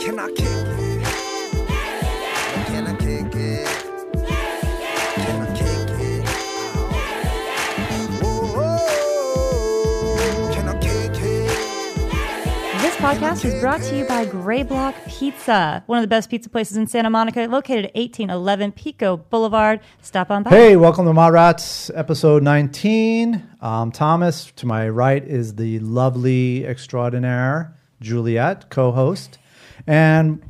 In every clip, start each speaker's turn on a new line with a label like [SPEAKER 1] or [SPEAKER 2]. [SPEAKER 1] Can I kick it? Can I kick it? Can I kick it? Whoa. Can I kick it?
[SPEAKER 2] This podcast is brought to you by Gray Block Pizza, one of the best pizza places in Santa Monica, located at 1811 Pico Boulevard. Stop on by.
[SPEAKER 3] Hey, welcome to Mott Rats, episode 19. Um, Thomas, to my right is the lovely extraordinaire Juliet, co host, and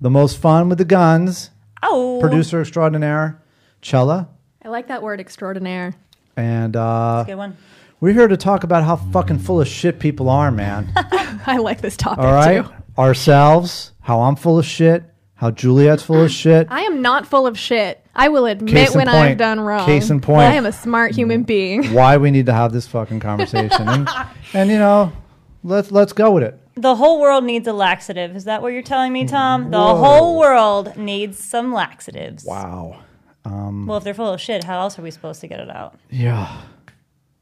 [SPEAKER 3] the most fun with the guns,
[SPEAKER 2] oh,
[SPEAKER 3] producer extraordinaire Chella.
[SPEAKER 4] I like that word extraordinaire.
[SPEAKER 3] And uh,
[SPEAKER 2] good one.
[SPEAKER 3] we're here to talk about how fucking full of shit people are, man.
[SPEAKER 4] I like this topic
[SPEAKER 3] All right?
[SPEAKER 4] too.
[SPEAKER 3] Ourselves, how I'm full of shit, how Juliet's full of shit.
[SPEAKER 4] I am not full of shit. I will
[SPEAKER 3] Case
[SPEAKER 4] admit
[SPEAKER 3] in
[SPEAKER 4] when
[SPEAKER 3] point.
[SPEAKER 4] I've done wrong.
[SPEAKER 3] Case in point. Mm.
[SPEAKER 4] I am a smart human being.
[SPEAKER 3] why we need to have this fucking conversation. and, and you know, let's let's go with it.
[SPEAKER 2] The whole world needs a laxative. Is that what you're telling me, Tom? The whole world needs some laxatives.
[SPEAKER 3] Wow.
[SPEAKER 2] Well, if they're full of shit, how else are we supposed to get it out?
[SPEAKER 3] Yeah.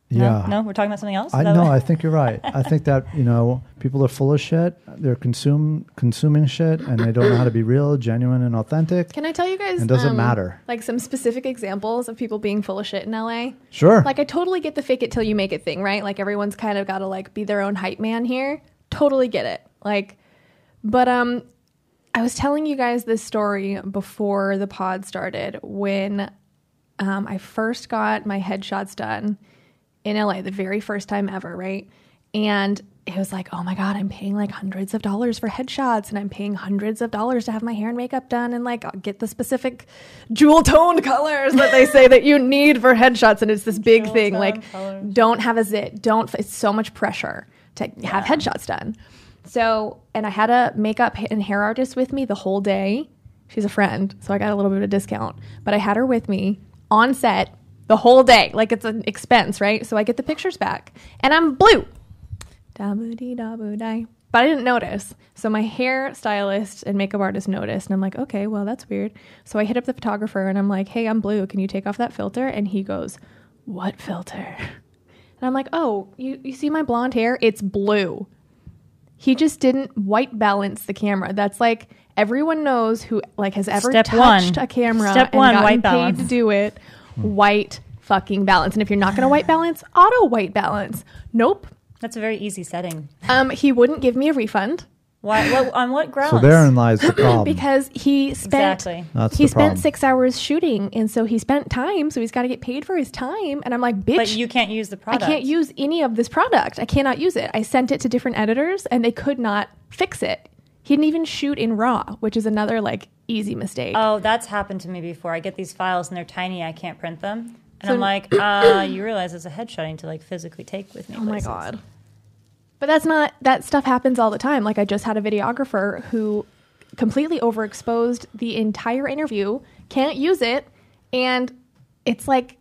[SPEAKER 2] No,
[SPEAKER 3] Yeah.
[SPEAKER 2] no? we're talking about something else. Is
[SPEAKER 3] I
[SPEAKER 2] that
[SPEAKER 3] know.
[SPEAKER 2] what-
[SPEAKER 3] I think you're right. I think that you know people are full of shit. They're consume consuming shit, and they don't know how to be real, genuine, and authentic.
[SPEAKER 4] Can I tell you guys? um,
[SPEAKER 3] It doesn't matter.
[SPEAKER 4] Like some specific examples of people being full of shit in LA.
[SPEAKER 3] Sure.
[SPEAKER 4] Like I totally get the fake it till you make it thing, right? Like everyone's kind of got to like be their own hype man here. Totally get it. Like, but um, I was telling you guys this story before the pod started when um, I first got my headshots done in LA, the very first time ever, right? And it was like, oh my God, I'm paying like hundreds of dollars for headshots and I'm paying hundreds of dollars to have my hair and makeup done and like get the specific jewel toned colors that they say that you need for headshots. And it's this big thing like, don't have a zit, don't, it's so much pressure to have headshots done. So, and I had a makeup and hair artist with me the whole day. She's a friend, so I got a little bit of a discount. But I had her with me on set the whole day. Like it's an expense, right? So I get the pictures back and I'm blue. Da-boo-dee-da-boo-die. But I didn't notice. So my hair stylist and makeup artist noticed. And I'm like, okay, well, that's weird. So I hit up the photographer and I'm like, hey, I'm blue. Can you take off that filter? And he goes, what filter? And I'm like, oh, you, you see my blonde hair? It's blue he just didn't white balance the camera. That's like everyone knows who like has ever
[SPEAKER 2] Step
[SPEAKER 4] touched
[SPEAKER 2] one.
[SPEAKER 4] a camera
[SPEAKER 2] Step
[SPEAKER 4] and
[SPEAKER 2] one,
[SPEAKER 4] gotten
[SPEAKER 2] white
[SPEAKER 4] paid
[SPEAKER 2] balance.
[SPEAKER 4] to do it. White fucking balance. And if you're not going to white balance, auto white balance. Nope.
[SPEAKER 2] That's a very easy setting.
[SPEAKER 4] Um, he wouldn't give me a refund
[SPEAKER 2] Why? What, on what grounds?
[SPEAKER 3] so therein lies the problem.
[SPEAKER 4] because he spent
[SPEAKER 2] Exactly.
[SPEAKER 3] That's
[SPEAKER 4] he
[SPEAKER 3] the problem.
[SPEAKER 4] spent six hours shooting, and so he spent time. So he's got to get paid for his time. And I'm like, bitch,
[SPEAKER 2] But you can't use the product.
[SPEAKER 4] I can't use any of this product. I cannot use it. I sent it to different editors and they could not fix it. He didn't even shoot in RAW, which is another like easy mistake.
[SPEAKER 2] Oh, that's happened to me before. I get these files and they're tiny. I can't print them. And I'm like, uh, you realize it's a headshot I need to like physically take with me.
[SPEAKER 4] oh my God. But that's not, that stuff happens all the time. Like I just had a videographer who completely overexposed the entire interview, can't use it. And it's like,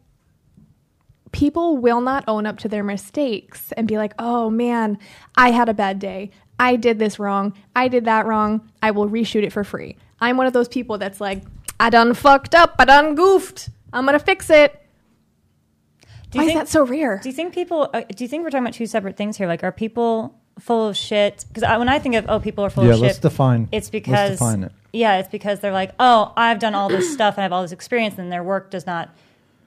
[SPEAKER 4] people will not own up to their mistakes and be like, oh man, I had a bad day. I did this wrong. I did that wrong. I will reshoot it for free. I'm one of those people that's like, I done fucked up. I done goofed. I'm going to fix it.
[SPEAKER 2] Do you
[SPEAKER 4] Why
[SPEAKER 2] think-
[SPEAKER 4] is that so rare?
[SPEAKER 2] Do you think people? Uh, do you think we're talking about two separate things here? Like, are people full of shit? Because when I think of oh, people are full
[SPEAKER 3] yeah,
[SPEAKER 2] of shit.
[SPEAKER 3] let's define.
[SPEAKER 2] it's
[SPEAKER 3] let's
[SPEAKER 2] because
[SPEAKER 3] define it.
[SPEAKER 2] yeah, it's because they're like, oh, I've done all this stuff and I have all this experience, and their work does not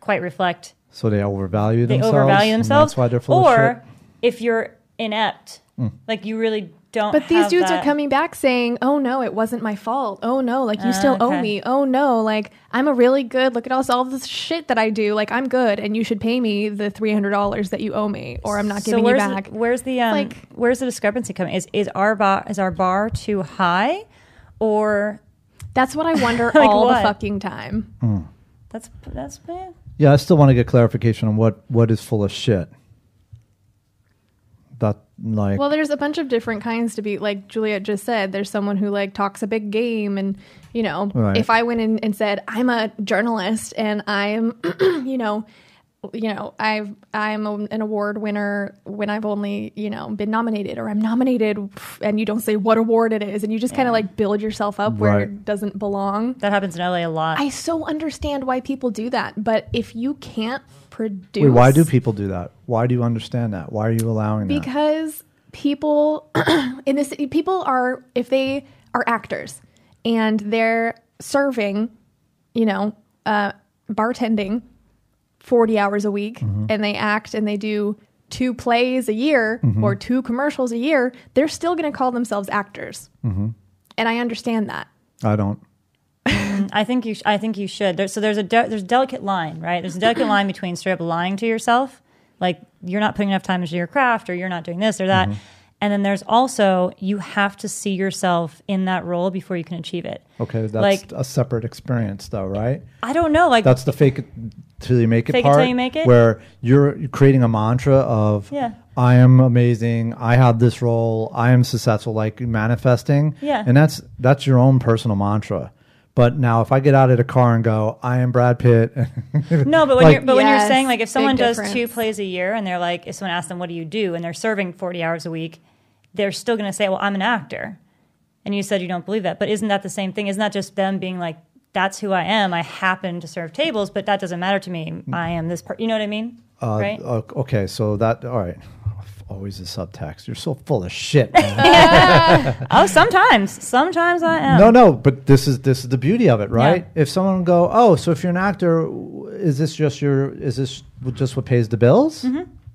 [SPEAKER 2] quite reflect.
[SPEAKER 3] So they overvalue
[SPEAKER 2] They
[SPEAKER 3] themselves.
[SPEAKER 2] overvalue
[SPEAKER 3] and
[SPEAKER 2] themselves.
[SPEAKER 3] That's why they're full
[SPEAKER 2] or
[SPEAKER 3] of shit. Hmm.
[SPEAKER 2] if you're inept, like you really don't.
[SPEAKER 4] But these
[SPEAKER 2] have
[SPEAKER 4] dudes
[SPEAKER 2] that-
[SPEAKER 4] are coming back saying, "Oh no, it wasn't my fault. Oh no, like you still
[SPEAKER 2] okay.
[SPEAKER 4] owe me. Oh no, like I'm a really good. Look at all, all this shit that I do. Like I'm good, and you should pay me the three hundred dollars that you owe me, or I'm not
[SPEAKER 2] So
[SPEAKER 4] giving you
[SPEAKER 2] where's
[SPEAKER 4] back."
[SPEAKER 2] The, where's the um,
[SPEAKER 4] Like-
[SPEAKER 2] where's the discrepancy coming? Is is our bar is our bar too high, or
[SPEAKER 4] That's what I wonder
[SPEAKER 2] Like
[SPEAKER 4] all
[SPEAKER 2] what?
[SPEAKER 4] the fucking time.
[SPEAKER 2] that's that's eh.
[SPEAKER 3] Yeah, I still want to get clarification on what what is full of shit. That like
[SPEAKER 4] Well, there's a bunch of different kinds to be like Juliet just said. There's someone who like talks a big game, and you know,
[SPEAKER 3] Right.
[SPEAKER 4] if I went in and said I'm a journalist and I'm, you know, you know, I've I'm a, an award winner when I've only you know been nominated or I'm nominated, and you don't say what award it is, and you just kind of like build yourself up where
[SPEAKER 3] Right.
[SPEAKER 4] it doesn't belong.
[SPEAKER 2] that happens in LA a lot.
[SPEAKER 4] I so understand why people do that, but if you can't produce,
[SPEAKER 3] wait, why do people do that? Why do you understand that? Why are you allowing that?
[SPEAKER 4] because people in this people are if they are actors and they're serving, you know, uh, bartending 40 hours a week and they act and they do two plays a year or two commercials a year, they're still going to call themselves actors. And I understand that.
[SPEAKER 3] I don't.
[SPEAKER 2] I think you. Sh- I think you should. There, so there's a de- there's a delicate line, right? There's a delicate line between straight up lying to yourself, like you're not putting enough time into your craft, or you're not doing this or that,
[SPEAKER 3] Mm-hmm.
[SPEAKER 2] and then there's also you have to see yourself in that role before you can achieve it.
[SPEAKER 3] Okay, that's
[SPEAKER 2] Like-
[SPEAKER 3] a separate experience, though, right?
[SPEAKER 2] I don't know. Like
[SPEAKER 3] That's the fake it till you make it
[SPEAKER 2] Fake it
[SPEAKER 3] part.
[SPEAKER 2] till you make it?
[SPEAKER 3] Where you're creating a mantra of,
[SPEAKER 2] Yeah.
[SPEAKER 3] I am amazing. I have this role. I am successful. Like manifesting.
[SPEAKER 2] Yeah.
[SPEAKER 3] And that's that's your own personal mantra. But now, if I get out of the car and go, I am Brad Pitt.
[SPEAKER 2] No, but when
[SPEAKER 3] Like-
[SPEAKER 2] you're but when you're
[SPEAKER 4] Yes,
[SPEAKER 2] saying like if
[SPEAKER 4] big
[SPEAKER 2] someone does
[SPEAKER 4] difference.
[SPEAKER 2] two plays a year and they're like if someone asks them what do you do and they're serving 40 hours a week, they're still going to say, "Well, I'm an actor." And you said you don't believe that, but isn't that the same thing? Isn't that just them being like that's who I am. I happen to serve tables, but that doesn't matter to me. I am this person. You know what I mean?
[SPEAKER 3] Uh,
[SPEAKER 2] right?
[SPEAKER 3] o- Okay, so that all right. Always a subtext. You're so full of shit. man.
[SPEAKER 2] oh, sometimes. Sometimes I am.
[SPEAKER 3] no, no, but this is this is the beauty of it, right? If someone go, oh, so if you're an actor, w- is this just your? Is this just what pays the bills?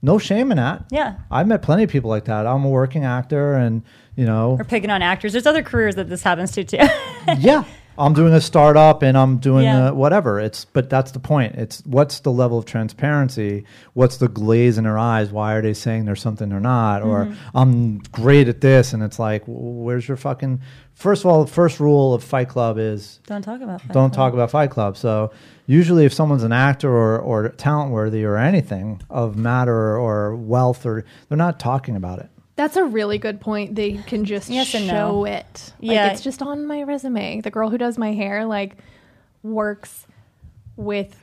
[SPEAKER 3] No shame in that.
[SPEAKER 2] Mm-hmm. Yeah.
[SPEAKER 3] I've met plenty of people like that. I'm a working actor, and you know,
[SPEAKER 2] We're picking on actors. There's other careers that this happens to too.
[SPEAKER 3] yeah, I'm doing a startup and I'm doing
[SPEAKER 2] Yeah.
[SPEAKER 3] uh whatever. It's but that's the point. It's what's the level of transparency? What's the glaze in their eyes? Why are they saying there's something they're not? Or
[SPEAKER 2] Mm-hmm.
[SPEAKER 3] I'm great at this, and it's like, w- where's your fucking? First of all, the first rule of Fight Club is
[SPEAKER 2] don't talk about that.
[SPEAKER 3] don't talk about Fight Club. So usually, if someone's an actor or, or talent worthy or anything of matter or wealth, or they're not talking about it.
[SPEAKER 4] That's a really good point. They can just
[SPEAKER 2] Yes and
[SPEAKER 4] show
[SPEAKER 2] no.
[SPEAKER 4] it.
[SPEAKER 2] Yeah.
[SPEAKER 4] Like it's just on my resume. The girl who does my hair like works with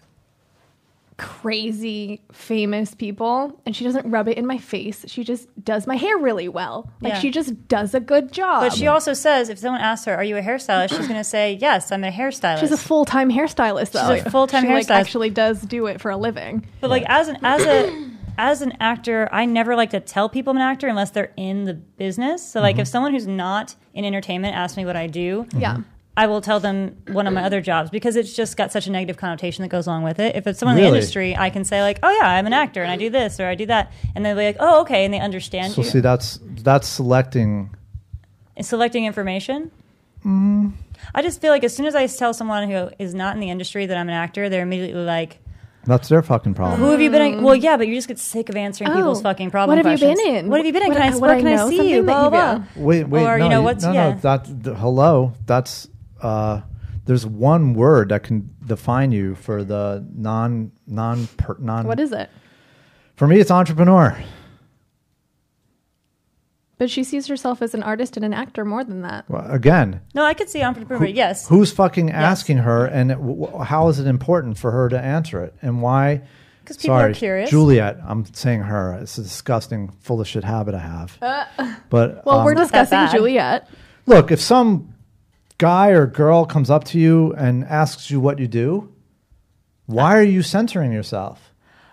[SPEAKER 4] crazy famous people and she doesn't rub it in my face. She just does my hair really well. Like
[SPEAKER 2] Yeah.
[SPEAKER 4] she just does a good job.
[SPEAKER 2] But she also says if someone asks her, "Are you a hairstylist?" she's going to say, "Yes, I'm a hairstylist."
[SPEAKER 4] She's a full time hairstylist though.
[SPEAKER 2] She's a full-time
[SPEAKER 4] She,
[SPEAKER 2] hairstylist.
[SPEAKER 4] Like, actually does do it for a living.
[SPEAKER 2] But like as an as a as an actor, I never like to tell people I'm an actor unless they're in the business. So like if
[SPEAKER 3] Mm-hmm.
[SPEAKER 2] someone who's not in entertainment asks me what I do,
[SPEAKER 4] Yeah.
[SPEAKER 2] I will tell them one of my other jobs because it's just got such a negative connotation that goes along with it. If it's someone in
[SPEAKER 3] Really?
[SPEAKER 2] the industry, I can say like, "Oh yeah, I'm an actor and I do this or I do that," and they'll be like, "Oh okay," and they understand
[SPEAKER 3] So
[SPEAKER 2] you.
[SPEAKER 3] see, that's that's selecting.
[SPEAKER 2] Selecting information.
[SPEAKER 3] Mm.
[SPEAKER 2] I just feel like as soon as I tell someone who is not in the industry that I'm an actor, they're immediately like,
[SPEAKER 3] That's their fucking problem.
[SPEAKER 2] Who have you been? In? Well, yeah, but you just get sick of answering
[SPEAKER 4] Mm. Oh,
[SPEAKER 2] people's fucking problem.
[SPEAKER 4] what have you
[SPEAKER 2] questions.
[SPEAKER 4] been in?
[SPEAKER 2] What have you been in?
[SPEAKER 4] What-
[SPEAKER 2] Can I,
[SPEAKER 4] what
[SPEAKER 2] where
[SPEAKER 4] I
[SPEAKER 2] can I
[SPEAKER 4] know,
[SPEAKER 2] see
[SPEAKER 4] something
[SPEAKER 2] you?
[SPEAKER 4] that
[SPEAKER 2] Blah
[SPEAKER 4] you
[SPEAKER 2] blah.
[SPEAKER 4] do.
[SPEAKER 2] blah.
[SPEAKER 3] Wait, wait,
[SPEAKER 2] Or,
[SPEAKER 3] no,
[SPEAKER 2] you know, what's-
[SPEAKER 3] no,
[SPEAKER 2] yeah.
[SPEAKER 3] no. That th- hello, that's uh, there's one word that can define you for the non non per, non.
[SPEAKER 4] What is it?
[SPEAKER 3] for me? It's entrepreneur.
[SPEAKER 4] But she sees herself as an artist and an actor more than that.
[SPEAKER 3] Well, again,
[SPEAKER 2] No, I could see entrepreneur. Yes,
[SPEAKER 3] who's fucking asking her, and w- w- how is it important for her to answer it, and why?
[SPEAKER 2] 'Cause people are
[SPEAKER 3] Sorry,
[SPEAKER 2] curious.
[SPEAKER 3] Juliet, I'm saying her. It's a disgusting, full of shit habit I have. but
[SPEAKER 4] Uh. Well,
[SPEAKER 3] um,
[SPEAKER 4] we're
[SPEAKER 2] that
[SPEAKER 4] discussing
[SPEAKER 2] bad.
[SPEAKER 4] Juliet.
[SPEAKER 3] look, if some guy or girl comes up to you and asks you what you do, why are you centering yourself?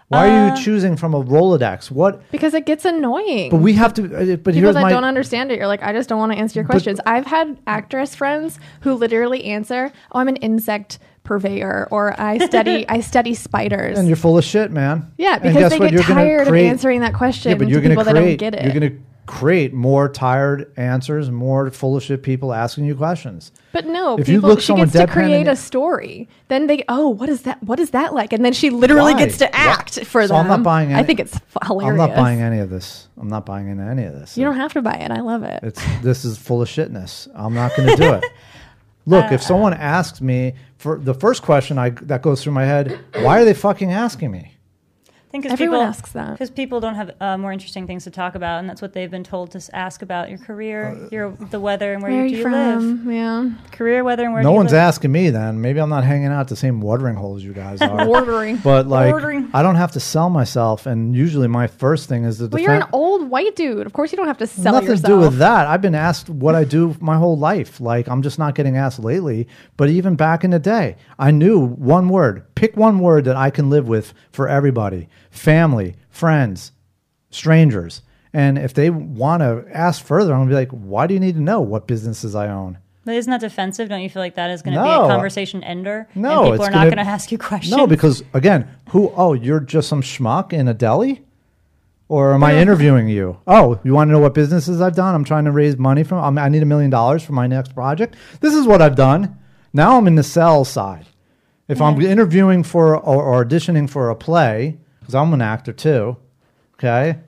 [SPEAKER 3] Why are
[SPEAKER 4] Uh.
[SPEAKER 3] you choosing from a Rolodex? What?
[SPEAKER 4] Because it gets annoying.
[SPEAKER 3] But we have to. uh, But
[SPEAKER 4] People
[SPEAKER 3] here's
[SPEAKER 4] that
[SPEAKER 3] my.
[SPEAKER 4] don't understand it, you're like, I just don't want to answer your questions. I've had actress friends who literally answer, "Oh, I'm an insect purveyor," or "I study, I study spiders."
[SPEAKER 3] and you're full of shit, man.
[SPEAKER 4] yeah,
[SPEAKER 3] And
[SPEAKER 4] because
[SPEAKER 3] guess
[SPEAKER 4] they
[SPEAKER 3] what?
[SPEAKER 4] get
[SPEAKER 3] You're gonna
[SPEAKER 4] tired
[SPEAKER 3] create-
[SPEAKER 4] of answering that question
[SPEAKER 3] Yeah, but you're
[SPEAKER 4] to
[SPEAKER 3] going
[SPEAKER 4] people
[SPEAKER 3] to
[SPEAKER 4] that don't
[SPEAKER 3] create.
[SPEAKER 4] get it.
[SPEAKER 3] You're going to create more tired answers, more full of shit people asking you questions.
[SPEAKER 4] but no,
[SPEAKER 3] if you
[SPEAKER 4] people,
[SPEAKER 3] look
[SPEAKER 4] she
[SPEAKER 3] someone
[SPEAKER 4] gets to
[SPEAKER 3] deadpan in
[SPEAKER 4] create
[SPEAKER 3] the-
[SPEAKER 4] a story. Then they, oh, what is that? What is that like? And then she literally
[SPEAKER 3] Why?
[SPEAKER 4] gets to
[SPEAKER 3] Why?
[SPEAKER 4] act for
[SPEAKER 3] So
[SPEAKER 4] them.
[SPEAKER 3] I'm not buying
[SPEAKER 4] I
[SPEAKER 3] any-
[SPEAKER 4] think it's f- hilarious.
[SPEAKER 3] I'm not buying any of this. I'm not buying into any of this.
[SPEAKER 4] You don't have to buy it. I love it.
[SPEAKER 3] It's this is full of shitness. I'm not going to do it. Look,
[SPEAKER 4] Uh,
[SPEAKER 3] if someone asks me for the first question I that goes through my head, why are they fucking asking me?
[SPEAKER 2] I think 'cause
[SPEAKER 4] Everyone
[SPEAKER 2] people,
[SPEAKER 4] asks that.
[SPEAKER 2] because people don't have uh, more interesting things to talk about, and that's what they've been told to s- ask about your career,
[SPEAKER 3] Uh,
[SPEAKER 2] your the weather, and where,
[SPEAKER 4] Where are
[SPEAKER 2] you, do
[SPEAKER 4] you
[SPEAKER 2] you live.
[SPEAKER 4] from? Yeah.
[SPEAKER 2] Career, weather, and where
[SPEAKER 3] No
[SPEAKER 2] do you
[SPEAKER 3] one's
[SPEAKER 2] live.
[SPEAKER 3] asking me then. Maybe I'm not hanging out at the same watering holes you guys are.
[SPEAKER 4] Ordering.
[SPEAKER 3] But like
[SPEAKER 2] Ordering.
[SPEAKER 3] I don't have to sell myself and usually my first thing is the
[SPEAKER 4] Well, you're an old white dude. Of course, you don't have to sell
[SPEAKER 3] nothing
[SPEAKER 4] yourself.
[SPEAKER 3] to do with that. I've been asked what I do my whole life. Like I'm just not getting asked lately. But even back in the day, I knew one word. Pick one word that I can live with for everybody: family, friends, strangers. And if they want to ask further, I'm gonna be like, "Why do you need to know what businesses I own?
[SPEAKER 2] But isn't that defensive? Don't you feel like that is going to be
[SPEAKER 3] No.
[SPEAKER 2] a conversation ender?
[SPEAKER 3] No,
[SPEAKER 2] and people
[SPEAKER 3] it's
[SPEAKER 2] are not
[SPEAKER 3] gonna-
[SPEAKER 2] going to ask you questions.
[SPEAKER 3] No, because again, who? Oh, you're just some schmuck in a deli, or am I interviewing you? Oh, you want to know what businesses I've done? I'm trying to raise money from. I'm, I need a million dollars for my next project. This is what I've done. Now I'm in the sell side. If I'm interviewing for or, or auditioning for a play, because I'm an actor too, okay,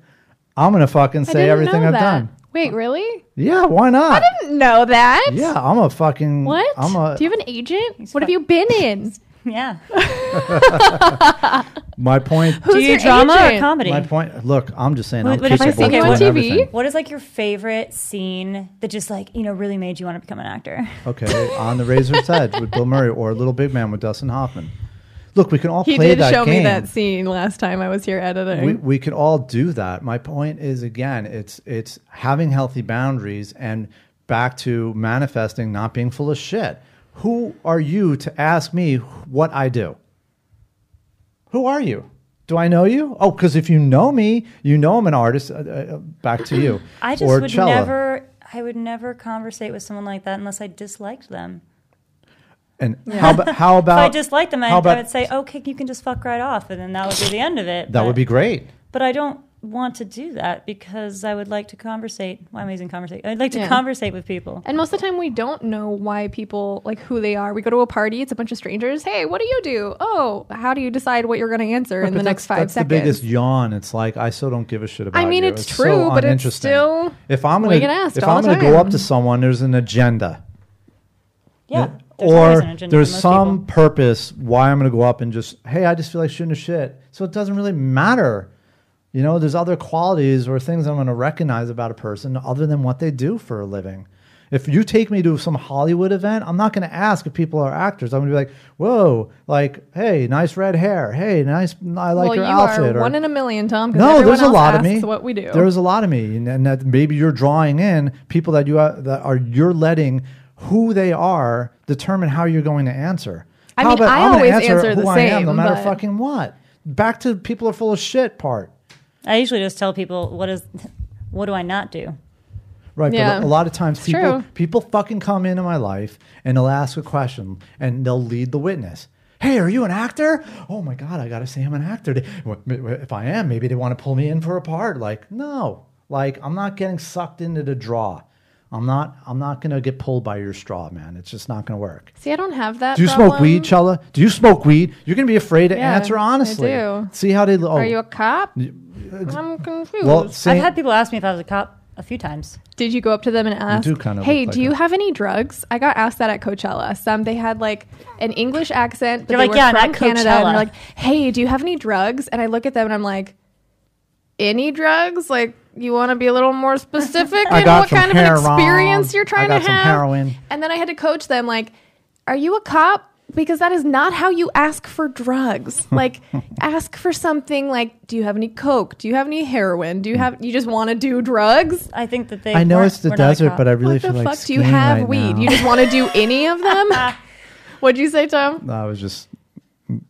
[SPEAKER 3] I'm gonna fucking
[SPEAKER 4] I
[SPEAKER 3] say
[SPEAKER 4] didn't
[SPEAKER 3] everything
[SPEAKER 4] know
[SPEAKER 3] I've
[SPEAKER 4] that.
[SPEAKER 3] done.
[SPEAKER 4] Wait, really?
[SPEAKER 3] Yeah, why not?
[SPEAKER 4] Know that?
[SPEAKER 3] Yeah, I'm a fucking.
[SPEAKER 4] What?
[SPEAKER 3] I'm a.
[SPEAKER 4] Do you have an agent? What have you been in?
[SPEAKER 2] yeah.
[SPEAKER 3] my point.
[SPEAKER 4] Who's
[SPEAKER 2] Do you
[SPEAKER 4] your
[SPEAKER 2] drama or
[SPEAKER 4] agent?
[SPEAKER 2] comedy?
[SPEAKER 3] My point. Look, I'm just saying. I'm
[SPEAKER 2] What if I
[SPEAKER 3] capable
[SPEAKER 2] see you
[SPEAKER 3] of
[SPEAKER 2] on
[SPEAKER 3] doing
[SPEAKER 4] TV?
[SPEAKER 3] everything.
[SPEAKER 2] What is like your favorite scene that just like you know really made you want to become an actor?
[SPEAKER 3] Okay, on the razor's edge with Bill Murray or Little Big Man with Dustin Hoffman. Look, we can all
[SPEAKER 4] He
[SPEAKER 3] play
[SPEAKER 4] did
[SPEAKER 3] that
[SPEAKER 4] show
[SPEAKER 3] game.
[SPEAKER 4] me that scene last time I was here editing.
[SPEAKER 3] we, we can all do that. My point is again, it's it's having healthy boundaries and back to manifesting not being full of shit. Who are you to ask me what I do? Who are you? Do I know you? Oh, because if you know me, you know I'm an artist. Uh, uh, back to you.
[SPEAKER 2] I just
[SPEAKER 3] Or
[SPEAKER 2] would
[SPEAKER 3] cello.
[SPEAKER 2] never. I would never conversate with someone like that unless I disliked them.
[SPEAKER 3] And how, about how
[SPEAKER 2] If
[SPEAKER 3] about
[SPEAKER 2] I disliked them, I,
[SPEAKER 3] how
[SPEAKER 2] I
[SPEAKER 3] about-
[SPEAKER 2] would say, "Okay, you can just fuck right off," and then that would be the end of it.
[SPEAKER 3] that
[SPEAKER 2] but,
[SPEAKER 3] would be great.
[SPEAKER 2] But I don't want to do that because I would like to conversate. Why am I using conversate? I'd like to
[SPEAKER 4] Yeah.
[SPEAKER 2] conversate with people.
[SPEAKER 4] and most of the time, we don't know why people like who they are. We go to a party; it's a bunch of strangers. Hey, what do you do? Oh, how do you decide what you're going to answer in
[SPEAKER 3] But
[SPEAKER 4] the next
[SPEAKER 3] that's,
[SPEAKER 4] five
[SPEAKER 3] that's
[SPEAKER 4] seconds?
[SPEAKER 3] the biggest yawn. It's like I still don't give a shit about.
[SPEAKER 4] mean,
[SPEAKER 3] you.
[SPEAKER 4] it's
[SPEAKER 3] so
[SPEAKER 4] true, but it's
[SPEAKER 3] uninteresting.
[SPEAKER 4] still-
[SPEAKER 3] if I'm gonna
[SPEAKER 4] we get asked
[SPEAKER 3] if
[SPEAKER 4] all
[SPEAKER 3] I'm
[SPEAKER 4] the
[SPEAKER 3] gonna go up
[SPEAKER 4] time.
[SPEAKER 3] to someone, there's an agenda,
[SPEAKER 2] Yeah. There's always
[SPEAKER 3] or
[SPEAKER 2] an agenda for
[SPEAKER 3] there's
[SPEAKER 2] most
[SPEAKER 3] some
[SPEAKER 2] people.
[SPEAKER 3] purpose why I'm gonna go up and just hey, I just feel like shooting a shit. So it doesn't really matter. You know, there's other qualities or things I'm gonna recognize about a person other than what they do for a living. If you take me to some Hollywood event, I'm not going to ask if people are actors. I'm going to be like, "Whoa, like, hey, nice red hair. Hey, nice, I like
[SPEAKER 4] well,
[SPEAKER 3] your
[SPEAKER 4] you
[SPEAKER 3] outfit."
[SPEAKER 4] are
[SPEAKER 3] or,
[SPEAKER 4] one in a million, Tom. 'cause
[SPEAKER 3] No,
[SPEAKER 4] everyone
[SPEAKER 3] there's a
[SPEAKER 4] else
[SPEAKER 3] lot of
[SPEAKER 4] asks
[SPEAKER 3] me.
[SPEAKER 4] What we do.
[SPEAKER 3] There's a lot of me, and, and that maybe you're drawing in people that you are, that are you're letting who they are determine how you're going to answer.
[SPEAKER 4] I
[SPEAKER 3] how
[SPEAKER 4] mean, I
[SPEAKER 3] gonna
[SPEAKER 4] always answer the
[SPEAKER 3] who I am, no
[SPEAKER 4] same,
[SPEAKER 3] matter
[SPEAKER 4] but-
[SPEAKER 3] fucking what. Back to people are full of shit part.
[SPEAKER 2] I usually just tell people what is, what do I not do?
[SPEAKER 3] Right,
[SPEAKER 4] Yeah.
[SPEAKER 3] but a lot of times people
[SPEAKER 4] true.
[SPEAKER 3] people fucking come into my life and they'll ask a question and they'll lead the witness. Hey, are you an actor? Oh my god, I gotta say I'm an actor. They- w- w- If I am, maybe they want to pull me in for a part. Like, no, like I'm not getting sucked into the draw. I'm not. I'm not gonna get pulled by your straw, man. It's just not gonna work.
[SPEAKER 4] See, I don't have that.
[SPEAKER 3] Do you smoke
[SPEAKER 4] problem.
[SPEAKER 3] weed, Chella? Do you smoke weed? You're gonna be afraid to
[SPEAKER 4] Yeah,
[SPEAKER 3] answer
[SPEAKER 4] I
[SPEAKER 3] honestly.
[SPEAKER 4] do.
[SPEAKER 3] See how they. Oh,
[SPEAKER 4] Are you a cop? I'm confused.
[SPEAKER 3] uh, well, see,
[SPEAKER 2] I've had people ask me if I was a cop a few times.
[SPEAKER 4] Did you go up to them and ask,
[SPEAKER 3] do kind of
[SPEAKER 4] "Hey,
[SPEAKER 3] look
[SPEAKER 4] do
[SPEAKER 3] like
[SPEAKER 4] you
[SPEAKER 3] a-
[SPEAKER 4] have any drugs?" I got asked that at Coachella. Some they had like an English accent, but
[SPEAKER 2] You're
[SPEAKER 4] they
[SPEAKER 2] like,
[SPEAKER 4] were
[SPEAKER 2] "Yeah,
[SPEAKER 4] from
[SPEAKER 2] not
[SPEAKER 4] Canada, and
[SPEAKER 2] Coachella."
[SPEAKER 4] they're like, "Hey, do you have any drugs?" And I look at them and I'm like, "Any drugs? Like, you want to be a little more specific
[SPEAKER 3] I
[SPEAKER 4] in
[SPEAKER 3] got
[SPEAKER 4] what
[SPEAKER 3] some
[SPEAKER 4] kind
[SPEAKER 3] heroin.
[SPEAKER 4] of an experience you're
[SPEAKER 3] I
[SPEAKER 4] trying
[SPEAKER 3] got
[SPEAKER 4] to
[SPEAKER 3] some
[SPEAKER 4] have?"
[SPEAKER 3] heroin.
[SPEAKER 4] And then I had to coach them like, "Are you a cop?" Because that is not how you ask for drugs. Like, ask for something like, do you have any coke? Do you have any heroin? Do you have? You just want to do drugs?
[SPEAKER 2] I think that they.
[SPEAKER 3] I know
[SPEAKER 2] weren't-
[SPEAKER 3] it's the
[SPEAKER 2] were not a
[SPEAKER 3] desert,
[SPEAKER 2] cop.
[SPEAKER 3] but I really
[SPEAKER 4] what
[SPEAKER 3] feel
[SPEAKER 4] the
[SPEAKER 3] like
[SPEAKER 4] fuck do you
[SPEAKER 3] skiing
[SPEAKER 4] have
[SPEAKER 3] right
[SPEAKER 4] weed?
[SPEAKER 3] now.
[SPEAKER 4] You just want to do any of them? What'd you say, Tom?
[SPEAKER 3] I was just.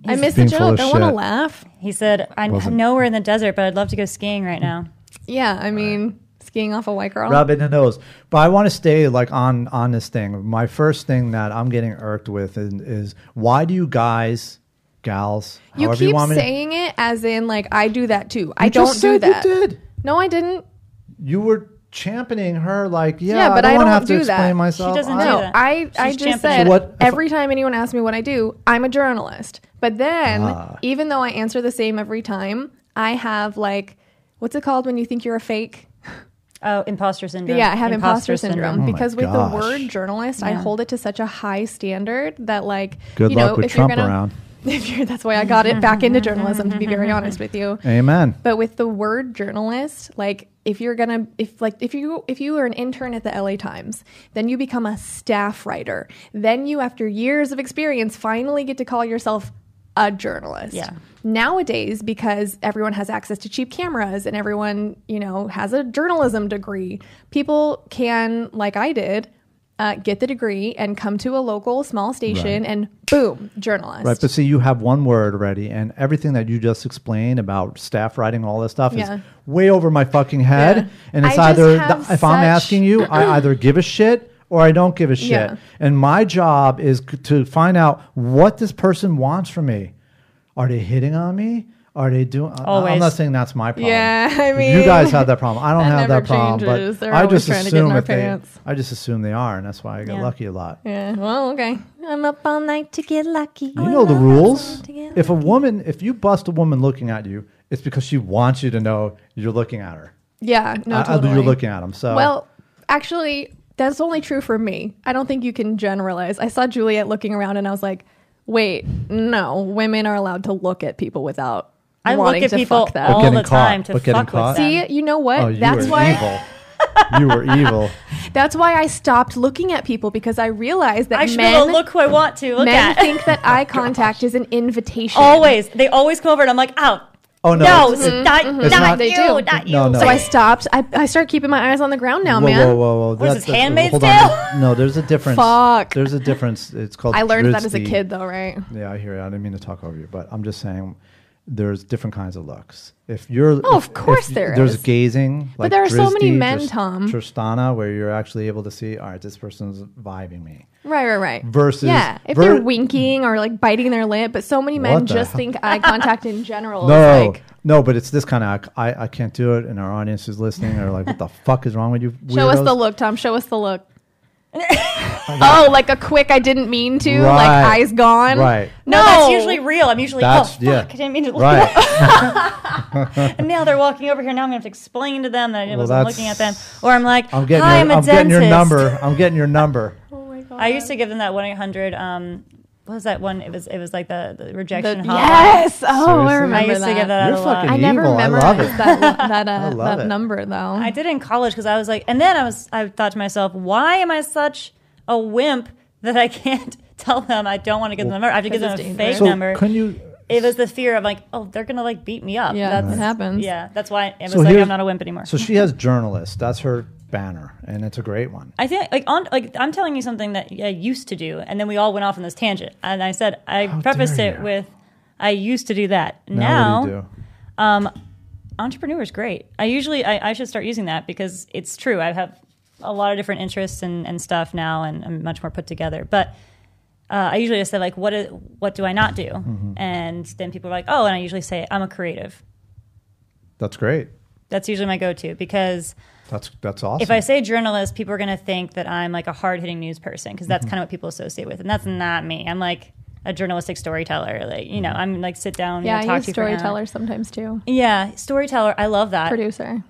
[SPEAKER 4] I missed the
[SPEAKER 3] being full of
[SPEAKER 4] joke. I want to
[SPEAKER 3] shit.
[SPEAKER 4] laugh.
[SPEAKER 2] He said, "I
[SPEAKER 3] Wasn't.
[SPEAKER 2] know we're in the desert, but I'd love to go skiing right now."
[SPEAKER 4] Yeah, I mean, skiing off a white girl.
[SPEAKER 3] Rub in the nose. But I want to stay like on on this thing. My first thing that I'm getting irked with is, is why do you guys, gals,
[SPEAKER 4] you
[SPEAKER 3] however
[SPEAKER 4] keep
[SPEAKER 3] want me to-
[SPEAKER 4] saying it as in like I do that too. I
[SPEAKER 3] You
[SPEAKER 4] don't
[SPEAKER 3] just
[SPEAKER 4] do
[SPEAKER 3] said
[SPEAKER 4] that.
[SPEAKER 3] You did.
[SPEAKER 4] No, I didn't.
[SPEAKER 3] You were championing her like, yeah,
[SPEAKER 4] Yeah, but
[SPEAKER 3] I
[SPEAKER 4] I
[SPEAKER 3] don't, want to
[SPEAKER 4] don't
[SPEAKER 3] have to
[SPEAKER 4] do that.
[SPEAKER 3] explain
[SPEAKER 4] She
[SPEAKER 3] myself.
[SPEAKER 2] doesn't
[SPEAKER 3] I-
[SPEAKER 2] do
[SPEAKER 4] No,
[SPEAKER 2] that.
[SPEAKER 4] I, I
[SPEAKER 2] She's
[SPEAKER 4] just
[SPEAKER 2] championing
[SPEAKER 4] said
[SPEAKER 3] So what-
[SPEAKER 4] every time anyone asks me what I do, I'm a journalist. But then,
[SPEAKER 3] Ah.
[SPEAKER 4] even though I answer the same every time, I have like, what's it called when you think you're a fake?
[SPEAKER 2] Oh, imposter syndrome.
[SPEAKER 4] Yeah, I have imposter, syndrome,
[SPEAKER 3] Oh my
[SPEAKER 4] because with
[SPEAKER 3] gosh.
[SPEAKER 4] the word journalist, I hold it to such a high standard that like
[SPEAKER 3] Good
[SPEAKER 4] you
[SPEAKER 3] luck
[SPEAKER 4] know,
[SPEAKER 3] with
[SPEAKER 4] if you're
[SPEAKER 3] Trump
[SPEAKER 4] gonna-
[SPEAKER 3] around.
[SPEAKER 4] If you're, that's why I got it back into journalism. To be very honest with you,
[SPEAKER 3] Amen.
[SPEAKER 4] but with the word journalist, like if you're gonna if like if you if you are an intern at the LA Times, then you become a staff writer. Then you, after years of experience, finally get to call yourself a journalist.
[SPEAKER 2] Yeah.
[SPEAKER 4] Nowadays, because everyone has access to cheap cameras and everyone, you know, has a journalism degree, people can, like I did, uh, get the degree and come to a local small station and boom, journalist.
[SPEAKER 3] Right, but see, you have one word already, and everything that you just explained about staff writing, all this stuff
[SPEAKER 4] Yeah.
[SPEAKER 3] is way over my fucking head.
[SPEAKER 4] Yeah.
[SPEAKER 3] And it's
[SPEAKER 4] I just
[SPEAKER 3] either
[SPEAKER 4] have
[SPEAKER 3] if I'm
[SPEAKER 4] such-
[SPEAKER 3] asking you, I either give a shit or I don't give a shit.
[SPEAKER 4] Yeah.
[SPEAKER 3] And my job is c- to find out what this person wants from me. Are they hitting on me? Are they doing? I- I'm
[SPEAKER 2] Always.
[SPEAKER 3] not saying that's my problem.
[SPEAKER 4] Yeah, I
[SPEAKER 3] you
[SPEAKER 4] mean,
[SPEAKER 3] guys have that problem. I don't
[SPEAKER 4] that
[SPEAKER 3] have
[SPEAKER 4] never
[SPEAKER 3] that problem,
[SPEAKER 4] changes.
[SPEAKER 3] but
[SPEAKER 4] They're
[SPEAKER 3] I
[SPEAKER 4] always
[SPEAKER 3] just
[SPEAKER 4] trying to get in
[SPEAKER 3] assume
[SPEAKER 4] our
[SPEAKER 3] if they,
[SPEAKER 4] pants.
[SPEAKER 3] I just assume they are, and that's why I get
[SPEAKER 2] Yeah.
[SPEAKER 3] lucky a lot.
[SPEAKER 4] Yeah. Well, okay. Um, I'm up all night to get lucky.
[SPEAKER 3] You know the rules. If a woman, if you bust a woman looking at you, it's because she wants you to know you're looking at her.
[SPEAKER 4] Yeah. No.
[SPEAKER 3] I- I-
[SPEAKER 4] totally.
[SPEAKER 3] You're looking at them. So
[SPEAKER 4] Well, actually, that's only true for me. I don't think you can generalize. I saw Juliet looking around, and I was like, "Wait, no. Women are allowed to look at people without
[SPEAKER 2] I look
[SPEAKER 4] wanting
[SPEAKER 2] at
[SPEAKER 4] to
[SPEAKER 2] people
[SPEAKER 4] fuck them."
[SPEAKER 3] But
[SPEAKER 2] all
[SPEAKER 3] getting
[SPEAKER 2] the
[SPEAKER 3] caught.
[SPEAKER 2] time to
[SPEAKER 3] But getting
[SPEAKER 2] fuck
[SPEAKER 3] caught.
[SPEAKER 2] with them.
[SPEAKER 4] See, you know what?
[SPEAKER 3] oh, you
[SPEAKER 4] that's
[SPEAKER 3] were
[SPEAKER 4] why.
[SPEAKER 3] evil. you were evil.
[SPEAKER 4] That's why I stopped looking at people because I realized that
[SPEAKER 2] I should be able
[SPEAKER 4] men
[SPEAKER 2] to look who I want to look
[SPEAKER 4] men
[SPEAKER 2] at.
[SPEAKER 4] think that eye contact is an invitation.
[SPEAKER 2] always, they always come over, and I'm like, oh,
[SPEAKER 3] Oh no!
[SPEAKER 2] no,
[SPEAKER 3] it's-
[SPEAKER 2] it's not,
[SPEAKER 4] Mm-hmm.
[SPEAKER 3] It's
[SPEAKER 2] not
[SPEAKER 3] not-
[SPEAKER 4] They
[SPEAKER 2] you,
[SPEAKER 4] do.
[SPEAKER 2] not you.
[SPEAKER 3] No, Oh, no.
[SPEAKER 4] So I stopped. I, I started keeping my eyes on the ground now,
[SPEAKER 3] whoa,
[SPEAKER 4] Oh, man.
[SPEAKER 3] whoa, whoa, whoa!
[SPEAKER 2] What is
[SPEAKER 3] That's-
[SPEAKER 2] this,
[SPEAKER 3] that's-
[SPEAKER 2] Handmaid's
[SPEAKER 3] hold on.
[SPEAKER 2] Tale?
[SPEAKER 3] No, there's a difference.
[SPEAKER 4] Fuck.
[SPEAKER 3] There's a difference. It's called.
[SPEAKER 4] I learned that as a
[SPEAKER 3] drizzy.
[SPEAKER 4] kid, though, right?
[SPEAKER 3] Yeah, I hear you. I didn't mean to talk over you, but I'm just saying there's different kinds of looks. If you're,
[SPEAKER 4] Oh, of
[SPEAKER 3] if-
[SPEAKER 4] course
[SPEAKER 3] if
[SPEAKER 4] there
[SPEAKER 3] There's
[SPEAKER 4] is.
[SPEAKER 3] gazing, but
[SPEAKER 4] there are so many men, Tom.
[SPEAKER 3] Tristana, where you're actually able to see. All right, this person's vibing me.
[SPEAKER 4] Right, right, right.
[SPEAKER 3] Versus-
[SPEAKER 4] yeah, if
[SPEAKER 3] ver-
[SPEAKER 4] they're winking or like biting their lip, but so many men
[SPEAKER 3] What the
[SPEAKER 4] just
[SPEAKER 3] hell?
[SPEAKER 4] think eye contact in general.
[SPEAKER 3] No,
[SPEAKER 4] is like,
[SPEAKER 3] no, but it's this kind of. I, I can't do it, and our audience is listening. They're like, "What the fuck is wrong with you?"
[SPEAKER 4] show us
[SPEAKER 3] weirdos?"
[SPEAKER 4] the look, Tom. Show us the look. oh, like a quick. I didn't mean to. Like
[SPEAKER 3] Right.
[SPEAKER 4] eyes gone.
[SPEAKER 3] Right.
[SPEAKER 2] No, that's usually real. I'm usually
[SPEAKER 3] That's-
[SPEAKER 2] oh fuck,
[SPEAKER 3] yeah.
[SPEAKER 2] I didn't mean to look at
[SPEAKER 3] Right.
[SPEAKER 2] And now they're walking over here. Now I'm gonna have to explain to them that I wasn't
[SPEAKER 3] that's-
[SPEAKER 2] looking at them, or I'm like,
[SPEAKER 3] I'm getting.
[SPEAKER 2] hi,
[SPEAKER 3] your,
[SPEAKER 2] I'm a
[SPEAKER 3] I'm
[SPEAKER 2] dentist.
[SPEAKER 3] getting your number. I'm getting your number.
[SPEAKER 4] Oh my god.
[SPEAKER 2] I used to give them that one eight hundred. Um, what was that one? It was it was like the, the
[SPEAKER 4] The-
[SPEAKER 2] rejection. hotline.
[SPEAKER 4] yes.
[SPEAKER 3] Seriously?
[SPEAKER 4] Oh, I
[SPEAKER 3] I
[SPEAKER 4] remember
[SPEAKER 2] I used
[SPEAKER 4] that.
[SPEAKER 2] to give that
[SPEAKER 3] You're
[SPEAKER 2] out a lot.
[SPEAKER 3] fucking
[SPEAKER 4] I never
[SPEAKER 3] Evil, I
[SPEAKER 4] memorized
[SPEAKER 3] love it.
[SPEAKER 4] that that, uh,
[SPEAKER 3] love
[SPEAKER 4] that
[SPEAKER 3] it.
[SPEAKER 4] number though.
[SPEAKER 2] I did in college because I was like, and then I was, I thought to myself, why am I such a wimp that I can't tell them I don't want to give them a number? I have to give them
[SPEAKER 4] This
[SPEAKER 2] a
[SPEAKER 4] is dangerous.
[SPEAKER 2] fake
[SPEAKER 3] So
[SPEAKER 2] number.
[SPEAKER 3] can you?
[SPEAKER 2] it was the fear of like, oh, they're gonna like beat me up.
[SPEAKER 4] Yeah,
[SPEAKER 2] that's,
[SPEAKER 4] that happens.
[SPEAKER 2] Yeah, that's why it was
[SPEAKER 3] So
[SPEAKER 2] like
[SPEAKER 3] here's-
[SPEAKER 2] I'm not a wimp anymore.
[SPEAKER 3] So she has journalists. That's her banner, and it's a great one.
[SPEAKER 2] I think like on like I'm telling you something that I used to do, and then we all went off on this tangent. And I said I
[SPEAKER 3] How
[SPEAKER 2] prefaced
[SPEAKER 3] dare
[SPEAKER 2] it
[SPEAKER 3] you.
[SPEAKER 2] with, I used to do that.
[SPEAKER 3] Now,
[SPEAKER 2] Now,
[SPEAKER 3] what do you do?
[SPEAKER 2] entrepreneur is great. I usually I, I should start using that because it's true. I have a lot of different interests and, and stuff now, and I'm much more put together. But uh, I usually just say like, what is, what do I not do? And then people are like, oh, and I usually say I'm a creative.
[SPEAKER 3] That's great.
[SPEAKER 2] That's usually my go-to because
[SPEAKER 3] That's that's awesome.
[SPEAKER 2] if I say journalist, people are going to think that I'm like a hard hitting news person because that's kind of what people associate with, and that's not me. I'm like a journalistic storyteller. Like you know, I'm like sit down,
[SPEAKER 4] yeah,
[SPEAKER 2] you
[SPEAKER 4] I
[SPEAKER 2] know, talk
[SPEAKER 4] use
[SPEAKER 2] to you for an hour.
[SPEAKER 4] storyteller sometimes too.
[SPEAKER 2] Yeah, storyteller. I love that.
[SPEAKER 4] Producer.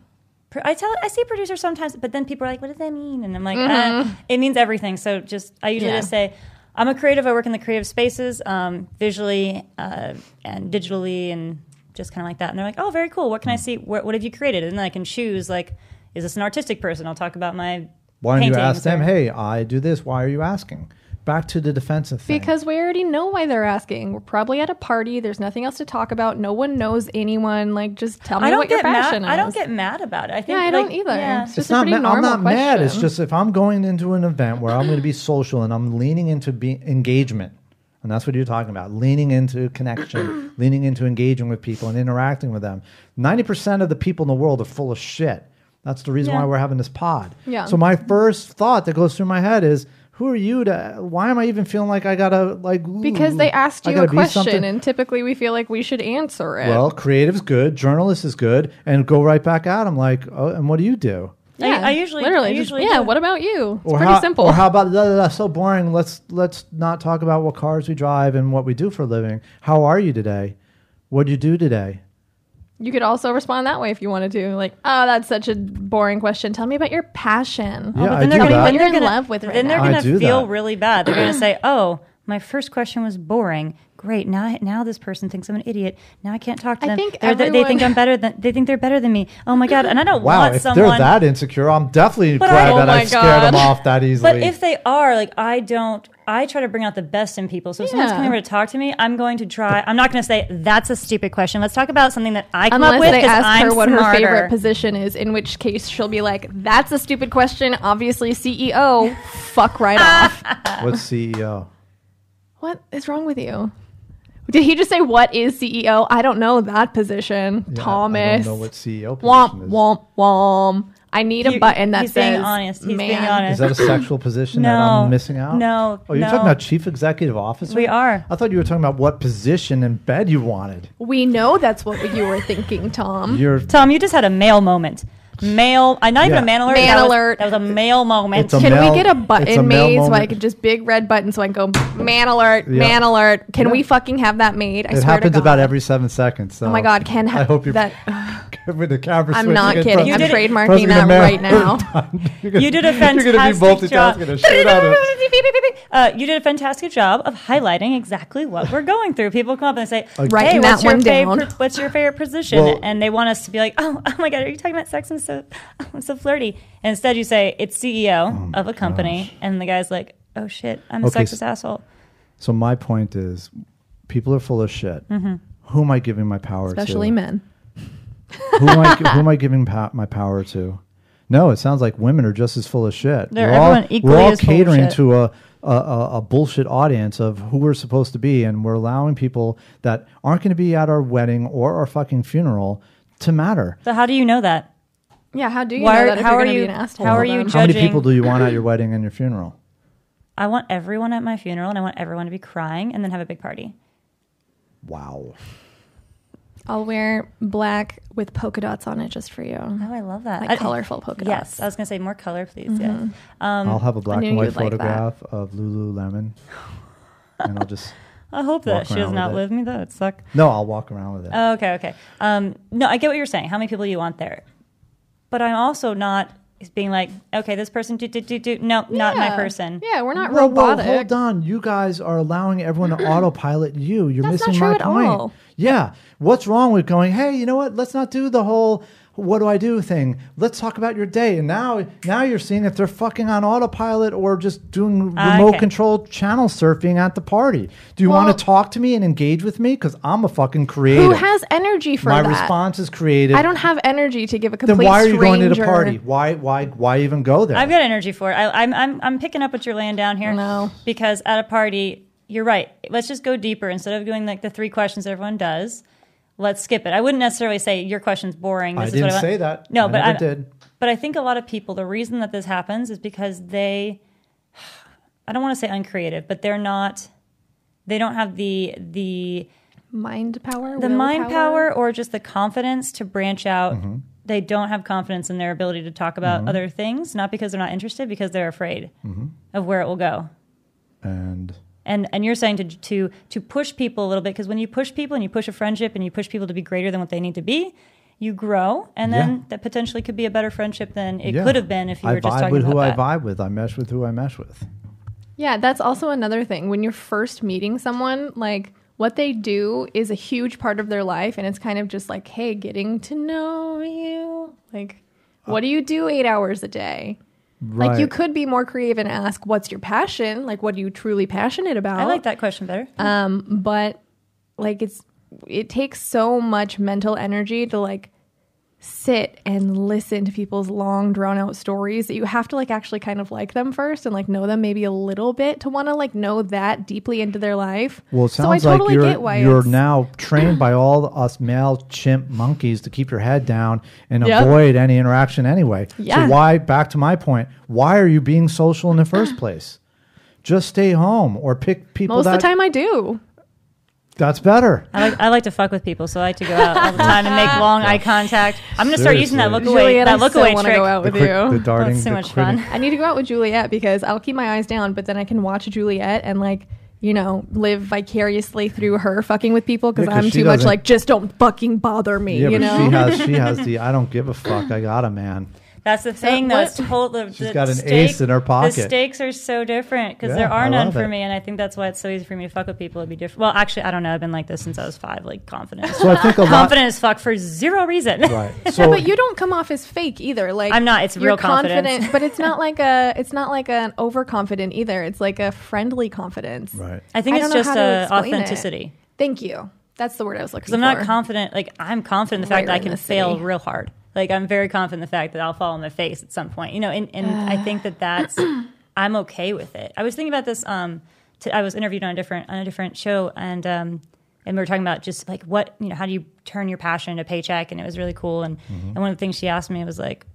[SPEAKER 2] Pro- I tell I say producer sometimes, but then people are like, "What does that mean?" And I'm like, uh, "It means everything." So just I usually
[SPEAKER 4] Mm-hmm. Yeah.
[SPEAKER 2] just say, "I'm a creative. I work in the creative spaces, um, visually uh, and digitally, and just kind of like that." And they're like, "Oh, very cool. What can I see? What, what have you created?" And then I can choose like, "Is this an artistic person?" I'll talk about my
[SPEAKER 3] Why don't you
[SPEAKER 2] paintings
[SPEAKER 3] ask them?
[SPEAKER 2] or-
[SPEAKER 3] Hey, I do this. Why are you asking? Back to the defensive thing.
[SPEAKER 4] Because we already know why they're asking. We're probably at a party. There's nothing else to talk about. No one knows anyone. Like, just tell me
[SPEAKER 2] I don't
[SPEAKER 4] what
[SPEAKER 2] get
[SPEAKER 4] your
[SPEAKER 2] mad.
[SPEAKER 4] passion is.
[SPEAKER 2] I don't get mad about it. I think
[SPEAKER 4] Yeah, I
[SPEAKER 2] like,
[SPEAKER 4] don't either.
[SPEAKER 2] yeah.
[SPEAKER 4] It's just
[SPEAKER 3] it's
[SPEAKER 4] a
[SPEAKER 3] not.
[SPEAKER 4] pretty
[SPEAKER 3] Ma-
[SPEAKER 4] normal
[SPEAKER 3] I'm not
[SPEAKER 4] question.
[SPEAKER 3] mad. It's just if I'm going into an event where I'm going to be social and I'm leaning into be- engagement, and that's what you're talking about, leaning into connection, leaning into engaging with people and interacting with them. Ninety percent of the people in the world are full of shit. That's the reason
[SPEAKER 2] Yeah.
[SPEAKER 3] why we're having this pod.
[SPEAKER 4] Yeah.
[SPEAKER 3] So my first thought that goes through my head is, who are you to? Why am I even feeling like I gotta like? ooh,
[SPEAKER 4] because they asked
[SPEAKER 3] hmm, I
[SPEAKER 4] you
[SPEAKER 3] gotta
[SPEAKER 4] a
[SPEAKER 3] be
[SPEAKER 4] question,
[SPEAKER 3] something?
[SPEAKER 4] and typically we feel like we should answer it.
[SPEAKER 3] Well, creative's good, journalist is good, and go right back at them like, oh, and what do you do?
[SPEAKER 2] I- I usually-
[SPEAKER 4] literally,
[SPEAKER 2] I
[SPEAKER 4] just,
[SPEAKER 2] usually
[SPEAKER 4] yeah.
[SPEAKER 2] do.
[SPEAKER 4] What about you? It's pretty
[SPEAKER 3] how,
[SPEAKER 4] simple.
[SPEAKER 3] Or how about blah, blah, blah, so boring? Let's let's not talk about what cars we drive and what we do for a living. How are you today? What do you do
[SPEAKER 4] Oh,
[SPEAKER 3] today?
[SPEAKER 4] you could also respond that way if you wanted to. Like, oh, that's such a boring question. Tell me about your passion.
[SPEAKER 3] Yeah, I
[SPEAKER 2] then they're
[SPEAKER 3] do that.
[SPEAKER 2] gonna, then
[SPEAKER 4] You're
[SPEAKER 2] they're
[SPEAKER 4] in
[SPEAKER 2] gonna,
[SPEAKER 4] love with right
[SPEAKER 2] then they're
[SPEAKER 4] now.
[SPEAKER 3] I
[SPEAKER 2] gonna
[SPEAKER 3] do
[SPEAKER 2] feel
[SPEAKER 3] that.
[SPEAKER 2] really bad. They're gonna say, "Oh, my first question was boring. Great. Now, I- now this person thinks I'm an idiot. Now I can't talk to
[SPEAKER 4] I
[SPEAKER 2] them.
[SPEAKER 4] think
[SPEAKER 2] They're- they they think
[SPEAKER 4] everyone-
[SPEAKER 2] I'm better than they think they're better than me. Oh my god. And I don't
[SPEAKER 3] Wow,
[SPEAKER 2] want
[SPEAKER 3] if
[SPEAKER 2] someone.
[SPEAKER 3] they're that insecure, I'm definitely
[SPEAKER 2] But
[SPEAKER 3] glad
[SPEAKER 2] I-
[SPEAKER 3] that
[SPEAKER 4] Oh
[SPEAKER 3] I
[SPEAKER 4] my
[SPEAKER 3] scared them
[SPEAKER 4] God.
[SPEAKER 3] off that easily.
[SPEAKER 2] but if they are, like I don't. I try to bring out the best in people. So if someone's
[SPEAKER 4] Yeah.
[SPEAKER 2] coming over to talk to me, I'm going to try. I'm not going to say that's a stupid question. Let's talk about something that I come
[SPEAKER 4] Unless
[SPEAKER 2] up with
[SPEAKER 4] they
[SPEAKER 2] because
[SPEAKER 4] ask
[SPEAKER 2] I'm
[SPEAKER 4] her what
[SPEAKER 2] smarter.
[SPEAKER 4] her favorite position is, in which case she'll be like, "That's a stupid question. Obviously, CEO. fuck right off.
[SPEAKER 3] What's E CEO?
[SPEAKER 4] What is wrong with you? Did he just say what is E CEO? I don't know that position,
[SPEAKER 3] Yeah, I- I
[SPEAKER 4] Thomas.
[SPEAKER 3] don't know what CEO E position
[SPEAKER 4] womp
[SPEAKER 3] is.
[SPEAKER 4] womp womp. I need a
[SPEAKER 2] You-
[SPEAKER 4] button that
[SPEAKER 2] he's
[SPEAKER 4] says
[SPEAKER 2] being honest. He's being
[SPEAKER 4] man.
[SPEAKER 2] honest.
[SPEAKER 3] Is that a sexual position that
[SPEAKER 2] No.
[SPEAKER 3] I'm missing out?
[SPEAKER 2] No,
[SPEAKER 3] Oh, you're
[SPEAKER 2] no.
[SPEAKER 3] talking about chief executive officer?
[SPEAKER 2] We are.
[SPEAKER 3] I thought you were talking about what position in bed you wanted.
[SPEAKER 4] We know that's what you were thinking, Tom.
[SPEAKER 3] You're
[SPEAKER 2] Tom, you just had a male moment. Male, uh, not even
[SPEAKER 3] Yeah.
[SPEAKER 2] a man alert.
[SPEAKER 4] Man
[SPEAKER 2] that was-
[SPEAKER 4] alert.
[SPEAKER 2] that was a male moment.
[SPEAKER 3] It's a
[SPEAKER 4] Can
[SPEAKER 3] male-
[SPEAKER 4] we get a
[SPEAKER 3] it's
[SPEAKER 4] button
[SPEAKER 3] a male
[SPEAKER 4] made so I
[SPEAKER 3] moment.
[SPEAKER 4] can just big red button so I can go man alert,
[SPEAKER 3] Yeah.
[SPEAKER 4] man alert. Can
[SPEAKER 3] Yeah.
[SPEAKER 4] we fucking have that made? I
[SPEAKER 3] it
[SPEAKER 4] swear to
[SPEAKER 3] happens
[SPEAKER 4] God.
[SPEAKER 3] about every seven seconds. So
[SPEAKER 4] Oh my God, Ken! Ha-
[SPEAKER 3] I hope you're
[SPEAKER 4] that.
[SPEAKER 3] with the camera.
[SPEAKER 4] I'm
[SPEAKER 3] switching
[SPEAKER 4] not
[SPEAKER 3] in
[SPEAKER 4] kidding.
[SPEAKER 3] front-
[SPEAKER 4] I'm
[SPEAKER 2] You did-
[SPEAKER 4] trademarking
[SPEAKER 3] President
[SPEAKER 4] that
[SPEAKER 3] Ameri-
[SPEAKER 4] right now.
[SPEAKER 3] You're gonna-
[SPEAKER 2] You did a
[SPEAKER 3] You're going to be
[SPEAKER 2] fantastic job.
[SPEAKER 3] multitasking a shit out of
[SPEAKER 2] Uh, you did a fantastic job of highlighting exactly what we're going through. People come up and say,
[SPEAKER 4] Writing
[SPEAKER 2] "Hey,
[SPEAKER 4] that
[SPEAKER 2] what's your
[SPEAKER 4] one down.
[SPEAKER 2] favorite? What's your favorite position?"
[SPEAKER 3] Well-
[SPEAKER 2] and they want us to be like, "Oh, oh my god, are you talking about sex? I'm so, I'm so flirty." And instead, you say, "It's CEO of a company," and the guy's like, "Oh shit, I'm a
[SPEAKER 3] Oh Okay,
[SPEAKER 2] sexist
[SPEAKER 3] so-
[SPEAKER 2] asshole."
[SPEAKER 3] So my point is, people are full of shit.
[SPEAKER 2] Mm-hmm.
[SPEAKER 3] Who am I giving my power
[SPEAKER 4] Especially
[SPEAKER 3] to?
[SPEAKER 4] men.
[SPEAKER 3] who, am I, who am I giving pow- my power to? No, it sounds like women are just as full of shit.
[SPEAKER 2] They're-
[SPEAKER 3] we're all,
[SPEAKER 2] everyone equally
[SPEAKER 3] we're all
[SPEAKER 2] is full of
[SPEAKER 3] catering
[SPEAKER 2] shit.
[SPEAKER 3] to a, a, a, a bullshit audience of who we're supposed to be, and we're allowing people that aren't going to be at our wedding or our fucking funeral to matter.
[SPEAKER 2] So how do you know that?
[SPEAKER 4] Yeah, how do you
[SPEAKER 2] Why
[SPEAKER 4] know
[SPEAKER 2] are-
[SPEAKER 4] that if
[SPEAKER 2] how
[SPEAKER 4] you're
[SPEAKER 2] are
[SPEAKER 4] going to be
[SPEAKER 2] you-
[SPEAKER 4] an asshole?
[SPEAKER 2] how
[SPEAKER 4] to
[SPEAKER 2] are you
[SPEAKER 4] them?
[SPEAKER 2] ju-
[SPEAKER 3] How many
[SPEAKER 2] Judging-
[SPEAKER 3] people do you want at your wedding and your funeral?
[SPEAKER 2] I want everyone at my funeral, and I want everyone to be crying, and then have a big party.
[SPEAKER 3] Wow.
[SPEAKER 4] I'll wear black with polka dots on it just for you.
[SPEAKER 2] Oh, I love that.
[SPEAKER 4] Like
[SPEAKER 2] I-
[SPEAKER 4] colorful polka dots. Mm-hmm.
[SPEAKER 2] Yes, I was gonna say more color, please. Yes.
[SPEAKER 3] I'll have a black
[SPEAKER 4] Um, knew
[SPEAKER 3] and white
[SPEAKER 4] you'd like that.
[SPEAKER 3] photograph of Lululemon, and I'll just
[SPEAKER 2] I hope that
[SPEAKER 3] Walk
[SPEAKER 2] she
[SPEAKER 3] around
[SPEAKER 2] does
[SPEAKER 3] with
[SPEAKER 2] not
[SPEAKER 3] it.
[SPEAKER 2] live me. That would suck.
[SPEAKER 3] no, I'll walk around with it.
[SPEAKER 4] Uh,
[SPEAKER 2] Oh, okay, okay. Um, no, I get what you're saying. How many people you want there? But I'm also not being like, okay, this person, do, do, do, do. No, not my
[SPEAKER 4] Yeah.
[SPEAKER 2] person.
[SPEAKER 4] Yeah, we're not
[SPEAKER 3] Whoa, whoa,
[SPEAKER 4] robotic.
[SPEAKER 3] hold on. You guys are allowing everyone to autopilot you. You're
[SPEAKER 4] That's
[SPEAKER 3] missing
[SPEAKER 4] not
[SPEAKER 3] my
[SPEAKER 4] true at
[SPEAKER 3] point.
[SPEAKER 4] all.
[SPEAKER 3] Yeah. What's wrong with going, hey, you know what? Let's not do the whole what do I do thing. Let's talk about your day. And now now you're seeing if they're fucking on autopilot or just doing
[SPEAKER 4] Ah,
[SPEAKER 2] Okay.
[SPEAKER 3] remote control channel surfing at the party. Do you
[SPEAKER 4] Well-
[SPEAKER 3] want to talk to me and engage with me? Because I'm a fucking creative.
[SPEAKER 4] Who has energy for
[SPEAKER 3] my
[SPEAKER 4] that?
[SPEAKER 3] response is creative.
[SPEAKER 4] I don't have energy to give a
[SPEAKER 3] then
[SPEAKER 4] complete
[SPEAKER 3] why are you
[SPEAKER 4] stranger.
[SPEAKER 3] going to the party? Why why why even go there?
[SPEAKER 2] I've got energy for it. I, I'm, I'm, I'm picking up what you're laying down here.
[SPEAKER 4] No.
[SPEAKER 2] Because at a party, you're right. Let's just go deeper. Instead of doing like the three questions everyone does, let's skip it. I wouldn't necessarily say your question's boring. This
[SPEAKER 3] I
[SPEAKER 2] is
[SPEAKER 3] didn't
[SPEAKER 2] what I want.
[SPEAKER 3] say that.
[SPEAKER 2] No,
[SPEAKER 3] I
[SPEAKER 2] but
[SPEAKER 3] never
[SPEAKER 2] I
[SPEAKER 3] did.
[SPEAKER 2] But I think a lot of people, the reason that this happens is because they, I don't want to say uncreative, but they're not, they don't have the the
[SPEAKER 4] Mind power.
[SPEAKER 2] the mind power or just the confidence to branch out.
[SPEAKER 3] Mm-hmm.
[SPEAKER 2] They don't have confidence in their ability to talk about other things, not because they're not interested, because they're afraid
[SPEAKER 3] Mm-hmm.
[SPEAKER 2] of where it will go.
[SPEAKER 3] and
[SPEAKER 2] And and you're saying to to to push people a little bit because when you push people and you push a friendship and you push people to be greater than what they need to be, you grow, and then
[SPEAKER 3] Yeah.
[SPEAKER 2] that potentially could be a better friendship than it
[SPEAKER 3] Yeah.
[SPEAKER 2] could have been if you
[SPEAKER 3] I
[SPEAKER 2] were just
[SPEAKER 3] vibe
[SPEAKER 2] talking
[SPEAKER 3] with
[SPEAKER 2] about
[SPEAKER 3] who
[SPEAKER 2] that.
[SPEAKER 3] I vibe with. I mesh with who I mesh with.
[SPEAKER 4] Yeah, that's also another thing. When you're first meeting someone, like what they do is a huge part of their life, and it's kind of just like, hey, getting to know you. Like, what do you do eight hours a day?
[SPEAKER 3] Right.
[SPEAKER 4] Like, you could be more creative and ask, what's your passion? Like, what are you truly passionate about?
[SPEAKER 2] I like that question better.
[SPEAKER 4] Um, but like, it's it takes so much mental energy to like sit and listen to people's long drawn out stories that you have to like actually kind of like them first and like know them maybe a little bit to want to like know that deeply into their life.
[SPEAKER 3] Well, it sounds
[SPEAKER 4] so I
[SPEAKER 3] like
[SPEAKER 4] totally
[SPEAKER 3] you're
[SPEAKER 4] get why
[SPEAKER 3] you're
[SPEAKER 4] it's,
[SPEAKER 3] now trained by all us male chimp monkeys to keep your head down and
[SPEAKER 4] Yep.
[SPEAKER 3] avoid any interaction anyway.
[SPEAKER 4] Yeah.
[SPEAKER 3] So why? Back to my point. Why are you being social in the first place? Just stay home or pick people.
[SPEAKER 4] most
[SPEAKER 3] that,
[SPEAKER 4] of the time I do.
[SPEAKER 3] that's better.
[SPEAKER 2] I like I like to fuck with people, so I like to go out all the time and make long eye contact. I'm gonna start using that look
[SPEAKER 3] Seriously.
[SPEAKER 2] away
[SPEAKER 4] Juliet,
[SPEAKER 2] that
[SPEAKER 4] I
[SPEAKER 2] look
[SPEAKER 4] still
[SPEAKER 2] away
[SPEAKER 4] wanna
[SPEAKER 2] trick.
[SPEAKER 4] go out
[SPEAKER 3] The
[SPEAKER 4] with
[SPEAKER 3] quick-
[SPEAKER 4] you.
[SPEAKER 3] the darting,
[SPEAKER 2] That's so
[SPEAKER 3] the
[SPEAKER 2] much
[SPEAKER 3] quitting-
[SPEAKER 2] fun.
[SPEAKER 4] I need to go out with Juliet because I'll keep my eyes down, but then I can watch Juliet and like, you know, live vicariously through her fucking with people because
[SPEAKER 3] Yeah, 'cause
[SPEAKER 4] I'm
[SPEAKER 3] she
[SPEAKER 4] too much
[SPEAKER 3] doesn't-
[SPEAKER 4] like, just don't fucking bother me,
[SPEAKER 3] Yeah,
[SPEAKER 4] you
[SPEAKER 3] but
[SPEAKER 4] know?
[SPEAKER 3] she has she has the I don't give a fuck. I got a man.
[SPEAKER 2] That's the thing, though.
[SPEAKER 4] what-
[SPEAKER 2] It's told, the,
[SPEAKER 3] She's
[SPEAKER 2] the
[SPEAKER 3] got an
[SPEAKER 2] stake-
[SPEAKER 3] ace in her pocket.
[SPEAKER 2] The stakes are so different because
[SPEAKER 3] Yeah,
[SPEAKER 2] there are
[SPEAKER 3] I
[SPEAKER 2] none
[SPEAKER 3] love
[SPEAKER 2] for
[SPEAKER 3] it.
[SPEAKER 2] me, and I think that's why it's so easy for me to fuck with people. It'd be different. Well, actually, I don't know. I've been like this since I was five, like confident,
[SPEAKER 3] So I think a lot.
[SPEAKER 2] confident as fuck for zero reason.
[SPEAKER 3] Right. So
[SPEAKER 4] but you don't come off as fake either. Like
[SPEAKER 2] I'm not. It's
[SPEAKER 4] you're
[SPEAKER 2] real confidence.
[SPEAKER 4] confident, but it's not like a. It's not like an overconfident either. It's like a friendly confidence.
[SPEAKER 3] right.
[SPEAKER 2] I think
[SPEAKER 4] I
[SPEAKER 2] it's
[SPEAKER 4] don't know
[SPEAKER 2] just
[SPEAKER 4] how to
[SPEAKER 2] uh
[SPEAKER 4] explain it.
[SPEAKER 2] authenticity.
[SPEAKER 4] Thank you. That's the word I was looking
[SPEAKER 2] Because I'm
[SPEAKER 4] for.
[SPEAKER 2] not confident. Like I'm confident in the fact that
[SPEAKER 4] Right
[SPEAKER 2] I
[SPEAKER 4] in the
[SPEAKER 2] can fail
[SPEAKER 4] city.
[SPEAKER 2] real hard. Like I'm very confident in the fact that I'll fall on my face at some point. You know, and, and I think that that's I'm okay with it. I was thinking about this. Um, t- I was interviewed on a different on a different show, and um, and we were talking about just like what you know,
[SPEAKER 4] Mm-hmm.
[SPEAKER 2] how do you turn your passion into paycheck? And it was really cool. And and one of the things she asked me was like,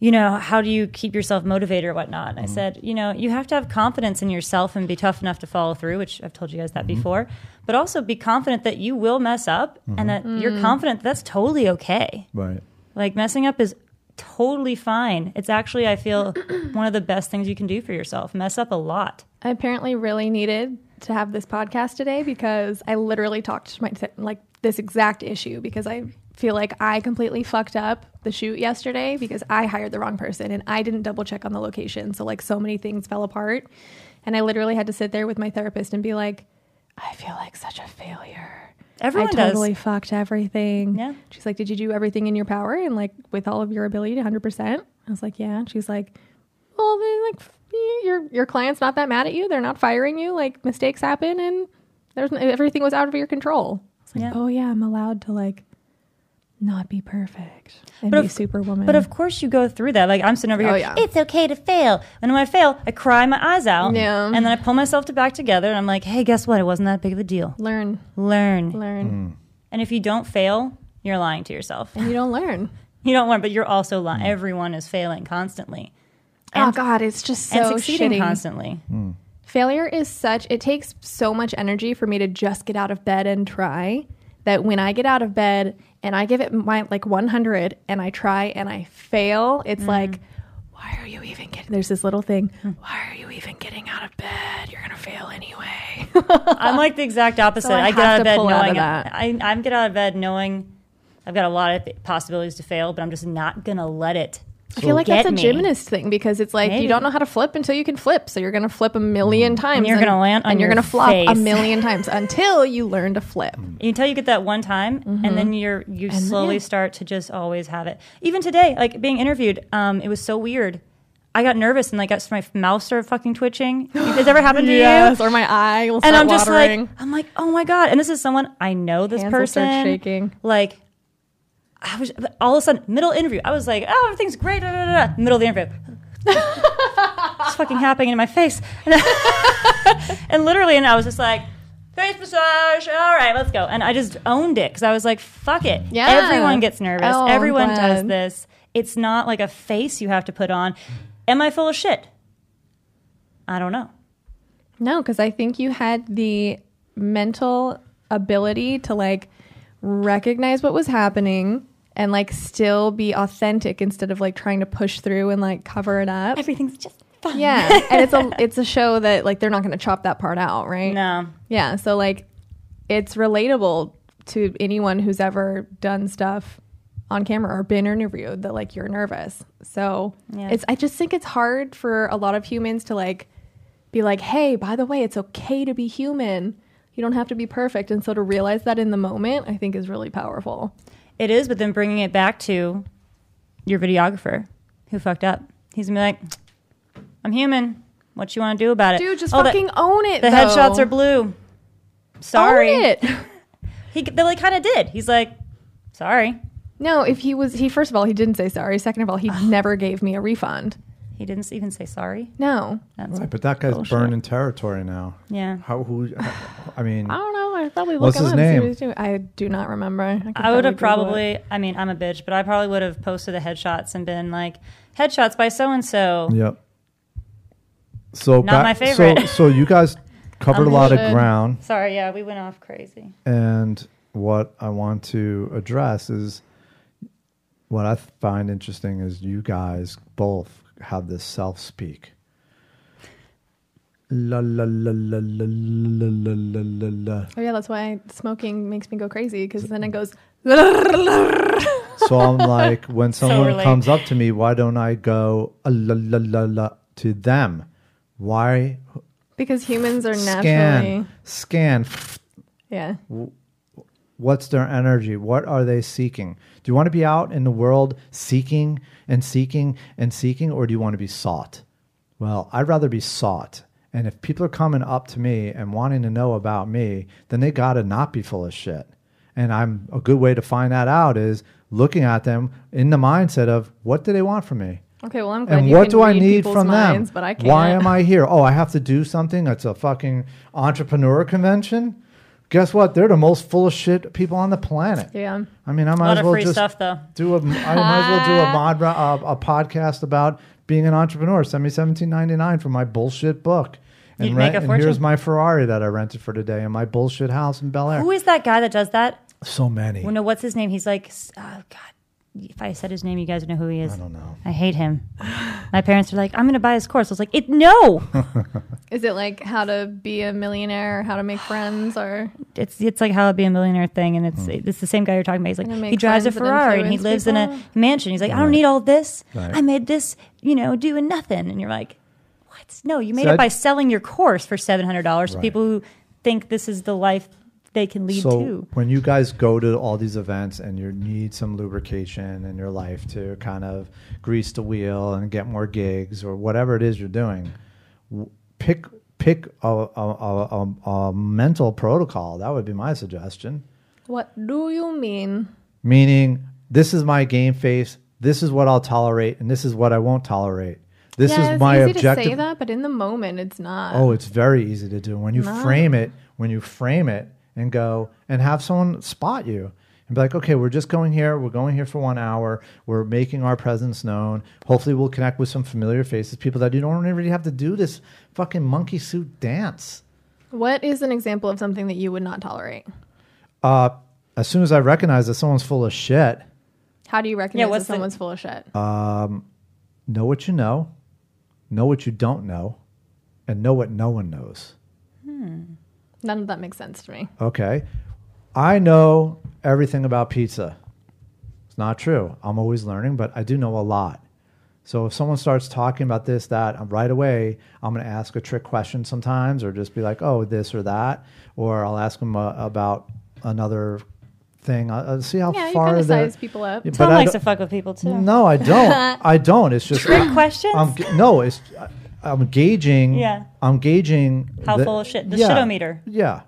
[SPEAKER 2] you know, how do you keep yourself motivated or whatnot? And I said, you know, you have to have confidence in yourself and be tough enough to follow through, which I've told you guys that before, but also be confident that you will mess up and that
[SPEAKER 4] Mm-hmm.
[SPEAKER 2] you're
[SPEAKER 4] Mm.
[SPEAKER 2] confident that that's totally okay.
[SPEAKER 3] Right.
[SPEAKER 2] Like messing up is totally fine. It's actually, I feel, one of the best things you can do for yourself. Mess up a lot.
[SPEAKER 4] I apparently really needed to have this podcast today because I literally talked to my like this exact issue because I feel like I completely fucked up the shoot yesterday because I hired the wrong person and I didn't double check on the location. So like so many things fell apart and I literally had to sit there with my therapist and be like I feel like such a failure.
[SPEAKER 2] Everyone
[SPEAKER 4] I
[SPEAKER 2] does.
[SPEAKER 4] totally fucked everything.
[SPEAKER 2] Yeah.
[SPEAKER 4] She's like, Did you do everything in your power and like with all of your ability, 100%? I was like, Yeah. And She's like, Well, they like, f- your, your client's not that mad at you. They're not firing you. Like, mistakes happen and there's n- everything was out of your control. It's like,
[SPEAKER 2] Yeah.
[SPEAKER 4] Oh, yeah, I'm allowed to like not be perfect and
[SPEAKER 2] But
[SPEAKER 4] be
[SPEAKER 2] of-
[SPEAKER 4] superwoman.
[SPEAKER 2] But of course, you go through that. Like I'm sitting over here.
[SPEAKER 4] Oh, yeah.
[SPEAKER 2] It's okay to fail. And when I fail, I cry my eyes out.
[SPEAKER 4] Yeah.
[SPEAKER 2] And then I pull myself to back together, and I'm like, Hey, guess what? It wasn't that big of a deal.
[SPEAKER 4] learn,
[SPEAKER 2] Learn.
[SPEAKER 4] learn.
[SPEAKER 2] And if you don't fail, you're lying to yourself.
[SPEAKER 4] And you don't learn.
[SPEAKER 2] You don't learn, but you're also
[SPEAKER 4] Mm.
[SPEAKER 2] lying. Everyone is failing constantly
[SPEAKER 4] oh, God, it's just so
[SPEAKER 2] and succeeding
[SPEAKER 4] shitty. Mm.
[SPEAKER 2] constantly.
[SPEAKER 4] Failure is such, it takes so much energy for me to just get out of bed and try that when I get out of bed and I give it my like 100 and I try and I fail,
[SPEAKER 2] Mm-hmm.
[SPEAKER 4] it's like, why are you even getting, there's this little thing, why are you even getting out of bed? You're going to fail anyway.
[SPEAKER 2] I'm like the exact opposite.
[SPEAKER 4] So I
[SPEAKER 2] I, get
[SPEAKER 4] have
[SPEAKER 2] out of
[SPEAKER 4] to
[SPEAKER 2] bed
[SPEAKER 4] pull
[SPEAKER 2] knowing
[SPEAKER 4] out of that.
[SPEAKER 2] I, I get out of bed knowing I've got a lot of possibilities to fail, but I'm just not gonna let it.
[SPEAKER 4] I feel like that's
[SPEAKER 2] get
[SPEAKER 4] a
[SPEAKER 2] me.
[SPEAKER 4] gymnast thing because it's like
[SPEAKER 2] Maybe. Mm.
[SPEAKER 4] you don't know how to flip until you can flip. So you're going to flip a million times.
[SPEAKER 2] you're gonna land on
[SPEAKER 4] And you're
[SPEAKER 2] your
[SPEAKER 4] gonna flop a
[SPEAKER 2] face.
[SPEAKER 4] million times until you learn to flip.
[SPEAKER 2] until you get that one time and then you're you slowly
[SPEAKER 4] Mm-hmm. yeah.
[SPEAKER 2] start to just always have it even today like being interviewed um it was so weird i got nervous and like got my mouth started fucking twitching has ever happened to
[SPEAKER 4] Yes,
[SPEAKER 2] you
[SPEAKER 4] or my eye will start
[SPEAKER 2] and i'm just
[SPEAKER 4] watering.
[SPEAKER 2] like i'm like oh my god and this is someone i know this
[SPEAKER 4] Hands will
[SPEAKER 2] person
[SPEAKER 4] start shaking.
[SPEAKER 2] like i was all of a sudden middle interview i was like oh everything's great da, da, da, da. middle of the interview it's fucking happening in my face and literally, and I was just like, face massage. All right, let's go. And I just owned it because I was like, fuck it.
[SPEAKER 4] Yeah.
[SPEAKER 2] Everyone gets nervous.
[SPEAKER 4] Oh, I'm
[SPEAKER 2] Everyone does
[SPEAKER 4] glad.
[SPEAKER 2] this. It's not like a face you have to put on. Am I full of shit? I don't know.
[SPEAKER 4] No, because I think you had the mental ability to like recognize what was happening and like still be authentic instead of like trying to push through and like cover it up.
[SPEAKER 2] Everything's just fine.
[SPEAKER 4] Yeah, and it's a it's a show that like they're not going to chop that part out, right?
[SPEAKER 2] No.
[SPEAKER 4] Yeah, so like it's relatable to anyone who's ever done stuff on camera or been interviewed that like you're nervous. So
[SPEAKER 2] Yeah.
[SPEAKER 4] it's I just think it's hard for a lot of humans to like be like, "Hey, by the way, it's okay to be human. You don't have to be perfect." And so to realize that in the moment, I think is really powerful.
[SPEAKER 2] It is, but then bringing it back to your videographer who fucked up. He's going to be like, I'm human. What you want to do about it?
[SPEAKER 4] Dude, just
[SPEAKER 2] Oh, the-
[SPEAKER 4] fucking own it.
[SPEAKER 2] The
[SPEAKER 4] though.
[SPEAKER 2] headshots are blue. Sorry.
[SPEAKER 4] Own it.
[SPEAKER 2] He they like, kind of did. He's like, sorry,
[SPEAKER 4] No, if he was he first of all, he didn't say sorry. Second of all, he never gave me a refund.
[SPEAKER 2] he didn't even say sorry.
[SPEAKER 4] No.
[SPEAKER 2] That's
[SPEAKER 3] Right, but that guy's burning territory now.
[SPEAKER 2] yeah.
[SPEAKER 3] How? Who? I mean,
[SPEAKER 4] I don't know. I probably look
[SPEAKER 3] What's
[SPEAKER 4] him
[SPEAKER 3] his
[SPEAKER 4] up and see
[SPEAKER 3] name?
[SPEAKER 4] what he's doing. I do not remember. could
[SPEAKER 2] I would have
[SPEAKER 4] Google it.
[SPEAKER 2] probably. I mean, I'm a bitch, but I probably would have posted the headshots and been like, headshots by so and so.
[SPEAKER 3] Yep. So
[SPEAKER 2] Not my
[SPEAKER 3] So,
[SPEAKER 2] favorite.
[SPEAKER 3] so you guys covered a lot of
[SPEAKER 4] should.
[SPEAKER 3] ground,
[SPEAKER 2] Sorry, yeah, we went off crazy.
[SPEAKER 3] and what I want to address is what I find interesting is you guys both have this self speak. La la la la la la la la la. la.
[SPEAKER 4] Oh yeah, that's why smoking makes me go crazy because then it goes.
[SPEAKER 3] So I'm like, when someone
[SPEAKER 2] relate.
[SPEAKER 3] comes up to me, why don't I go "Ah, la la la la to them? Why
[SPEAKER 4] Because humans are naturally.
[SPEAKER 3] scan scan?
[SPEAKER 4] Yeah.
[SPEAKER 3] What's their energy? What are they seeking? Do you want to be out in the world seeking and seeking and seeking, or do you want to be sought? Well, I'd rather be sought. And if people are coming up to me and wanting to know about me, then they got to not be full of shit. And I'm a good way to find that out is looking at them in the mindset of what do they want from me?
[SPEAKER 4] Okay. Well, I'm glad.
[SPEAKER 3] and
[SPEAKER 4] you
[SPEAKER 3] what
[SPEAKER 4] can
[SPEAKER 3] do I
[SPEAKER 4] read
[SPEAKER 3] need
[SPEAKER 4] people's
[SPEAKER 3] from
[SPEAKER 4] minds,
[SPEAKER 3] them?
[SPEAKER 4] But I can't.
[SPEAKER 3] Why am I here? Oh, I have to do something. It's a fucking entrepreneur convention. guess what? They're the most full of shit people on the planet.
[SPEAKER 4] Yeah.
[SPEAKER 3] I mean, I
[SPEAKER 2] A
[SPEAKER 3] might
[SPEAKER 2] lot
[SPEAKER 3] as
[SPEAKER 2] of
[SPEAKER 3] well
[SPEAKER 2] free
[SPEAKER 3] just
[SPEAKER 2] stuff though.
[SPEAKER 3] do a. I might as well do a mod uh, a, a podcast about being an entrepreneur. Send me seventeen ninety nine for my bullshit book. And,
[SPEAKER 2] You'd make a
[SPEAKER 3] and here's
[SPEAKER 2] fortune.
[SPEAKER 3] my Ferrari that I rented for today and my bullshit house in Bel Air.
[SPEAKER 2] Who is that guy that does that?
[SPEAKER 3] So many.
[SPEAKER 2] Well, no, what's his name? He's like, s- oh god, if I said his name, you guys would know who he is. I
[SPEAKER 3] don't know.
[SPEAKER 2] I hate him. My parents were like, I'm going to buy his course. I was like, it no.
[SPEAKER 4] Is it like how to be a millionaire or how to make friends or
[SPEAKER 2] it's it's like how to be a millionaire thing, and it's
[SPEAKER 3] Hmm.
[SPEAKER 2] it's the same guy you're talking about. He's
[SPEAKER 4] Gonna
[SPEAKER 2] like
[SPEAKER 4] make
[SPEAKER 2] he drives a
[SPEAKER 4] friends and
[SPEAKER 2] Ferrari and he lives
[SPEAKER 4] influence
[SPEAKER 2] in a
[SPEAKER 4] people.
[SPEAKER 2] mansion. He's like, I don't need all this.
[SPEAKER 3] Right.
[SPEAKER 2] I made this, you know, doing nothing. And you're like, what? No, you made
[SPEAKER 3] So I-
[SPEAKER 2] it by selling your course for seven hundred dollars to
[SPEAKER 3] Right.
[SPEAKER 2] people who think this is the life they can lead
[SPEAKER 3] so
[SPEAKER 2] to.
[SPEAKER 3] when you guys go to all these events and you need some lubrication in your life to kind of grease the wheel and get more gigs or whatever it is you're doing w- pick pick a, a, a, a, a mental protocol that would be my suggestion
[SPEAKER 4] what do you mean?
[SPEAKER 3] meaning this is my game face this is what i'll tolerate and this is what i won't tolerate this
[SPEAKER 4] yeah,
[SPEAKER 3] is
[SPEAKER 4] it's
[SPEAKER 3] my
[SPEAKER 4] easy
[SPEAKER 3] objective
[SPEAKER 4] to say that, but in the moment it's not.
[SPEAKER 3] Oh, it's very easy to do. When you frame it, when you frame it and go and have someone spot you and be like, okay, we're just going here. We're going here for one hour. We're making our presence known. Hopefully, we'll connect with some familiar faces, people that you don't really have to do this fucking monkey suit dance.
[SPEAKER 4] What is an example of something that you would not tolerate?
[SPEAKER 3] Uh, as soon as I recognize that someone's full of shit,
[SPEAKER 4] How do you recognize
[SPEAKER 2] what's
[SPEAKER 4] that
[SPEAKER 2] the-
[SPEAKER 4] someone's full of shit?
[SPEAKER 3] Uh, know what you know, know what you don't know, and know what no one knows.
[SPEAKER 4] None of that makes sense to me.
[SPEAKER 3] Okay. I know everything about pizza. It's not true. I'm always learning, but I do know a lot. So if someone starts talking about this, that, um, right away, I'm going to ask a trick question sometimes, or just be like, oh, this or that. Or I'll ask them uh, about another thing. Uh, uh, see how
[SPEAKER 4] Yeah, you
[SPEAKER 3] far
[SPEAKER 4] kind of
[SPEAKER 3] they're-
[SPEAKER 4] size people up.
[SPEAKER 3] Yeah, but
[SPEAKER 2] Tom
[SPEAKER 3] I
[SPEAKER 2] likes to
[SPEAKER 3] don't-
[SPEAKER 2] fuck with people too.
[SPEAKER 3] No, Um, I don't. I don't. It's just
[SPEAKER 2] Trick questions?
[SPEAKER 3] I'm, g- no, it's I- I'm gauging.
[SPEAKER 2] Yeah.
[SPEAKER 3] I'm gauging
[SPEAKER 2] How full of shit- the shitometer.
[SPEAKER 3] Yeah,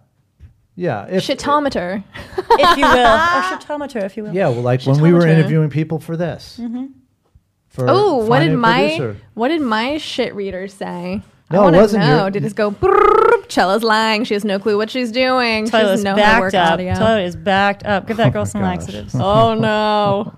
[SPEAKER 3] yeah. If,
[SPEAKER 4] Shitometer.
[SPEAKER 2] if you will, or shitometer, if you will.
[SPEAKER 3] Yeah, well, like when we were
[SPEAKER 4] Shitometer.
[SPEAKER 3] interviewing people for this. For
[SPEAKER 4] Mm-hmm. Oh, what did
[SPEAKER 3] finding a
[SPEAKER 4] my
[SPEAKER 3] producer.
[SPEAKER 4] what did my shit reader say?
[SPEAKER 3] No, it
[SPEAKER 4] I want to
[SPEAKER 3] wasn't
[SPEAKER 4] know.
[SPEAKER 3] your-
[SPEAKER 4] did it go? "Brrrr, Cella's lying. She has no clue what she's doing. She
[SPEAKER 2] Toilet is
[SPEAKER 4] doesn't know how to
[SPEAKER 2] backed
[SPEAKER 4] work
[SPEAKER 2] up.
[SPEAKER 4] audio.
[SPEAKER 2] Toilet is backed up. Give that girl some
[SPEAKER 3] gosh.
[SPEAKER 2] laxatives.
[SPEAKER 4] Oh no!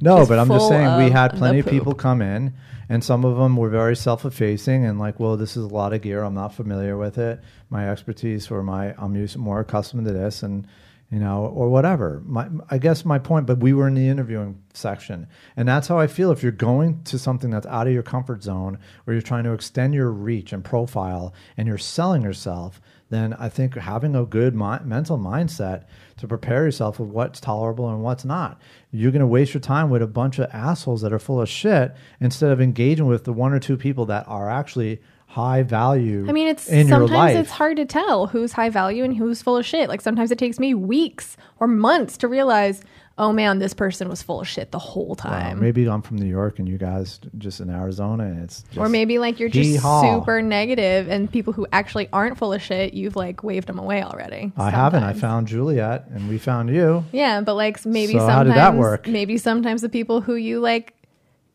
[SPEAKER 3] No,
[SPEAKER 4] She's
[SPEAKER 3] but I'm just
[SPEAKER 4] full
[SPEAKER 3] saying we
[SPEAKER 4] of
[SPEAKER 3] had
[SPEAKER 4] the
[SPEAKER 3] plenty of
[SPEAKER 4] poop.
[SPEAKER 3] people come in, and some of them were very self-effacing and like, well, this is a lot of gear. I'm not familiar with it. My expertise or my I'm used more accustomed to this, and you know, or whatever. My I guess my point. But we were in the interviewing section, and that's how I feel. If you're going to something that's out of your comfort zone, or you're trying to extend your reach and profile, and you're selling yourself. Then I think having a good mi- mental mindset to prepare yourself of what's tolerable and what's not. You're going to waste your time with a bunch of assholes that are full of shit instead of engaging with the one or two people that are actually high value.
[SPEAKER 4] I mean, it's
[SPEAKER 3] in your
[SPEAKER 4] sometimes
[SPEAKER 3] life.
[SPEAKER 4] it's hard to tell who's high value and who's full of shit. Like sometimes it takes me weeks or months to realize, oh man, this person was full of shit the whole
[SPEAKER 3] Uh,
[SPEAKER 4] time.
[SPEAKER 3] maybe I'm from New York and you guys just in Arizona, and it's just,
[SPEAKER 4] or maybe like you're just
[SPEAKER 3] Hee-haw.
[SPEAKER 4] super negative, and people who actually aren't full of shit, you've like waved them away already.
[SPEAKER 3] I haven't. I
[SPEAKER 4] sometimes.
[SPEAKER 3] found Juliet, and we found you.
[SPEAKER 4] Yeah, but like s- maybe
[SPEAKER 3] So
[SPEAKER 4] sometimes
[SPEAKER 3] how did that work?
[SPEAKER 4] maybe sometimes the people who you like,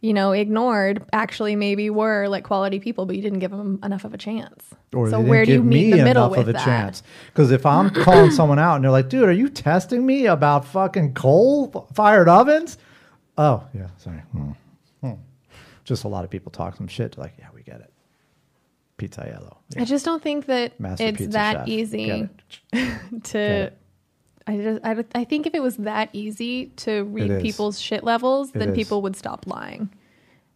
[SPEAKER 4] you know, ignored actually maybe were like quality people, but you didn't give them enough of a chance.
[SPEAKER 3] Or they
[SPEAKER 4] so
[SPEAKER 3] didn't
[SPEAKER 4] where do you
[SPEAKER 3] give
[SPEAKER 4] meet
[SPEAKER 3] me
[SPEAKER 4] in the middle
[SPEAKER 3] enough
[SPEAKER 4] with
[SPEAKER 3] of a
[SPEAKER 4] that?
[SPEAKER 3] chance? Because if I'm calling someone out and they're like, "Dude, are you testing me about fucking coal-fired ovens?" Oh yeah, sorry. Hmm. Hmm. Just a lot of people talk some shit. Like, yeah, we get it. Pizza yellow. Yeah.
[SPEAKER 4] I just don't think that
[SPEAKER 3] Master
[SPEAKER 4] it's
[SPEAKER 3] pizza
[SPEAKER 4] that
[SPEAKER 3] chef. Get
[SPEAKER 4] easy
[SPEAKER 3] it.
[SPEAKER 4] to.
[SPEAKER 3] it.
[SPEAKER 4] I just I, don't- I think if it was that easy to
[SPEAKER 3] is.
[SPEAKER 4] read people's shit levels, then
[SPEAKER 3] is.
[SPEAKER 4] people would stop lying.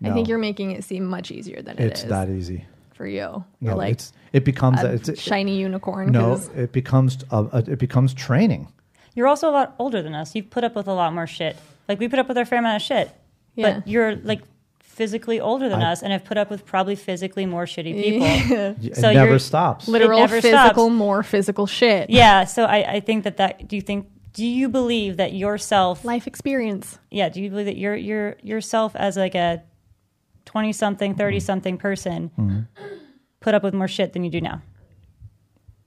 [SPEAKER 4] I
[SPEAKER 3] No.
[SPEAKER 4] think you're making it seem much easier than
[SPEAKER 3] It's
[SPEAKER 4] it is
[SPEAKER 3] that easy.
[SPEAKER 4] for you.
[SPEAKER 3] No,
[SPEAKER 4] you're like
[SPEAKER 3] it's it becomes
[SPEAKER 4] a
[SPEAKER 3] it's
[SPEAKER 4] shiny unicorn.
[SPEAKER 3] no,
[SPEAKER 4] 'cause-
[SPEAKER 3] it becomes uh, uh, it becomes training.
[SPEAKER 2] You're also a lot older than us. You've put up with a lot more shit. Like we put up with our fair amount of shit,
[SPEAKER 4] Yeah.
[SPEAKER 2] but you're like physically older than
[SPEAKER 3] I-
[SPEAKER 2] us and have put up with probably physically more shitty people.
[SPEAKER 3] It
[SPEAKER 2] So
[SPEAKER 3] never
[SPEAKER 2] you're-
[SPEAKER 3] stops.
[SPEAKER 4] literal
[SPEAKER 2] never
[SPEAKER 4] physical,
[SPEAKER 2] stops.
[SPEAKER 4] more physical shit.
[SPEAKER 2] yeah. So I, I think that that. Do you think? Do you believe that yourself?
[SPEAKER 4] Life experience.
[SPEAKER 2] Yeah. Do you believe that your your yourself as like a twenty something, thirty something person
[SPEAKER 3] Mm-hmm.
[SPEAKER 2] put up with more shit than you do now?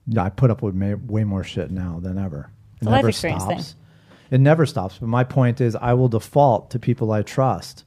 [SPEAKER 3] Yeah, I put up with may, way more shit now than ever. It
[SPEAKER 2] a life
[SPEAKER 3] never
[SPEAKER 2] experience thing.
[SPEAKER 3] stops. It never stops. But my point is, I will default to people I trust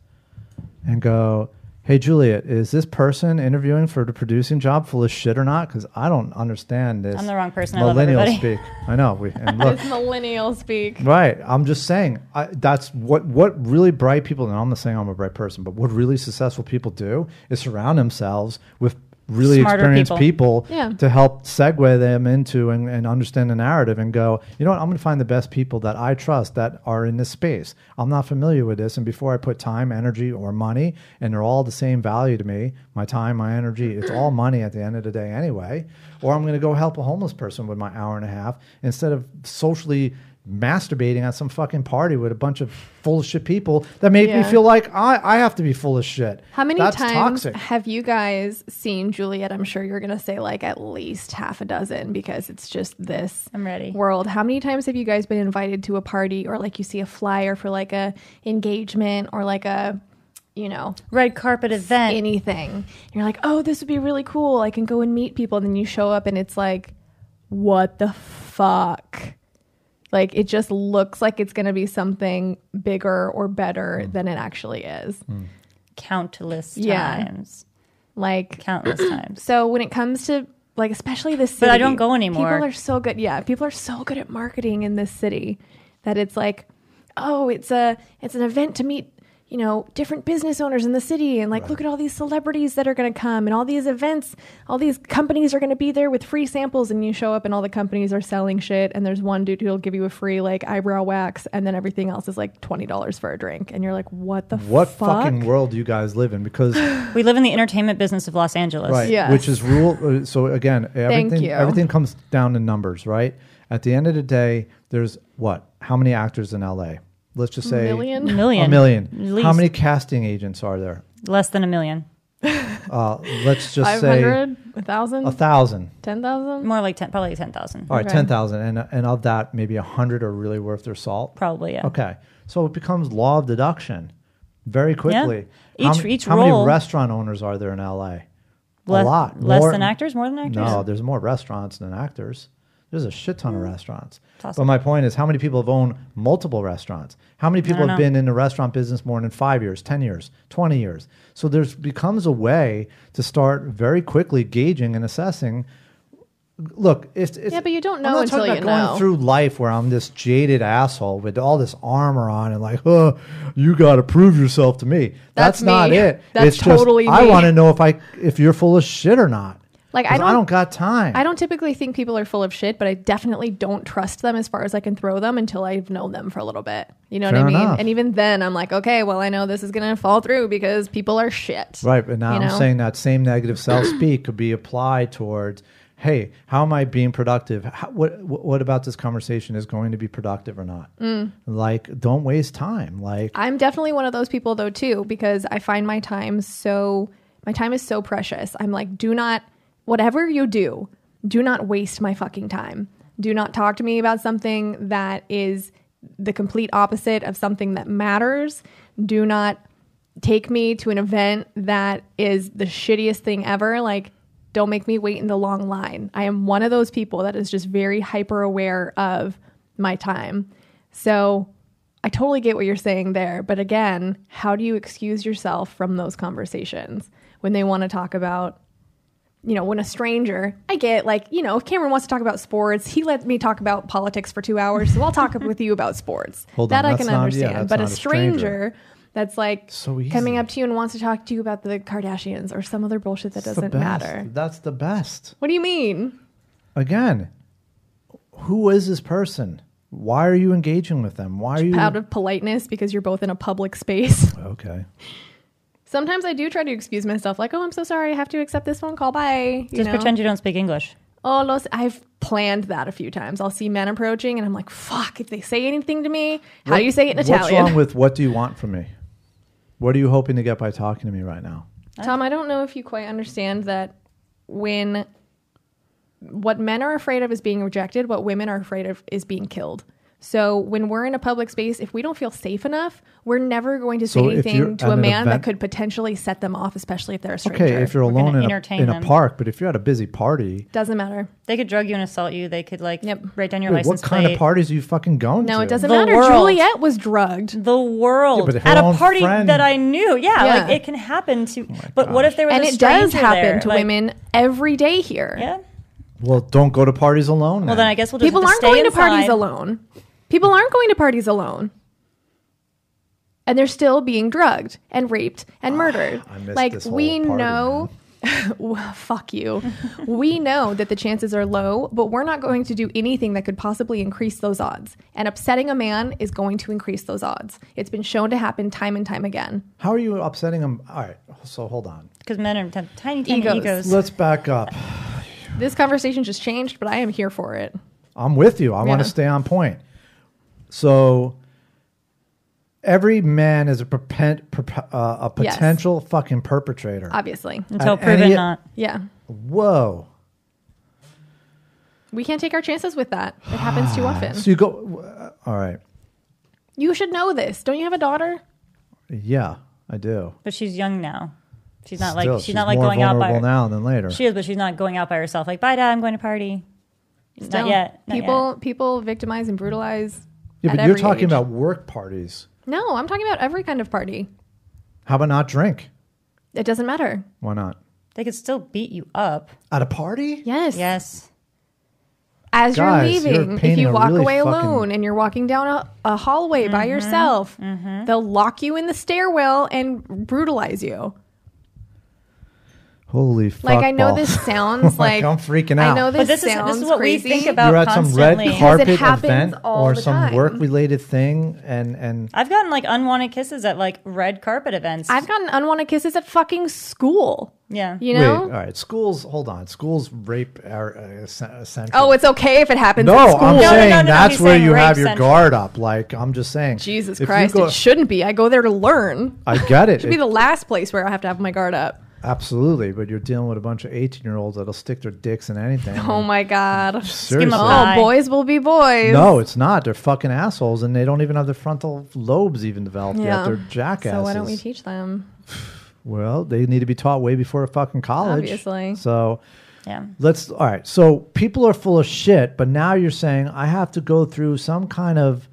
[SPEAKER 3] and go, "Hey Juliet, is this person interviewing for the producing job full of shit or not? Because I don't understand this."
[SPEAKER 2] I'm the wrong person. I love
[SPEAKER 3] Millennial
[SPEAKER 2] everybody.
[SPEAKER 3] speak. I know. We and look.
[SPEAKER 4] It's millennial speak.
[SPEAKER 3] Right. I'm just saying I, that's what what really bright people, and I'm not saying I'm a bright person, but what really successful people do is surround themselves with really
[SPEAKER 2] Smarter
[SPEAKER 3] experienced people,
[SPEAKER 2] people.
[SPEAKER 4] Yeah.
[SPEAKER 3] to help segue them into and, and understand the narrative and go, you know what, I'm going to find the best people that I trust that are in this space. I'm not familiar with this. And before I put time, energy, or money, and they're all the same value to me my time, my energy, it's all money at the end of the day anyway. Or I'm going to go help a homeless person with my hour and a half instead of socially masturbating at some fucking party with a bunch of full of shit people that make me
[SPEAKER 4] Yeah.
[SPEAKER 3] feel like I, I have to be full of shit.
[SPEAKER 4] How many
[SPEAKER 3] That's
[SPEAKER 4] times
[SPEAKER 3] toxic.
[SPEAKER 4] have you guys seen Juliet? I'm sure you're going to say like at least half a dozen because it's just this
[SPEAKER 2] I'm ready.
[SPEAKER 4] world. How many times have you guys been invited to a party or like you see a flyer for like a engagement or like a you know
[SPEAKER 2] Red carpet event.
[SPEAKER 4] anything? And you're like, oh, this would be really cool. I can go and meet people, and then you show up and it's like, what the fuck? Like it just looks like it's going to be something bigger or better than it actually is.
[SPEAKER 2] countless
[SPEAKER 4] Yeah.
[SPEAKER 2] times.
[SPEAKER 4] Like
[SPEAKER 2] Countless times.
[SPEAKER 4] So when it comes to like especially this city,
[SPEAKER 2] But I don't go anymore.
[SPEAKER 4] People are so good. Yeah, people are so good at marketing in this city that it's like, oh, it's a it's an event to meet you know different business owners in the city and like look at all these celebrities that are going to come and all these events all these companies are going to be there with free samples and you show up and all the companies are selling shit and there's one dude who'll give you a free like eyebrow wax and then everything else is like $20 for a drink and you're like what the
[SPEAKER 3] what
[SPEAKER 4] fuck?
[SPEAKER 3] fucking world do you guys live in? Because
[SPEAKER 2] We live in the entertainment business of Los Angeles.
[SPEAKER 3] right
[SPEAKER 4] Yes.
[SPEAKER 3] which is rule uh, so again everything
[SPEAKER 4] you.
[SPEAKER 3] everything comes down to numbers right at the end of the day there's what how many actors in la let's just say
[SPEAKER 4] million
[SPEAKER 2] Million.
[SPEAKER 3] a million
[SPEAKER 2] At least
[SPEAKER 3] how many casting agents are there
[SPEAKER 2] Less than a million.
[SPEAKER 3] uh, let's just say
[SPEAKER 4] 500
[SPEAKER 3] a
[SPEAKER 4] 1000
[SPEAKER 3] thousand
[SPEAKER 4] 10000
[SPEAKER 2] More like 10, probably 10,000.
[SPEAKER 3] all right
[SPEAKER 4] Okay.
[SPEAKER 3] 10000 and, and of that maybe 100 are really worth their salt
[SPEAKER 2] Probably, yeah.
[SPEAKER 3] okay so it becomes law of deduction very quickly
[SPEAKER 2] Yeah.
[SPEAKER 3] how,
[SPEAKER 2] Each-
[SPEAKER 3] many-
[SPEAKER 2] each
[SPEAKER 3] how
[SPEAKER 2] role-
[SPEAKER 3] many restaurant owners are there in la
[SPEAKER 2] Less,
[SPEAKER 3] a lot
[SPEAKER 2] Less
[SPEAKER 3] More-
[SPEAKER 2] than actors? More than actors?
[SPEAKER 3] No, there's more restaurants than actors. There's a shit ton of
[SPEAKER 2] Mm.
[SPEAKER 3] restaurants.
[SPEAKER 2] Toss
[SPEAKER 3] But my point is, how many people have owned multiple restaurants? How many people
[SPEAKER 2] don't
[SPEAKER 3] have
[SPEAKER 2] know.
[SPEAKER 3] been in the restaurant business more than five years, ten years, twenty years? So there's becomes a way to start very quickly gauging and assessing. Look, it's, it's
[SPEAKER 4] Yeah, but you don't
[SPEAKER 3] I'm
[SPEAKER 4] know
[SPEAKER 3] not talking
[SPEAKER 4] until
[SPEAKER 3] about
[SPEAKER 4] you
[SPEAKER 3] going
[SPEAKER 4] know.
[SPEAKER 3] through life where I'm this jaded asshole with all this armor on and like, oh, you got to prove yourself to me. That's,
[SPEAKER 4] That's
[SPEAKER 3] not
[SPEAKER 4] me.
[SPEAKER 3] it.
[SPEAKER 4] That's
[SPEAKER 3] it's just,
[SPEAKER 4] totally
[SPEAKER 3] I
[SPEAKER 4] me.
[SPEAKER 3] want to know if I if you're full of shit or not.
[SPEAKER 4] Like, I
[SPEAKER 3] 'Cause I
[SPEAKER 4] don't-
[SPEAKER 3] don't got time.
[SPEAKER 4] I don't typically think people are full of shit, but I definitely don't trust them as far as I can throw them until I've known them for a little bit. You know
[SPEAKER 3] Fair
[SPEAKER 4] what I mean?
[SPEAKER 3] enough.
[SPEAKER 4] And even then, I'm like, okay, well, I know this is going to fall through because people are shit.
[SPEAKER 3] Right, but now
[SPEAKER 4] you
[SPEAKER 3] I'm
[SPEAKER 4] know?
[SPEAKER 3] saying that same negative self speak could be applied towards, hey, how am I being productive? How, what what what about this conversation is going to be productive or not?
[SPEAKER 4] Mm.
[SPEAKER 3] Like, don't waste time. Like,
[SPEAKER 4] I'm definitely one of those people though too because I find my time so my time is so precious. I'm like, do not whatever you do, do not waste my fucking time. Do not talk to me about something that is the complete opposite of something that matters. Do not take me to an event that is the shittiest thing ever. Like don't make me wait in the long line. I am one of those people that is just very hyper aware of my time. So I totally get what you're saying there. But again, how do you excuse yourself from those conversations when they want to talk about, you know, when a stranger, I get like, you know, if Cameron wants to talk about sports, he let me talk about politics for two hours. So I'll talk with you about sports.
[SPEAKER 3] Hold
[SPEAKER 4] that
[SPEAKER 3] on,
[SPEAKER 4] I
[SPEAKER 3] that's not-
[SPEAKER 4] can
[SPEAKER 3] yeah,
[SPEAKER 4] understand.
[SPEAKER 3] that's
[SPEAKER 4] but a
[SPEAKER 3] not a stranger.
[SPEAKER 4] stranger that's like
[SPEAKER 3] So easy.
[SPEAKER 4] coming up to you and wants to talk to you about the Kardashians or some other bullshit that
[SPEAKER 3] that's the
[SPEAKER 4] doesn't
[SPEAKER 3] best.
[SPEAKER 4] matter.
[SPEAKER 3] That's the best.
[SPEAKER 4] What do you mean?
[SPEAKER 3] Again, who is this person? Why are you engaging with them? Why are you
[SPEAKER 4] Out of politeness because you're both in a public space.
[SPEAKER 3] okay?
[SPEAKER 4] Sometimes I do try to excuse myself, like, oh, I'm so sorry. I have to accept this phone call. Bye. You
[SPEAKER 2] Just
[SPEAKER 4] know?
[SPEAKER 2] pretend you don't speak English.
[SPEAKER 4] Oh, los, I've planned that a few times. I'll see men approaching and I'm like, fuck, if they say anything to me, how do you say it in
[SPEAKER 3] what's
[SPEAKER 4] Italian?
[SPEAKER 3] wrong with what do you want from me? What are you hoping to get by talking to me right now?
[SPEAKER 4] Tom, I don't know if you quite understand that when what men are afraid of is being rejected, what women are afraid of is being killed. So when we're in a public space, if we don't feel safe enough, we're never going to say
[SPEAKER 3] So if you're
[SPEAKER 4] anything to
[SPEAKER 3] at
[SPEAKER 4] a
[SPEAKER 3] an
[SPEAKER 4] man that
[SPEAKER 3] event-
[SPEAKER 4] could potentially set them off, especially if they're a stranger.
[SPEAKER 3] Okay, if you're
[SPEAKER 2] We're gonna
[SPEAKER 3] alone in a,
[SPEAKER 2] entertain
[SPEAKER 3] in a
[SPEAKER 2] them.
[SPEAKER 3] park, but if you're at a busy party,
[SPEAKER 4] doesn't matter.
[SPEAKER 2] They could drug you and assault you. They could like
[SPEAKER 4] Yep.
[SPEAKER 2] write down your
[SPEAKER 3] Wait, what
[SPEAKER 2] license
[SPEAKER 3] kind
[SPEAKER 2] plate.
[SPEAKER 3] of parties are you fucking going to?
[SPEAKER 4] No, it doesn't
[SPEAKER 2] The
[SPEAKER 4] matter.
[SPEAKER 2] world.
[SPEAKER 4] Juliet was drugged.
[SPEAKER 2] the world
[SPEAKER 3] Yeah, but her
[SPEAKER 2] at a
[SPEAKER 3] own
[SPEAKER 2] party
[SPEAKER 3] friend- Oh
[SPEAKER 2] that I knew. Yeah,
[SPEAKER 4] Yeah.
[SPEAKER 2] like it can happen to. but what if there was
[SPEAKER 4] And
[SPEAKER 2] a
[SPEAKER 4] it does
[SPEAKER 2] stranger
[SPEAKER 4] happen
[SPEAKER 2] there?
[SPEAKER 4] to
[SPEAKER 2] Like,
[SPEAKER 4] women every day here.
[SPEAKER 2] Yeah.
[SPEAKER 3] Well, don't go to parties alone.
[SPEAKER 2] Well, then I guess we'll just
[SPEAKER 4] People
[SPEAKER 2] have
[SPEAKER 4] aren't
[SPEAKER 2] stay
[SPEAKER 4] going to
[SPEAKER 2] inside.
[SPEAKER 4] parties alone. People aren't going to parties alone. And they're still being drugged and raped and murdered.
[SPEAKER 3] Ah, I missed
[SPEAKER 4] like
[SPEAKER 3] this whole
[SPEAKER 4] we
[SPEAKER 3] party,
[SPEAKER 4] know Well, fuck you. we know that the chances are low, but we're not going to do anything that could possibly increase those odds. And upsetting a man is going to increase those odds. It's been shown to happen time and time again.
[SPEAKER 3] How are you upsetting them? All right, so hold on.
[SPEAKER 2] because men are t- tiny, tiny
[SPEAKER 4] Egos.
[SPEAKER 2] egos.
[SPEAKER 3] Let's back up.
[SPEAKER 4] This conversation just changed, but I am here for it.
[SPEAKER 3] I'm with you. I want
[SPEAKER 4] Yeah.
[SPEAKER 3] to stay on point. So every man is a, perpen- perp- uh, a
[SPEAKER 4] Yes.
[SPEAKER 3] potential fucking perpetrator.
[SPEAKER 4] Obviously.
[SPEAKER 2] Until
[SPEAKER 3] and
[SPEAKER 2] proven
[SPEAKER 3] any-
[SPEAKER 2] not.
[SPEAKER 4] Yeah.
[SPEAKER 3] Whoa.
[SPEAKER 4] We can't take our chances with that. It happens too often.
[SPEAKER 3] Ah, So you go. uh, All right.
[SPEAKER 4] You should know this. Don't you have a daughter?
[SPEAKER 3] Yeah, I do.
[SPEAKER 2] But she's young now. She's not
[SPEAKER 3] Still,
[SPEAKER 2] like she's, not like going out by.
[SPEAKER 3] vulnerable now than later.
[SPEAKER 2] She is, but she's not going out by herself. Like, bye, dad. I'm going to party.
[SPEAKER 4] Don't.
[SPEAKER 2] Not yet. Not
[SPEAKER 4] people
[SPEAKER 2] yet.
[SPEAKER 4] people victimize and brutalize.
[SPEAKER 3] yeah,
[SPEAKER 4] at
[SPEAKER 3] but you're
[SPEAKER 4] every
[SPEAKER 3] talking
[SPEAKER 4] age.
[SPEAKER 3] about work parties.
[SPEAKER 4] No, I'm talking about every kind of party.
[SPEAKER 3] How about not drink?
[SPEAKER 4] It doesn't matter.
[SPEAKER 3] Why not?
[SPEAKER 2] They could still beat you up.
[SPEAKER 3] At a party?
[SPEAKER 4] Yes.
[SPEAKER 2] Yes.
[SPEAKER 4] As
[SPEAKER 3] Guys, you're
[SPEAKER 4] you're leaving, if
[SPEAKER 3] painting
[SPEAKER 4] you
[SPEAKER 3] a
[SPEAKER 4] walk
[SPEAKER 3] really
[SPEAKER 4] away
[SPEAKER 3] fucking-
[SPEAKER 4] alone and you're walking down a, a hallway by
[SPEAKER 2] Mm-hmm.
[SPEAKER 4] yourself, they'll lock you in the stairwell and brutalize you.
[SPEAKER 3] Holy fuck.
[SPEAKER 4] Like I know
[SPEAKER 3] balls.
[SPEAKER 4] this sounds like,
[SPEAKER 3] I'm freaking
[SPEAKER 4] I
[SPEAKER 3] out.
[SPEAKER 4] know this,
[SPEAKER 2] But this is
[SPEAKER 4] sounds
[SPEAKER 2] this is what
[SPEAKER 4] crazy.
[SPEAKER 2] we think about
[SPEAKER 3] you're at
[SPEAKER 2] constantly.
[SPEAKER 3] some red carpet
[SPEAKER 4] happens
[SPEAKER 3] event
[SPEAKER 4] all
[SPEAKER 3] or
[SPEAKER 4] the
[SPEAKER 3] some
[SPEAKER 4] time.
[SPEAKER 3] work related thing and and
[SPEAKER 2] I've gotten like unwanted kisses at like red carpet events.
[SPEAKER 4] I've gotten unwanted kisses at fucking school.
[SPEAKER 2] yeah.
[SPEAKER 4] You know?
[SPEAKER 3] wait uh, all right schools hold on schools rape are uh, essen- essential
[SPEAKER 4] Oh, it's okay if it happens
[SPEAKER 3] no
[SPEAKER 4] at school.
[SPEAKER 3] i'm
[SPEAKER 2] no,
[SPEAKER 3] saying
[SPEAKER 2] no, no,
[SPEAKER 3] that's
[SPEAKER 2] he's
[SPEAKER 3] where
[SPEAKER 2] saying
[SPEAKER 3] you
[SPEAKER 2] rape
[SPEAKER 3] have your
[SPEAKER 2] central.
[SPEAKER 3] guard up like i'm just saying
[SPEAKER 4] Jesus
[SPEAKER 3] if you
[SPEAKER 4] Christ,
[SPEAKER 3] go-
[SPEAKER 4] it shouldn't be. I go there to learn.
[SPEAKER 3] i get it,
[SPEAKER 4] should be
[SPEAKER 3] It-
[SPEAKER 4] the last place where I have to have my guard up.
[SPEAKER 3] absolutely but you're dealing with a bunch of 18 year olds that'll stick their dicks in anything
[SPEAKER 4] Oh my god.
[SPEAKER 3] Seriously.
[SPEAKER 2] Skim
[SPEAKER 4] Oh,
[SPEAKER 2] Bye.
[SPEAKER 4] boys will be boys.
[SPEAKER 3] no it's not they're fucking assholes and they don't even have their frontal lobes even developed
[SPEAKER 4] Yeah.
[SPEAKER 3] yet they're jackasses
[SPEAKER 4] So why don't we teach them?
[SPEAKER 3] well they need to be taught way before fucking college
[SPEAKER 4] Obviously.
[SPEAKER 3] so
[SPEAKER 2] Yeah.
[SPEAKER 3] Let's all right. So people are full of shit, but now you're saying I have to go through some kind of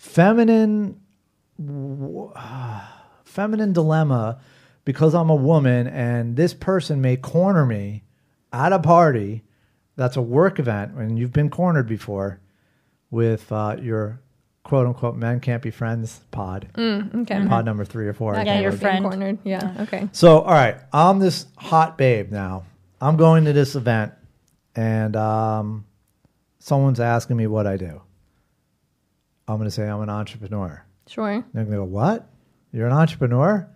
[SPEAKER 3] feminine w- feminine dilemma because I'm a woman and this person may corner me at a party that's a work event and you've been cornered before with uh, your quote unquote men can't be friends pod
[SPEAKER 4] Mm, Okay. Mm-hmm.
[SPEAKER 3] pod number 3 or 4 I
[SPEAKER 4] That
[SPEAKER 3] can't
[SPEAKER 4] guy
[SPEAKER 2] Yeah, your
[SPEAKER 4] was being
[SPEAKER 2] friend.
[SPEAKER 4] cornered. Yeah. Okay.
[SPEAKER 3] so, all right, I'm this hot babe now. I'm going to this event, and um, someone's asking me what I do. I'm going to say I'm an entrepreneur.
[SPEAKER 4] Sure.
[SPEAKER 3] They're going to go, "What? You're an entrepreneur?"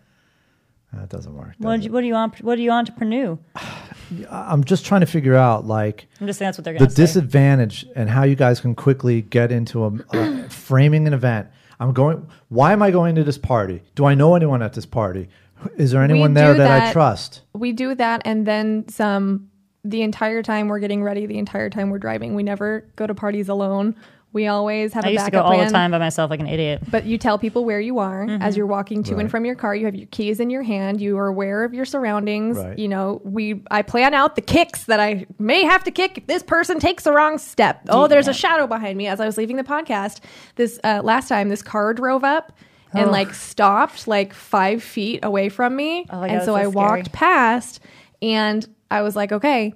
[SPEAKER 3] That doesn't work. does
[SPEAKER 2] What do
[SPEAKER 3] it?
[SPEAKER 2] you, what do you want? What do you entrepreneur?
[SPEAKER 3] I- I'm just trying to figure out like
[SPEAKER 2] I'm just saying that's what they're
[SPEAKER 3] the
[SPEAKER 2] going to say.
[SPEAKER 3] disadvantage and how you guys can quickly get into a, a framing an event. I'm going. Why am I going to this party? Do I know anyone at this party? Is there anyone there
[SPEAKER 4] do
[SPEAKER 3] that, I
[SPEAKER 4] that-
[SPEAKER 3] trust?
[SPEAKER 4] We do that and then some the entire time we're getting ready, the entire time we're driving. We never go to parties alone. We always have a
[SPEAKER 2] I used to
[SPEAKER 4] backup
[SPEAKER 2] go all
[SPEAKER 4] plan.
[SPEAKER 2] the time by myself like an idiot.
[SPEAKER 4] But you tell people where you are
[SPEAKER 2] Mm-hmm.
[SPEAKER 4] as you're walking to and
[SPEAKER 3] Right.
[SPEAKER 4] from your car. You have your keys in your hand. You are aware of your surroundings.
[SPEAKER 3] Right.
[SPEAKER 4] You know, we I plan out the kicks that I may have to kick if this person takes the wrong step. Oh, there's a shadow behind me. As I was leaving the podcast this uh, last time, this car drove up and like stopped like five feet away from me.
[SPEAKER 2] Oh my God,
[SPEAKER 4] and
[SPEAKER 2] that's
[SPEAKER 4] so
[SPEAKER 2] so
[SPEAKER 4] I walked
[SPEAKER 2] scary.
[SPEAKER 4] past and I was like, okay,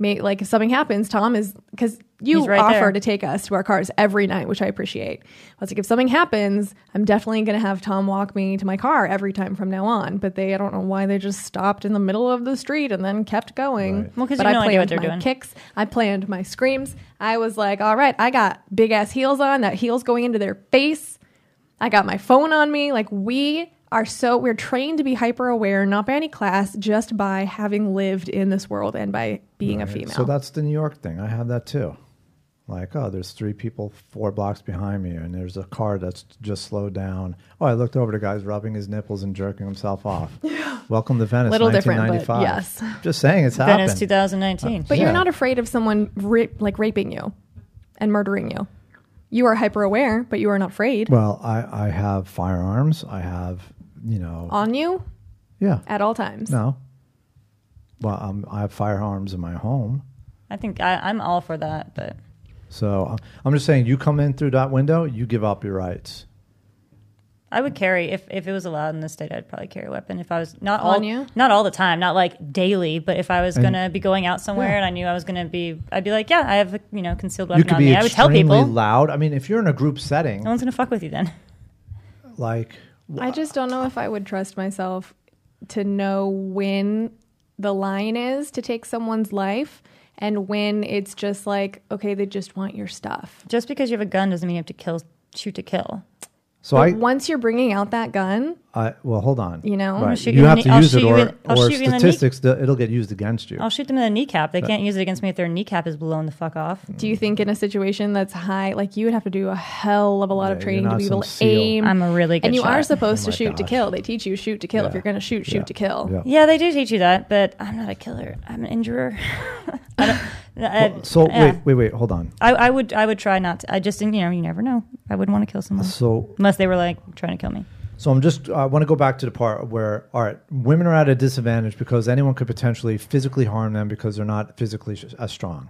[SPEAKER 4] may, like if something happens, Tom is because you
[SPEAKER 2] He's right
[SPEAKER 4] offer
[SPEAKER 2] there.
[SPEAKER 4] to take us to our cars every night, which I appreciate. I was like, if something happens, I'm definitely gonna have Tom walk me to my car every time from now on. But they, I don't know why they just stopped in the middle of the street and then kept going.
[SPEAKER 3] Right.
[SPEAKER 2] Well, 'cause you
[SPEAKER 4] But
[SPEAKER 2] have
[SPEAKER 4] I
[SPEAKER 2] no idea what
[SPEAKER 4] planned
[SPEAKER 2] they're
[SPEAKER 4] my
[SPEAKER 2] doing.
[SPEAKER 4] Kicks, I planned my screams. I was like, all right, I got big ass heels on. That heels going into their face. I got my phone on me. Like we are so we're trained to be hyper aware, not by any class, just by having lived in this world and by being a female.
[SPEAKER 3] So that's the New York thing. I have that too. Like, oh, there's three people four blocks behind me, and there's a car that's just slowed down. Oh, I looked over, the guy's rubbing his nipples and jerking himself off. Welcome to Venice,
[SPEAKER 4] Little different, but
[SPEAKER 3] 1995.
[SPEAKER 4] yes.
[SPEAKER 3] Just saying, it's
[SPEAKER 2] Venice
[SPEAKER 3] happened.
[SPEAKER 2] 2019.
[SPEAKER 4] but
[SPEAKER 3] Yeah.
[SPEAKER 4] you're not afraid of someone rape, like raping you and murdering you. You are hyper aware, but you are not afraid.
[SPEAKER 3] Well, I, I have firearms. I have, you know,
[SPEAKER 4] On you
[SPEAKER 3] yeah.
[SPEAKER 4] at all times.
[SPEAKER 3] No. Well, um, I have firearms in my home.
[SPEAKER 2] I think I, I'm all for that, but
[SPEAKER 3] So I'm- I'm just saying, you come in through that window, you give up your rights.
[SPEAKER 2] I would carry if, if it was allowed in the state. I'd probably carry a weapon if I was not
[SPEAKER 4] On
[SPEAKER 2] all
[SPEAKER 4] you?
[SPEAKER 2] not all the time, not like daily, but if I was
[SPEAKER 3] And-
[SPEAKER 2] gonna be going out somewhere
[SPEAKER 3] Yeah.
[SPEAKER 2] and I knew I was gonna be, I'd be like, yeah, I have a you know concealed
[SPEAKER 3] You
[SPEAKER 2] weapon
[SPEAKER 3] could
[SPEAKER 2] on
[SPEAKER 3] be
[SPEAKER 2] me. I would tell
[SPEAKER 3] extremely
[SPEAKER 2] people. Oh.
[SPEAKER 3] loud. I mean, if you're in a group setting,
[SPEAKER 2] no one's gonna fuck with you then.
[SPEAKER 3] like
[SPEAKER 4] I just don't know if I would trust myself to know when the line is to take someone's life and when it's just like, okay, they just want your stuff.
[SPEAKER 2] Just because you have a gun doesn't mean you have to kill, shoot to kill.
[SPEAKER 3] so,
[SPEAKER 4] But
[SPEAKER 3] I,
[SPEAKER 4] once you're bringing out that gun,
[SPEAKER 3] I well, hold on.
[SPEAKER 4] You know? I'm gonna
[SPEAKER 3] Right.
[SPEAKER 2] shoot you
[SPEAKER 3] you
[SPEAKER 2] in
[SPEAKER 3] have
[SPEAKER 2] the-
[SPEAKER 3] to
[SPEAKER 2] I'll
[SPEAKER 3] use it,
[SPEAKER 2] shoot you
[SPEAKER 3] or,
[SPEAKER 2] in- I'll
[SPEAKER 3] or
[SPEAKER 2] shoot you in the knee.
[SPEAKER 3] statistics, th- it'll get used against you.
[SPEAKER 2] I'll shoot them in the kneecap. They can't use it against me if their kneecap is blown the fuck off.
[SPEAKER 4] do you think in a situation that's high, like you would have to do a hell of a lot
[SPEAKER 3] Yeah,
[SPEAKER 4] of
[SPEAKER 3] you're
[SPEAKER 4] training to
[SPEAKER 3] not
[SPEAKER 4] be able to
[SPEAKER 3] some seal.
[SPEAKER 4] aim?
[SPEAKER 2] I'm a really good
[SPEAKER 4] And you are
[SPEAKER 2] shot.
[SPEAKER 4] supposed
[SPEAKER 3] Oh
[SPEAKER 4] to
[SPEAKER 3] my
[SPEAKER 4] shoot to
[SPEAKER 3] gosh.
[SPEAKER 4] kill. They teach you shoot to kill.
[SPEAKER 3] Yeah.
[SPEAKER 4] If you're going to shoot, shoot
[SPEAKER 3] Yeah.
[SPEAKER 4] to kill.
[SPEAKER 3] Yeah.
[SPEAKER 2] Yeah, they do teach you that, but I'm not a killer. I'm an injurer. I don't, I-
[SPEAKER 3] So
[SPEAKER 2] yeah.
[SPEAKER 3] wait, wait, wait, hold on.
[SPEAKER 2] I, I would I would try not to. I just didn't, you know you never know. I wouldn't want to kill someone
[SPEAKER 3] So
[SPEAKER 2] unless they were like trying to kill me.
[SPEAKER 3] So I'm just I want to go back to the part where all right, women are at a disadvantage because anyone could potentially physically harm them because they're not physically sh- as strong.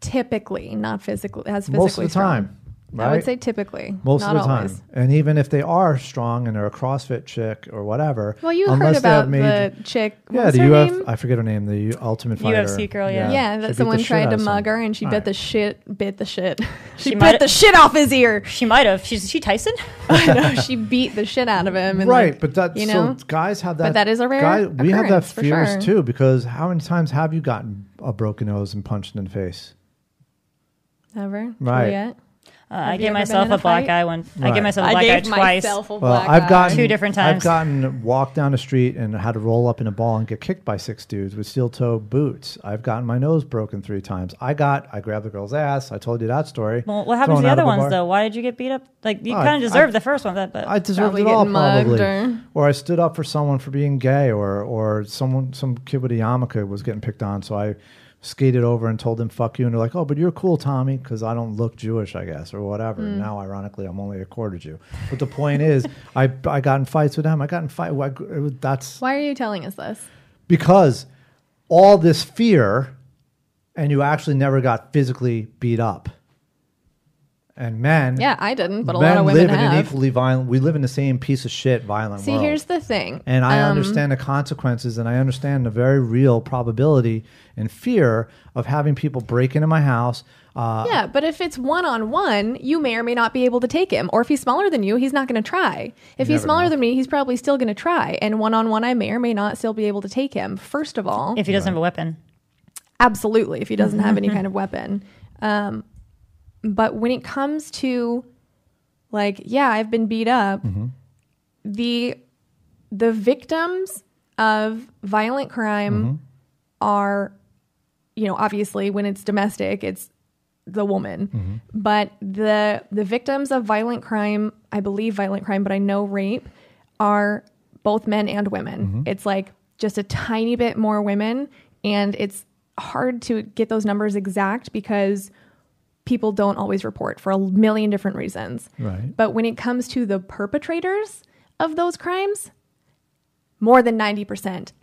[SPEAKER 4] Typically, not physically, as Mm-hmm. physically
[SPEAKER 3] Most of the
[SPEAKER 4] strong.
[SPEAKER 3] time, right?
[SPEAKER 4] I would say typically.
[SPEAKER 3] most
[SPEAKER 4] not
[SPEAKER 3] of the
[SPEAKER 4] Always.
[SPEAKER 3] time. And even if they are strong and they're a CrossFit chick or whatever,
[SPEAKER 4] Well, you heard
[SPEAKER 3] unless they have
[SPEAKER 4] about
[SPEAKER 3] major-
[SPEAKER 4] the chick. What
[SPEAKER 3] yeah,
[SPEAKER 4] was
[SPEAKER 3] the
[SPEAKER 4] her
[SPEAKER 3] UF,
[SPEAKER 4] name?
[SPEAKER 3] I forget her name, the Ultimate Fighter
[SPEAKER 2] UFC girl, yeah.
[SPEAKER 4] yeah,
[SPEAKER 3] she beat
[SPEAKER 4] that
[SPEAKER 3] the
[SPEAKER 4] someone
[SPEAKER 3] shit
[SPEAKER 4] tried
[SPEAKER 3] out
[SPEAKER 4] to
[SPEAKER 3] of someone.
[SPEAKER 4] mug her and she
[SPEAKER 3] All
[SPEAKER 4] bit
[SPEAKER 3] right.
[SPEAKER 4] the shit, bit the shit. she
[SPEAKER 2] She
[SPEAKER 4] bit
[SPEAKER 2] might've-
[SPEAKER 4] the shit off his ear.
[SPEAKER 2] She might have. She's is she Tyson.
[SPEAKER 4] I know she beat the shit out of him. And
[SPEAKER 3] right,
[SPEAKER 4] like,
[SPEAKER 3] but that
[SPEAKER 4] you know,
[SPEAKER 3] so guys have that.
[SPEAKER 4] that is a rare
[SPEAKER 3] we have that
[SPEAKER 4] occurrence, for
[SPEAKER 3] fears
[SPEAKER 4] sure.
[SPEAKER 3] too because how many times have you gotten a broken nose and punched in the face?
[SPEAKER 4] never
[SPEAKER 3] Right.
[SPEAKER 4] Juliet.
[SPEAKER 2] Uh, I
[SPEAKER 4] you
[SPEAKER 2] gave
[SPEAKER 4] ever been
[SPEAKER 2] myself
[SPEAKER 4] in a
[SPEAKER 2] a black
[SPEAKER 4] fight?
[SPEAKER 2] eye one. I
[SPEAKER 3] Right.
[SPEAKER 2] gave myself a
[SPEAKER 4] I
[SPEAKER 2] black eye
[SPEAKER 4] gave
[SPEAKER 2] twice.
[SPEAKER 4] myself a
[SPEAKER 3] Well,
[SPEAKER 4] black
[SPEAKER 3] I've
[SPEAKER 4] eye.
[SPEAKER 3] gotten
[SPEAKER 2] Two different
[SPEAKER 3] I've
[SPEAKER 2] times.
[SPEAKER 3] gotten walked down the street and had to roll up in a ball and get kicked by six dudes with steel toe boots. I've gotten my nose broken three times. I got I grabbed the girl's ass. I told you that story.
[SPEAKER 2] Well, what happened to
[SPEAKER 3] Thrown
[SPEAKER 2] the
[SPEAKER 3] out
[SPEAKER 2] other
[SPEAKER 3] of a
[SPEAKER 2] ones
[SPEAKER 3] bar.
[SPEAKER 2] though? Why did you get beat up? Like you
[SPEAKER 3] Oh, I-
[SPEAKER 2] kind of deserved the first one, but, but
[SPEAKER 3] I deserved
[SPEAKER 4] Probably
[SPEAKER 3] it all,
[SPEAKER 4] getting mugged
[SPEAKER 3] probably.
[SPEAKER 4] or-
[SPEAKER 3] Or I stood up for someone for being gay, or or someone some kid with a yarmulke was getting picked on, so I skated over and told them "fuck you," and they're like, "Oh, but you're cool, Tommy," because I don't look Jewish, I guess, or whatever.
[SPEAKER 4] Hmm.
[SPEAKER 3] Now, ironically, I'm only a quarter Jew. But the point is, I I got in fights with them. I got in fight. I, it was- that's
[SPEAKER 4] Why are you telling us this?
[SPEAKER 3] because all this fear, and you actually never got physically beat up. And men,
[SPEAKER 4] Yeah, I didn't, but a
[SPEAKER 3] men
[SPEAKER 4] lot of women
[SPEAKER 3] live in an
[SPEAKER 4] have.
[SPEAKER 3] equally violent. We live in the same piece of shit violent
[SPEAKER 4] See,
[SPEAKER 3] world.
[SPEAKER 4] here's the thing.
[SPEAKER 3] and I
[SPEAKER 4] Um,
[SPEAKER 3] understand the consequences, and I understand the very real probability and fear of having people break into my house. Uh,
[SPEAKER 4] Yeah, but if it's one on one, you may or may not be able to take him. Or if he's smaller than you, he's not going to try.
[SPEAKER 3] You
[SPEAKER 4] If he's
[SPEAKER 3] never
[SPEAKER 4] smaller
[SPEAKER 3] know.
[SPEAKER 4] than me, he's probably still going to try. And one on one, I may or may not still be able to take him. First of all,
[SPEAKER 2] if he doesn't have a weapon,
[SPEAKER 4] absolutely if he doesn't have any kind of weapon um, but when it comes to like yeah i've been beat up the the victims of violent crime are you know obviously when it's domestic it's the woman but the the victims of violent crime i believe violent crime but i know rape are both men and women it's like just a tiny bit more women and it's hard to get those numbers exact because people don't always report for a million different reasons
[SPEAKER 3] Right.
[SPEAKER 4] but when it comes to the perpetrators of those crimes more than 90%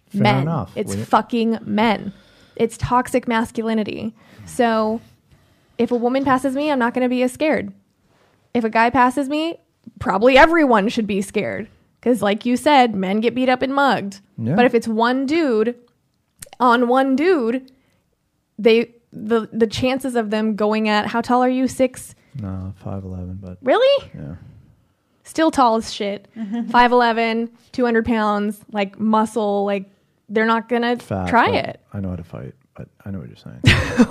[SPEAKER 3] Fair
[SPEAKER 4] men
[SPEAKER 3] enough.
[SPEAKER 4] it's
[SPEAKER 3] We-
[SPEAKER 4] fucking men. It's toxic masculinity. So if a woman passes me, I'm not going to be as scared. If a guy passes me, probably everyone should be scared. Because, like you said, men get beat up and mugged.
[SPEAKER 3] Yeah.
[SPEAKER 4] But if it's one dude on one dude, they the the chances of them going at how tall are you six
[SPEAKER 3] no, five eleven, but
[SPEAKER 4] really
[SPEAKER 3] yeah,
[SPEAKER 4] still tall as shit 5'11 200 pounds like muscle like they're not gonna
[SPEAKER 3] fat.
[SPEAKER 4] try
[SPEAKER 3] but
[SPEAKER 4] it
[SPEAKER 3] I know how to fight, but I know what you're saying.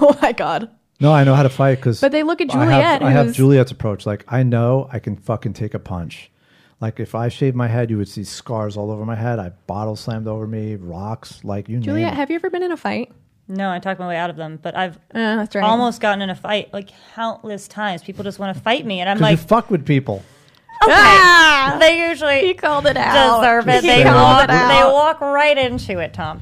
[SPEAKER 4] oh my god
[SPEAKER 3] no, I know how to fight because.
[SPEAKER 4] But they look at
[SPEAKER 3] I have,
[SPEAKER 4] Juliet,
[SPEAKER 3] I have
[SPEAKER 4] who's-
[SPEAKER 3] Juliet's approach. Like I know I can fucking take a punch. Like if I shaved my head, you would see scars all over my head. I bottle slammed over me, rocks. Like you
[SPEAKER 4] Juliet,
[SPEAKER 3] name it.
[SPEAKER 4] have you ever been in a fight?
[SPEAKER 2] no, I talked my way out of them. But I've
[SPEAKER 4] Uh, that's right.
[SPEAKER 2] almost gotten in a fight like countless times. People just want to fight me, and I'm
[SPEAKER 3] 'Cause
[SPEAKER 2] like,
[SPEAKER 3] you fuck with people.
[SPEAKER 4] Ah!
[SPEAKER 2] they usually
[SPEAKER 4] He called it out.
[SPEAKER 2] deserve it.
[SPEAKER 4] He
[SPEAKER 2] They
[SPEAKER 4] called
[SPEAKER 2] walk,
[SPEAKER 4] it out.
[SPEAKER 2] they walk right into it, Tom.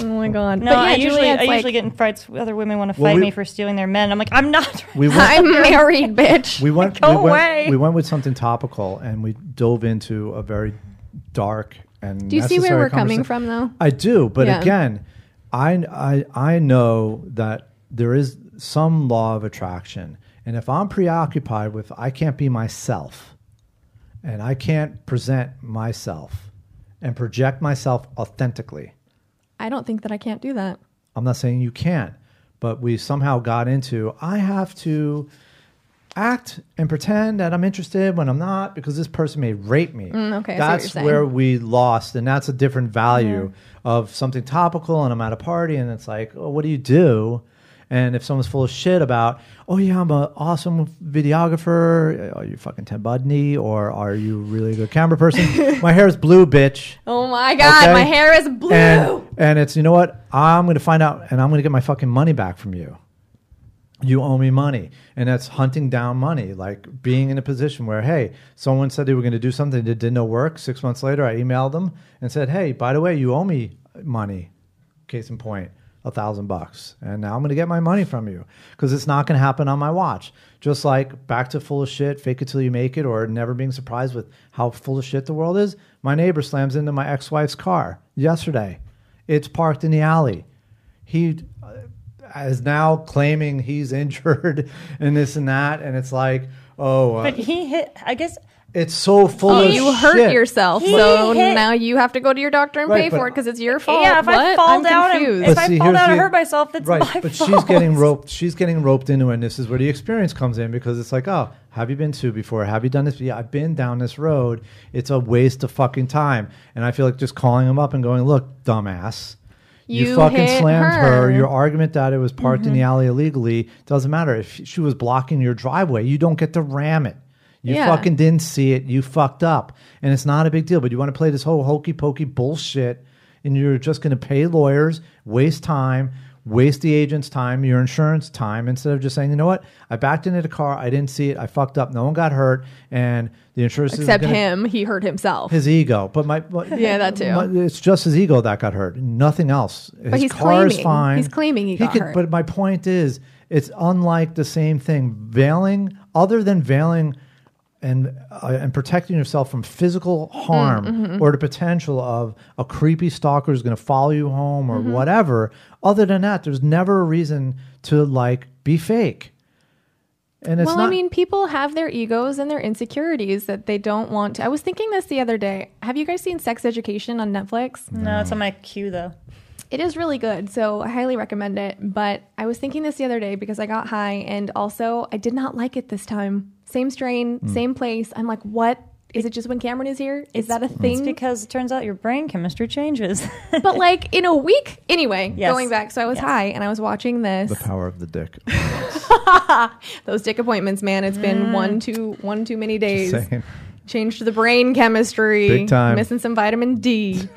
[SPEAKER 4] Oh my god.
[SPEAKER 2] No,
[SPEAKER 4] But yeah,
[SPEAKER 2] I usually,
[SPEAKER 4] it's
[SPEAKER 2] I
[SPEAKER 4] like,
[SPEAKER 2] usually get in fights. with Other women want to fight
[SPEAKER 3] Well, we-
[SPEAKER 2] me for stealing their men. I'm like, I'm not.
[SPEAKER 3] We went,
[SPEAKER 4] I'm married, bitch.
[SPEAKER 3] we went,
[SPEAKER 4] Go
[SPEAKER 3] we went,
[SPEAKER 4] away.
[SPEAKER 3] we went with something topical, and we dove into a very dark and.
[SPEAKER 4] Do you see where
[SPEAKER 3] necessary
[SPEAKER 4] we're coming
[SPEAKER 3] conversa-
[SPEAKER 4] from though?
[SPEAKER 3] I do, but
[SPEAKER 4] Yeah.
[SPEAKER 3] again, I, I I know that there is some law of attraction, and if I'm preoccupied with I can't be myself, and I can't present myself, and project myself authentically.
[SPEAKER 4] I don't think that I can't do that.
[SPEAKER 3] I'm not saying you can't, but we somehow got into I have to act and pretend that I'm interested when I'm not because this person may rape me.
[SPEAKER 4] Mm, okay, I see what
[SPEAKER 3] that's
[SPEAKER 4] you're saying.
[SPEAKER 3] where we lost, and that's a different value of something topical. And I'm at a party, and it's like, oh, what do you do? And if someone's full of shit about, oh yeah, I'm an awesome videographer. Are you fucking Ted Budney, or are you really a good camera person? My hair is blue, bitch.
[SPEAKER 4] Oh my god,
[SPEAKER 3] Okay?
[SPEAKER 4] my hair is blue.
[SPEAKER 3] And, and it's, you know what? I'm going to find out and I'm going to get my fucking money back from you. You owe me money. And that's hunting down money, like being in a position where, hey, someone said they were going to do something that did no work. Six months later, I emailed them and said, hey, by the way, you owe me money. Case in point, a thousand bucks. And now I'm going to get my money from you because it's not going to happen on my watch. Just like back to full of shit, fake it till you make it, or never being surprised with how full of shit the world is. My neighbor slams into my ex wife's car yesterday. It's parked in the alley. He uh, is now claiming he's injured and this and that, and it's like, oh, uh,
[SPEAKER 2] But he hit. I guess
[SPEAKER 3] it's so full
[SPEAKER 4] Oh,
[SPEAKER 3] of
[SPEAKER 4] you hurt
[SPEAKER 3] shit.
[SPEAKER 4] yourself,
[SPEAKER 2] He
[SPEAKER 4] so
[SPEAKER 2] hit-
[SPEAKER 4] now you have to go to your doctor and
[SPEAKER 3] Right,
[SPEAKER 4] pay for
[SPEAKER 3] but-
[SPEAKER 4] it because it's your fault.
[SPEAKER 2] yeah. If I
[SPEAKER 4] What?
[SPEAKER 2] fall
[SPEAKER 4] I'm
[SPEAKER 2] down, and,
[SPEAKER 4] confused.
[SPEAKER 2] if
[SPEAKER 3] But
[SPEAKER 2] I
[SPEAKER 3] see,
[SPEAKER 2] fall
[SPEAKER 3] here's
[SPEAKER 2] down and
[SPEAKER 3] the-
[SPEAKER 2] hurt myself, that's
[SPEAKER 3] right,
[SPEAKER 2] my
[SPEAKER 3] but
[SPEAKER 2] fault.
[SPEAKER 3] she's getting roped. She's getting roped into, it, and this is where the experience comes in because it's like, oh, have you been to before? Have you done this? Yeah, I've been down this road. It's a waste of fucking time, and I feel like just calling him up and going, look, dumbass. You,
[SPEAKER 4] You
[SPEAKER 3] fucking
[SPEAKER 4] hit
[SPEAKER 3] slammed her.
[SPEAKER 4] her.
[SPEAKER 3] Your argument that it was parked in the
[SPEAKER 4] Mm-hmm.
[SPEAKER 3] alley illegally doesn't matter. If she was blocking your driveway, you don't get to ram it. You
[SPEAKER 4] Yeah.
[SPEAKER 3] fucking didn't see it. You fucked up. And it's not a big deal. But you want to play this whole hokey pokey bullshit and you're just going to pay lawyers, waste time, waste the agent's time, your insurance time, instead of just saying, you know what? I backed into the car. I didn't see it. I fucked up. No one got hurt. And the insurance is
[SPEAKER 4] Except
[SPEAKER 3] gonna-
[SPEAKER 4] him, he hurt himself.
[SPEAKER 3] His ego, but my but-
[SPEAKER 4] Yeah, that too.
[SPEAKER 3] my- it's just his ego that got hurt. Nothing else. His
[SPEAKER 4] he's
[SPEAKER 3] car is
[SPEAKER 4] claiming-
[SPEAKER 3] fine.
[SPEAKER 4] he's claiming he got
[SPEAKER 3] could,
[SPEAKER 4] hurt.
[SPEAKER 3] But my point is, it's unlike the same thing. Veiling, other than veiling and uh, and protecting yourself from physical
[SPEAKER 4] Mm,
[SPEAKER 3] harm
[SPEAKER 4] mm-hmm.
[SPEAKER 3] or the potential of a creepy stalker who's going to follow you home
[SPEAKER 4] Mm-hmm.
[SPEAKER 3] or whatever. Other than that, there's never a reason to like be fake. And it's
[SPEAKER 4] well,
[SPEAKER 3] not.
[SPEAKER 4] I mean, people have their egos and their insecurities that they don't want to. I was thinking this the other day. Have you guys seen Sex Education on Netflix?
[SPEAKER 2] no, it's on my cue though.
[SPEAKER 4] It is really good, so I highly recommend it. But I was thinking this the other day because I got high and also I did not like it this time. Same strain,
[SPEAKER 3] Hmm.
[SPEAKER 4] same place. I'm like, what? Is it just when Cameron is here? Is that a
[SPEAKER 2] It's
[SPEAKER 4] thing?
[SPEAKER 2] because it turns out your brain chemistry changes.
[SPEAKER 4] but like in a week, anyway,
[SPEAKER 2] Yes.
[SPEAKER 4] going back. So I was high and I was watching this.
[SPEAKER 3] the power of the dick.
[SPEAKER 4] Those dick appointments, man. It's been one too one too many days.
[SPEAKER 3] Saying.
[SPEAKER 4] Changed the brain chemistry.
[SPEAKER 3] Big time.
[SPEAKER 4] Missing some vitamin D.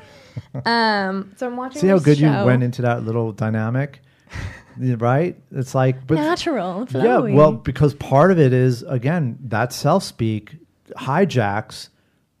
[SPEAKER 4] um. So I'm watching.
[SPEAKER 3] See how
[SPEAKER 4] this
[SPEAKER 3] good you
[SPEAKER 4] show.
[SPEAKER 3] went into that little dynamic, Yeah, right? It's like, but
[SPEAKER 4] Natural.
[SPEAKER 3] yeah,
[SPEAKER 4] Flowy.
[SPEAKER 3] well, because part of it is again that self speak hijacks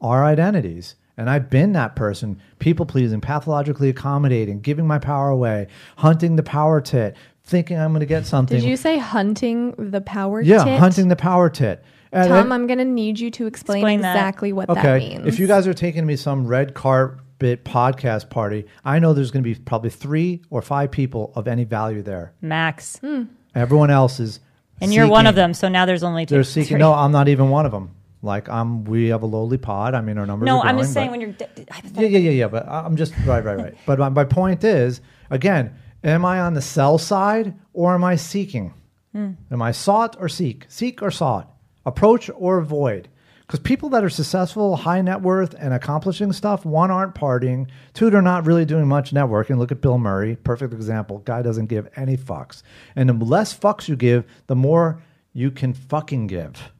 [SPEAKER 3] our identities, and I've been that person, people pleasing, pathologically accommodating, giving my power away, hunting the power tit, thinking I'm going to get something.
[SPEAKER 4] Did you say hunting the power?
[SPEAKER 3] yeah,
[SPEAKER 4] tit?
[SPEAKER 3] hunting the power tit. And-
[SPEAKER 4] Tom,
[SPEAKER 3] and-
[SPEAKER 4] I'm gonna need you to explain,
[SPEAKER 2] Explain that.
[SPEAKER 4] exactly what that
[SPEAKER 3] Okay.
[SPEAKER 4] means.
[SPEAKER 3] If you guys are taking me some red carpet podcast party, I know there's going to be probably three or five people of any value there.
[SPEAKER 2] Max,
[SPEAKER 4] Hmm.
[SPEAKER 3] Everyone else is.
[SPEAKER 2] and you're one of
[SPEAKER 3] seeking-
[SPEAKER 2] them, so now there's only two.
[SPEAKER 3] They're seeking. No, I'm not even one of them. Like I'm, we have a lowly pod. I mean, our numbers.
[SPEAKER 2] No,
[SPEAKER 3] are
[SPEAKER 2] I'm
[SPEAKER 3] growing,
[SPEAKER 2] just saying
[SPEAKER 3] but-
[SPEAKER 2] when you're. d- d-
[SPEAKER 3] Yeah, yeah, yeah, yeah. But I- I'm just right, right, right. but my, my point is, again, am I on the sell side or am I seeking? Am I sought or seek? Seek or sought? Approach or avoid? Because people that are successful, high net worth, and accomplishing stuff, one aren't partying, two they're not really doing much networking. Look at Bill Murray, perfect example. Guy doesn't give any fucks, and the less fucks you give, the more you can fucking give,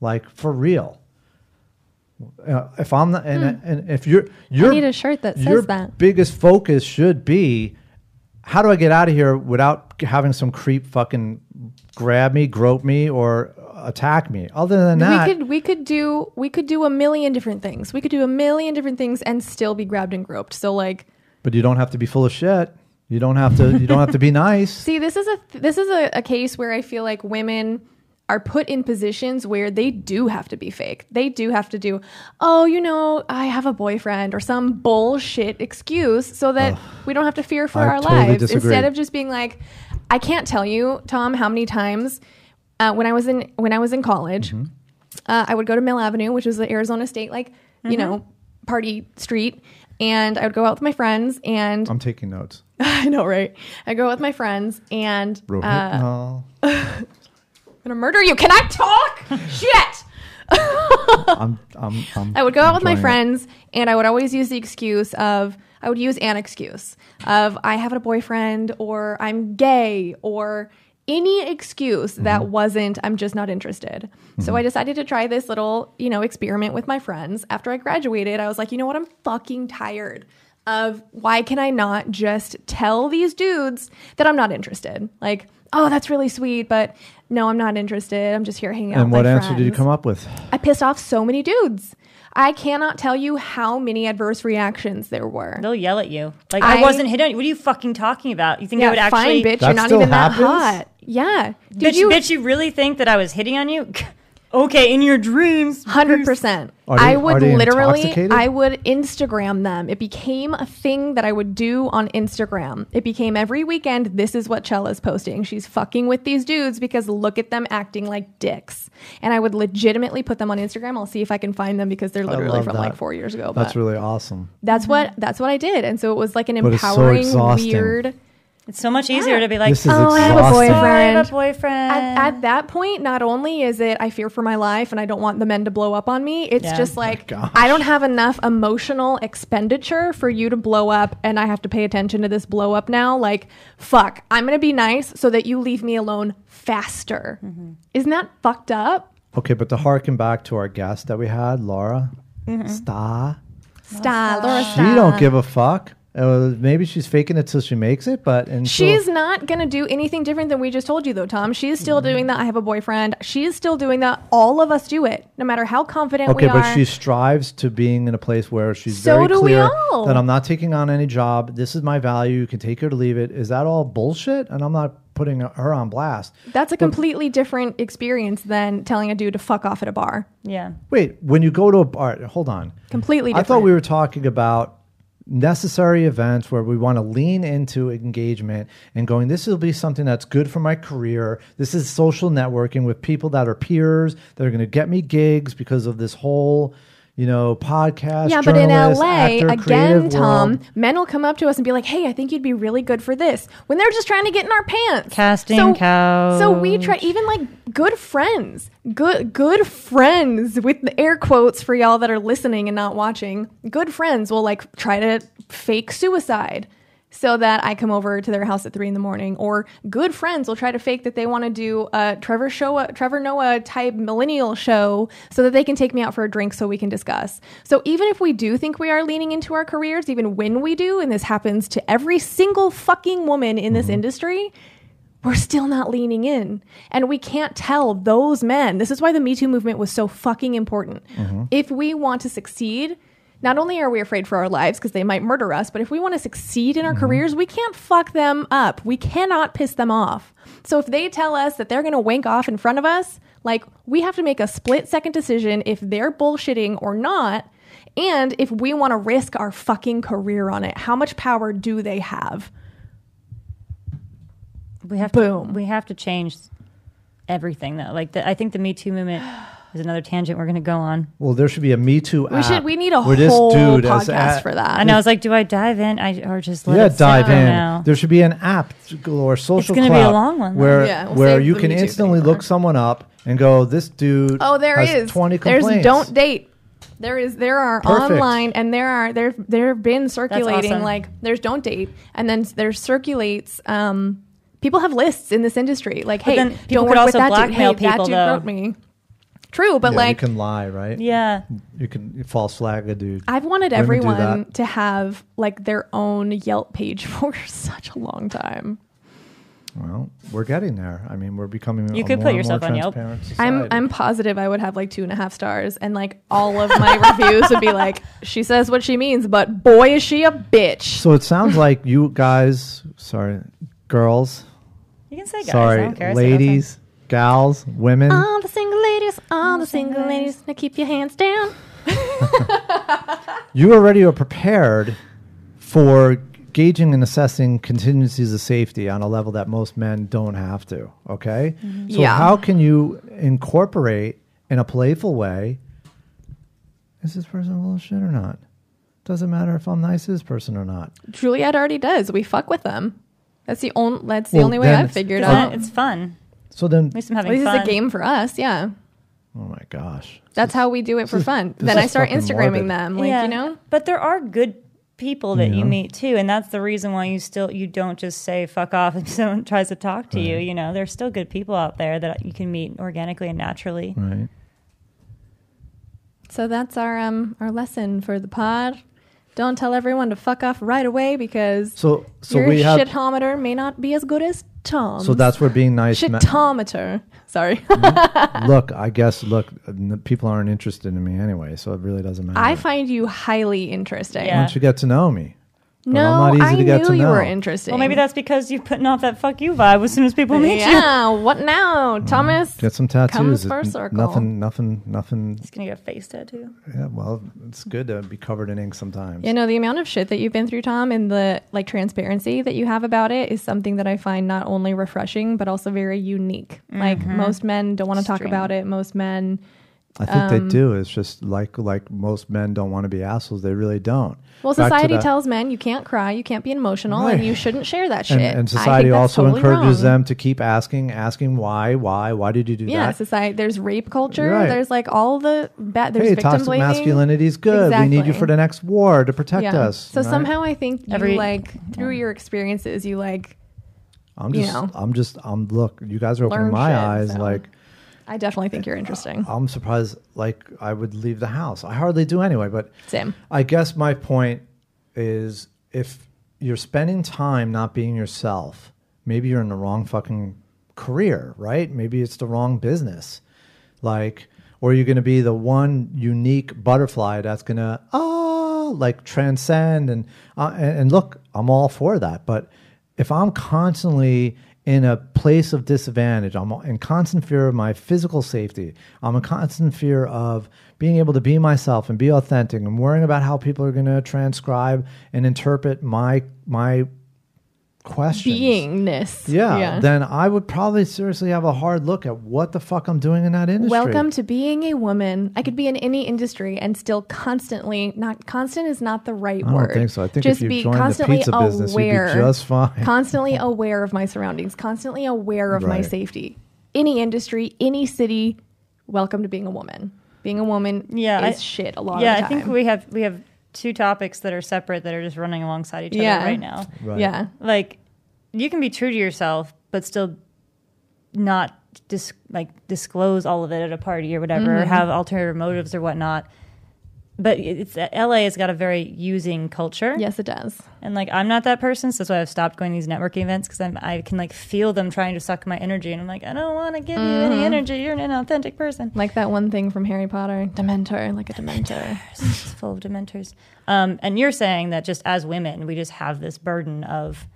[SPEAKER 3] like for real. Uh, if I'm not, and, and if you're, you're
[SPEAKER 4] Hmm. need a shirt that says
[SPEAKER 3] your
[SPEAKER 4] that.
[SPEAKER 3] biggest focus should be how do I get out of here without having some creep fucking grab me, grope me, or attack me? Other than that,
[SPEAKER 4] we could we could do we could do a million different things. We could do a million different things and still be grabbed and groped. So like
[SPEAKER 3] but you don't have to be full of shit. You don't have to. You don't have to be nice.
[SPEAKER 4] See, this is a this is a, a case where I feel like women are put in positions where they do have to be fake. They do have to do, oh, you know, I have a boyfriend or some bullshit excuse so that we don't have to fear for
[SPEAKER 3] I
[SPEAKER 4] our
[SPEAKER 3] totally
[SPEAKER 4] lives.
[SPEAKER 3] disagree.
[SPEAKER 4] Instead of just being like, I can't tell you, Tom, how many times uh, when I was in when I was in college,
[SPEAKER 3] Mm-hmm.
[SPEAKER 4] uh, I would go to Mill Avenue, which was the Arizona State like
[SPEAKER 3] Mm-hmm.
[SPEAKER 4] you know party street, and I would go out with my friends and
[SPEAKER 3] I'm taking notes.
[SPEAKER 4] I know, right? I go out with my friends and uh,
[SPEAKER 3] Rohypnol.
[SPEAKER 4] I'm gonna murder you. Can I talk? Shit!
[SPEAKER 3] I'm, I'm, I'm
[SPEAKER 4] I would go out with my
[SPEAKER 3] enjoying it.
[SPEAKER 4] friends, and I would always use the excuse of I would use an excuse of I have a boyfriend or I'm gay or any excuse
[SPEAKER 3] Mm-hmm.
[SPEAKER 4] that wasn't I'm just not interested. So I decided to try this little, you know, experiment with my friends. After I graduated, I was like, you know what? I'm fucking tired of why can I not just tell these dudes that I'm not interested? Like, oh, that's really sweet, but no, I'm not interested. I'm just here hanging out.
[SPEAKER 3] And
[SPEAKER 4] with
[SPEAKER 3] what
[SPEAKER 4] my
[SPEAKER 3] answer did you
[SPEAKER 4] friends."
[SPEAKER 3] come up with?
[SPEAKER 4] I pissed off so many dudes. I cannot tell you how many adverse reactions there were.
[SPEAKER 2] They'll yell at you. Like
[SPEAKER 4] I-
[SPEAKER 2] I wasn't hit on you. What are you fucking talking about? You think I would actually
[SPEAKER 4] fine, bitch.
[SPEAKER 3] That
[SPEAKER 4] You're not
[SPEAKER 3] still
[SPEAKER 4] even
[SPEAKER 3] happens?
[SPEAKER 4] that hot. Yeah, did
[SPEAKER 2] bitch,
[SPEAKER 4] you?
[SPEAKER 2] bitch, you really think that I was hitting on you? okay, in your dreams.
[SPEAKER 4] Hundred percent.
[SPEAKER 3] Are they-
[SPEAKER 4] I
[SPEAKER 3] are
[SPEAKER 4] would
[SPEAKER 3] they
[SPEAKER 4] literally,
[SPEAKER 3] intoxicated?
[SPEAKER 4] I would Instagram them. It became a thing that I would do on Instagram. It became every weekend. This is what Chella's posting. She's fucking with these dudes because look at them acting like dicks. And I would legitimately put them on Instagram. I'll see if I can find them because they're literally
[SPEAKER 3] love
[SPEAKER 4] from
[SPEAKER 3] that.
[SPEAKER 4] like four years ago.
[SPEAKER 3] That's
[SPEAKER 4] Oh, but-
[SPEAKER 3] really awesome.
[SPEAKER 4] That's what that's what I did, and so it was like an
[SPEAKER 3] But it's so
[SPEAKER 4] empowering,
[SPEAKER 3] exhausting.
[SPEAKER 4] weird.
[SPEAKER 2] It's so much easier to be like,
[SPEAKER 3] This is
[SPEAKER 4] Oh, I have a
[SPEAKER 3] exhausting.
[SPEAKER 2] "Sorry, I have a
[SPEAKER 4] boyfriend.
[SPEAKER 2] boyfriend.
[SPEAKER 4] At, at that point, not only is it I fear for my life and I don't want the men to blow up on me, it's
[SPEAKER 2] Yeah.
[SPEAKER 4] just like I don't have enough emotional expenditure for you to blow up, and I have to pay attention to this blow up now. Like, fuck, I'm gonna be nice so that you leave me alone faster. Isn't that fucked up?
[SPEAKER 3] Okay, but to harken back to our guest that we had, Laura
[SPEAKER 4] Mm-hmm.
[SPEAKER 3] Star,
[SPEAKER 4] Stop, Laura.
[SPEAKER 3] she don't give a fuck. Uh, maybe she's faking it till she makes it, but and
[SPEAKER 4] She's not going to do anything different than we just told you, though, Tom. She is
[SPEAKER 3] Mm-hmm.
[SPEAKER 4] still doing that. I have a boyfriend. She is still doing that. All of us do it, no matter how confident
[SPEAKER 3] okay,
[SPEAKER 4] we
[SPEAKER 3] but
[SPEAKER 4] are.
[SPEAKER 3] she strives to being in a place where she's
[SPEAKER 4] So
[SPEAKER 3] very
[SPEAKER 4] do we
[SPEAKER 3] clear
[SPEAKER 4] all.
[SPEAKER 3] that I'm not taking on any job. This is my value. You can take it or leave it. Is that all bullshit? And I'm not putting her on blast.
[SPEAKER 4] That's a completely different experience than telling a dude to fuck off at a bar.
[SPEAKER 2] yeah,
[SPEAKER 3] Wait, when you go to a bar, hold on. I
[SPEAKER 4] Completely different.
[SPEAKER 3] thought we were talking about necessary events where we want to lean into engagement and going, this will be something that's good for my career. This is social networking with people that are peers that are going to get me gigs because of this whole, you know, podcast.
[SPEAKER 4] Yeah, but in
[SPEAKER 3] journalist,
[SPEAKER 4] LA,
[SPEAKER 3] actor,
[SPEAKER 4] again,
[SPEAKER 3] creative
[SPEAKER 4] Tom,
[SPEAKER 3] world.
[SPEAKER 4] men will come up to us and be like, "Hey, I think you'd be really good for this." When they're just trying to get in our pants.
[SPEAKER 2] Casting
[SPEAKER 4] so,
[SPEAKER 2] couch.
[SPEAKER 4] So we try, even like good friends, good good friends with the air quotes for y'all that are listening and not watching. Good friends will like try to fake suicide. So that I come over to their house at three in the morning, or good friends will try to fake that they want to do a Trevor show, Trevor Noah type millennial show, so that they can take me out for a drink so we can discuss. So even if we do think we are leaning into our careers, even when we do, and this happens to every single fucking woman in this industry, we're still not leaning in. And we can't tell those men. This is why the Me Too movement was so fucking important. If we want to succeed, not only are we afraid for our lives because they might murder us, but if we want to succeed in our careers, we can't fuck them up. We cannot piss them off. So if they tell us that they're going to wank off in front of us, like we have to make a split second decision if they're bullshitting or not. And if we want to risk our fucking career on it, how much power do they have?
[SPEAKER 2] we have
[SPEAKER 4] Boom.
[SPEAKER 2] To, we have to change everything though. Like the, I think the Me Too movement is another tangent we're going to go on.
[SPEAKER 3] Well, there should be a Me Too
[SPEAKER 4] We should.
[SPEAKER 3] app
[SPEAKER 4] We need a
[SPEAKER 3] where this
[SPEAKER 4] whole
[SPEAKER 3] dude is
[SPEAKER 4] podcast
[SPEAKER 3] at-
[SPEAKER 4] for that.
[SPEAKER 2] I know. I was like, do I dive in? I or just let
[SPEAKER 3] yeah,
[SPEAKER 2] it sit
[SPEAKER 3] dive
[SPEAKER 2] for
[SPEAKER 3] in.
[SPEAKER 2] now?
[SPEAKER 3] There should be an app or social.
[SPEAKER 2] gonna be a
[SPEAKER 3] cloud
[SPEAKER 2] long one, though.
[SPEAKER 3] where
[SPEAKER 4] Yeah, we'll
[SPEAKER 3] where
[SPEAKER 4] save
[SPEAKER 3] you
[SPEAKER 4] the
[SPEAKER 3] can
[SPEAKER 4] Me Too thing
[SPEAKER 3] instantly
[SPEAKER 4] for
[SPEAKER 3] look
[SPEAKER 4] it.
[SPEAKER 3] someone up and go, this dude.
[SPEAKER 4] Oh, there
[SPEAKER 3] has
[SPEAKER 4] is.
[SPEAKER 3] twenty
[SPEAKER 4] There's
[SPEAKER 3] complaints.
[SPEAKER 4] don't date. There is. There are
[SPEAKER 3] Perfect.
[SPEAKER 4] online, and there are there there have been circulating
[SPEAKER 2] awesome.
[SPEAKER 4] like there's don't date, and then there circulates. Um, people have lists in this industry. Like, hey,
[SPEAKER 2] then people
[SPEAKER 4] don't
[SPEAKER 2] could
[SPEAKER 4] work with
[SPEAKER 2] also
[SPEAKER 4] that
[SPEAKER 2] blackmail
[SPEAKER 4] dude. Hey, that
[SPEAKER 2] people,
[SPEAKER 4] dude
[SPEAKER 2] though.
[SPEAKER 4] wrote me. True, but
[SPEAKER 3] Yeah, you
[SPEAKER 4] like
[SPEAKER 3] can lie, right?
[SPEAKER 2] yeah,
[SPEAKER 3] You can false flag a dude.
[SPEAKER 4] I've wanted
[SPEAKER 3] Women do
[SPEAKER 4] everyone
[SPEAKER 3] that.
[SPEAKER 4] to have like their own Yelp page for such a long time.
[SPEAKER 3] Well, we're getting there. I mean, we're becoming.
[SPEAKER 2] You
[SPEAKER 3] a
[SPEAKER 2] could
[SPEAKER 3] more
[SPEAKER 2] put
[SPEAKER 3] and
[SPEAKER 2] yourself
[SPEAKER 3] more
[SPEAKER 2] on Yelp.
[SPEAKER 3] transparent
[SPEAKER 4] I'm
[SPEAKER 3] society.
[SPEAKER 4] I'm positive I would have like two and a half stars, and like all of my reviews would be like, she says what she means, but boy is she a bitch.
[SPEAKER 3] So it sounds like you guys, sorry, girls,
[SPEAKER 2] You can say guys. I
[SPEAKER 3] sorry,
[SPEAKER 2] don't care. I say both of them.
[SPEAKER 3] ladies, gals, women.
[SPEAKER 4] All the single ladies, all the single ladies, now keep your hands down.
[SPEAKER 3] you already are prepared for gauging and assessing contingencies of safety on a level that most men don't have to. Okay, so
[SPEAKER 4] Mm-hmm. Yeah.
[SPEAKER 3] how can you incorporate in a playful way? Is this person full of shit or not? Doesn't matter if I'm nice to this person or not.
[SPEAKER 4] Juliet already does. We fuck with them. That's the only. That's the
[SPEAKER 3] Well,
[SPEAKER 4] only way
[SPEAKER 3] then
[SPEAKER 4] I've figured
[SPEAKER 2] It's
[SPEAKER 4] out.
[SPEAKER 2] fun. It's fun.
[SPEAKER 3] So then,
[SPEAKER 2] At least I'm
[SPEAKER 4] At
[SPEAKER 2] having
[SPEAKER 4] least
[SPEAKER 2] fun.
[SPEAKER 4] it's a game for us. Yeah,
[SPEAKER 3] oh my gosh,
[SPEAKER 4] that's how we do it for
[SPEAKER 3] is-
[SPEAKER 4] fun.
[SPEAKER 3] this
[SPEAKER 4] Then
[SPEAKER 3] is
[SPEAKER 4] I start
[SPEAKER 3] fucking
[SPEAKER 4] Instagramming
[SPEAKER 3] morbid.
[SPEAKER 4] them, like you know.
[SPEAKER 2] But there are good people that
[SPEAKER 3] Yeah.
[SPEAKER 2] you meet too, and that's the reason why you still you don't just say fuck off if someone tries to talk to you.
[SPEAKER 3] Right.
[SPEAKER 2] You know, there's still good people out there that you can meet organically and naturally.
[SPEAKER 3] right?
[SPEAKER 4] So that's our um our lesson for the pod. Don't tell everyone to fuck off right away because
[SPEAKER 3] So so
[SPEAKER 4] your
[SPEAKER 3] we have
[SPEAKER 4] shitometer may not be as good as Tom's.
[SPEAKER 3] so that's where being nice. ma- Mm.
[SPEAKER 4] shitometer. Sorry,
[SPEAKER 3] look, I guess look, n- people aren't interested in me anyway, so it really doesn't matter.
[SPEAKER 4] I find you highly interesting.
[SPEAKER 2] Yeah.
[SPEAKER 3] Once you get to know me,
[SPEAKER 4] No,
[SPEAKER 3] I'm not easy
[SPEAKER 4] I
[SPEAKER 3] to get
[SPEAKER 4] knew
[SPEAKER 3] to
[SPEAKER 4] you
[SPEAKER 3] know.
[SPEAKER 4] were interesting.
[SPEAKER 2] Well, maybe that's because you're putting off that fuck you vibe as soon as people meet you.
[SPEAKER 4] Yeah. What now, Thomas?
[SPEAKER 3] Mm. get some tattoos.
[SPEAKER 4] Comes full
[SPEAKER 3] It- n-
[SPEAKER 4] circle.
[SPEAKER 3] Nothing, nothing, nothing.
[SPEAKER 2] He's gonna get a face tattoo.
[SPEAKER 3] Yeah, well, it's good to be covered in ink sometimes.
[SPEAKER 4] You know, the amount of shit that you've been through, Tom, and the like transparency that you have about it is something that I find not only refreshing, but also very unique. Like most men don't want to talk
[SPEAKER 2] Extreme.
[SPEAKER 4] about it. Most men
[SPEAKER 3] I think
[SPEAKER 4] um,
[SPEAKER 3] they do. It's just like like most men don't want to be assholes. They really don't.
[SPEAKER 4] well,
[SPEAKER 3] Back to
[SPEAKER 4] society
[SPEAKER 3] that-
[SPEAKER 4] tells men you can't cry, you can't be emotional,
[SPEAKER 3] Right.
[SPEAKER 4] and you shouldn't share that shit.
[SPEAKER 3] And, and
[SPEAKER 4] I think
[SPEAKER 3] society
[SPEAKER 4] that's
[SPEAKER 3] also
[SPEAKER 4] totally
[SPEAKER 3] encourages
[SPEAKER 4] wrong.
[SPEAKER 3] them to keep asking, asking why, why, why did you do
[SPEAKER 4] Yeah,
[SPEAKER 3] that?
[SPEAKER 4] society. There's rape culture.
[SPEAKER 3] Right.
[SPEAKER 4] There's like all the bad. There's
[SPEAKER 3] Hey,
[SPEAKER 4] victim
[SPEAKER 3] toxic
[SPEAKER 4] blaming.
[SPEAKER 3] masculinity is good. We need you
[SPEAKER 4] Exactly.
[SPEAKER 3] for the next war to protect
[SPEAKER 4] Yeah.
[SPEAKER 3] us.
[SPEAKER 4] So
[SPEAKER 3] right?
[SPEAKER 4] somehow I think you
[SPEAKER 2] Every-
[SPEAKER 4] like through your experiences, you like.
[SPEAKER 3] I'm
[SPEAKER 4] you
[SPEAKER 3] just,
[SPEAKER 4] know.
[SPEAKER 3] I'm just, I'm look. You guys are opening
[SPEAKER 4] Learn
[SPEAKER 3] my
[SPEAKER 4] shit,
[SPEAKER 3] eyes.
[SPEAKER 4] so.
[SPEAKER 3] Like
[SPEAKER 4] I definitely think you're interesting.
[SPEAKER 3] I'm surprised. Like I would leave the house. I hardly do anyway. But
[SPEAKER 4] Same.
[SPEAKER 3] I guess my point is, if you're spending time not being yourself, maybe you're in the wrong fucking career, right? Maybe it's the wrong business. Like, or you're going to be the one unique butterfly that's going to ah like transcend and, uh, and and look, I'm all for that, but if I'm constantly in a place of disadvantage, I'm in constant fear of my physical safety. I'm in constant fear of being able to be myself and be authentic and worrying about how people are going to transcribe and interpret my my questions.
[SPEAKER 4] Beingness.
[SPEAKER 3] Yeah, then I would probably seriously have a hard look at what the fuck I'm doing in that industry.
[SPEAKER 4] Welcome to being a woman. I could be in any industry and still constantly not constant is not the right
[SPEAKER 3] I don't
[SPEAKER 4] word.
[SPEAKER 3] think so. I think if you joined the pizza business, you'd be just fine.
[SPEAKER 4] Constantly aware of my surroundings, constantly aware of my
[SPEAKER 3] Right.
[SPEAKER 4] safety. Any industry, any city, welcome to being a woman. Being a woman
[SPEAKER 2] Yeah,
[SPEAKER 4] is
[SPEAKER 2] I-
[SPEAKER 4] shit a lot
[SPEAKER 2] yeah,
[SPEAKER 4] of
[SPEAKER 2] I
[SPEAKER 4] the time.
[SPEAKER 2] think we have we have two topics that are separate that are just running alongside each
[SPEAKER 4] Yeah.
[SPEAKER 2] other right now.
[SPEAKER 3] Right.
[SPEAKER 4] Yeah.
[SPEAKER 2] Like, you can be true to yourself, but still not dis- like disclose all of it at a party or whatever, or have alternative motives or whatnot. But it's LA has got a very using culture,
[SPEAKER 4] Yes, it does.
[SPEAKER 2] and like I'm not that person, so that's why I've stopped going to these networking events because I'm I can like feel them trying to suck my energy, and I'm like I don't want to give you any energy. You're an inauthentic person.
[SPEAKER 4] Like that one thing from Harry Potter, Dementor, like a Dementor.
[SPEAKER 2] It's full of dementors. Um, and you're saying that just as women, we just have this burden of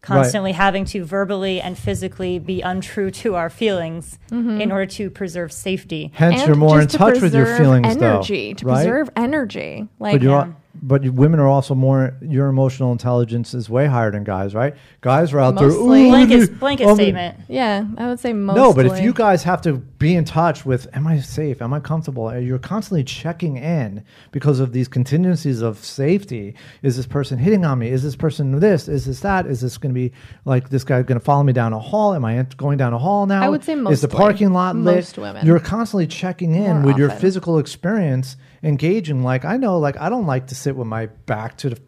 [SPEAKER 2] constantly having to verbally and physically be untrue to our feelings
[SPEAKER 4] Mm-hmm.
[SPEAKER 2] in order to preserve safety.
[SPEAKER 3] Hence,
[SPEAKER 4] And
[SPEAKER 3] you're more in
[SPEAKER 4] just to
[SPEAKER 3] touch with your
[SPEAKER 4] preserve
[SPEAKER 3] feelings,
[SPEAKER 4] energy,
[SPEAKER 3] though,
[SPEAKER 4] to
[SPEAKER 3] right?
[SPEAKER 4] preserve energy. Like
[SPEAKER 3] But you're, al- but you- women are also more. Your emotional intelligence is way higher than guys, right? Guys are out
[SPEAKER 4] Mostly.
[SPEAKER 3] there. "Ooh,
[SPEAKER 2] Blanket,
[SPEAKER 3] you-
[SPEAKER 2] blanket
[SPEAKER 3] um,
[SPEAKER 2] statement.
[SPEAKER 4] Yeah, I would say mostly.
[SPEAKER 3] No, but if you guys have to be in touch with, am I safe? Am I comfortable? And You're constantly checking in because of these contingencies of safety. Is this person hitting on me? Is this person this? Is this that? Is this going to be like this guy going to follow me down a hall? Am I ent- going down a hall now?
[SPEAKER 4] I would say
[SPEAKER 3] Is the
[SPEAKER 4] mostly.
[SPEAKER 3] parking lot lit?
[SPEAKER 4] Most women.
[SPEAKER 3] You're constantly checking in
[SPEAKER 4] More
[SPEAKER 3] with your
[SPEAKER 4] often.
[SPEAKER 3] physical experience, engaging. Like I know, like I don't like to sit with my back to the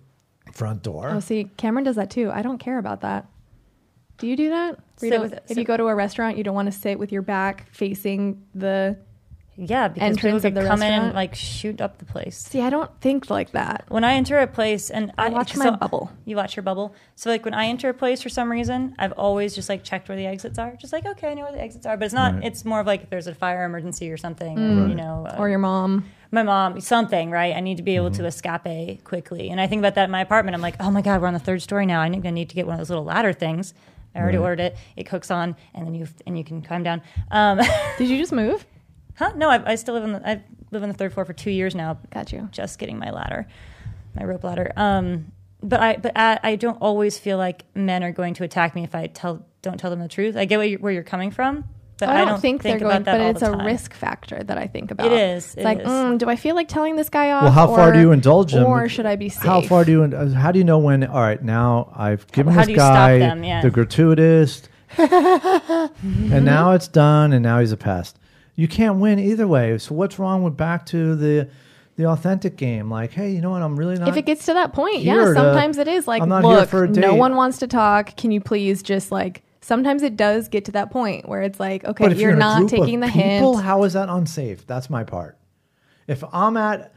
[SPEAKER 3] front door.
[SPEAKER 4] Oh, see, Cameron does that too. I don't care about that. Do you do that? Where you
[SPEAKER 2] Sit
[SPEAKER 4] don't-
[SPEAKER 2] with it-
[SPEAKER 4] if
[SPEAKER 2] sit-
[SPEAKER 4] you go to a restaurant, you don't want to sit with your back facing the
[SPEAKER 2] yeah, because people
[SPEAKER 4] Entrance of
[SPEAKER 2] could
[SPEAKER 4] the
[SPEAKER 2] come in and
[SPEAKER 4] restaurant.
[SPEAKER 2] like shoot up the place.
[SPEAKER 4] See, I don't think like that.
[SPEAKER 2] When I enter a place and I,
[SPEAKER 4] watch
[SPEAKER 2] so-
[SPEAKER 4] my bubble.
[SPEAKER 2] You watch your bubble. So like when I enter a place for some reason, I've always just like checked where the exits are. Just like okay, I know where the exits are, but it's not.
[SPEAKER 5] Right.
[SPEAKER 2] It's more of like if there's a fire emergency or something, you
[SPEAKER 5] Right.
[SPEAKER 2] know, uh,
[SPEAKER 4] Mm. Or your mom.
[SPEAKER 2] my mom something right i need to be able to escape quickly and i think about that in my apartment i'm like oh my god we're on the third story now i think i need to get one of those little ladder things i already
[SPEAKER 5] Right.
[SPEAKER 2] ordered it it cooks on and then you and you can climb down um,
[SPEAKER 4] Did you just move?
[SPEAKER 2] huh no I, I still live on the i live on the third floor for two years now
[SPEAKER 4] Got you.
[SPEAKER 2] just getting my ladder my rope ladder um, but i but I, I don't always feel like men are going to attack me if i tell don't tell them the truth i get what you're, where you're coming from but
[SPEAKER 4] I don't, think, they're
[SPEAKER 2] about
[SPEAKER 4] going,
[SPEAKER 2] that
[SPEAKER 4] but
[SPEAKER 2] all
[SPEAKER 4] it's
[SPEAKER 2] the
[SPEAKER 4] a
[SPEAKER 2] time.
[SPEAKER 4] risk factor that I think about.
[SPEAKER 2] is,
[SPEAKER 4] It's
[SPEAKER 2] it
[SPEAKER 4] like,
[SPEAKER 2] is.
[SPEAKER 4] Mm, do I feel like telling this guy off?
[SPEAKER 3] Well, how far
[SPEAKER 4] or-
[SPEAKER 3] do you indulge him?
[SPEAKER 4] Or should I be safe?
[SPEAKER 3] How far do you? uh, How do you know when? All right, now I've given
[SPEAKER 2] How
[SPEAKER 3] this
[SPEAKER 2] do you stop
[SPEAKER 3] guy
[SPEAKER 2] them? Yeah.
[SPEAKER 3] the gratuitous, and now it's done, and now he's a pest. You can't win either way. So what's wrong with back to the the authentic game? Like, hey, you know what? I'm really not.
[SPEAKER 4] if it gets to that point,
[SPEAKER 3] here
[SPEAKER 4] yeah,
[SPEAKER 3] to-
[SPEAKER 4] sometimes it is like,
[SPEAKER 3] I'm not here
[SPEAKER 4] look,
[SPEAKER 3] for a
[SPEAKER 4] no
[SPEAKER 3] date.
[SPEAKER 4] one wants to talk. Can you please just like, sometimes it does get to that point where it's like, okay,
[SPEAKER 3] but if
[SPEAKER 4] you're,
[SPEAKER 3] in a
[SPEAKER 4] not
[SPEAKER 3] group of
[SPEAKER 4] taking the
[SPEAKER 3] people,
[SPEAKER 4] hint.
[SPEAKER 3] How is that unsafe? That's my part. If I'm at,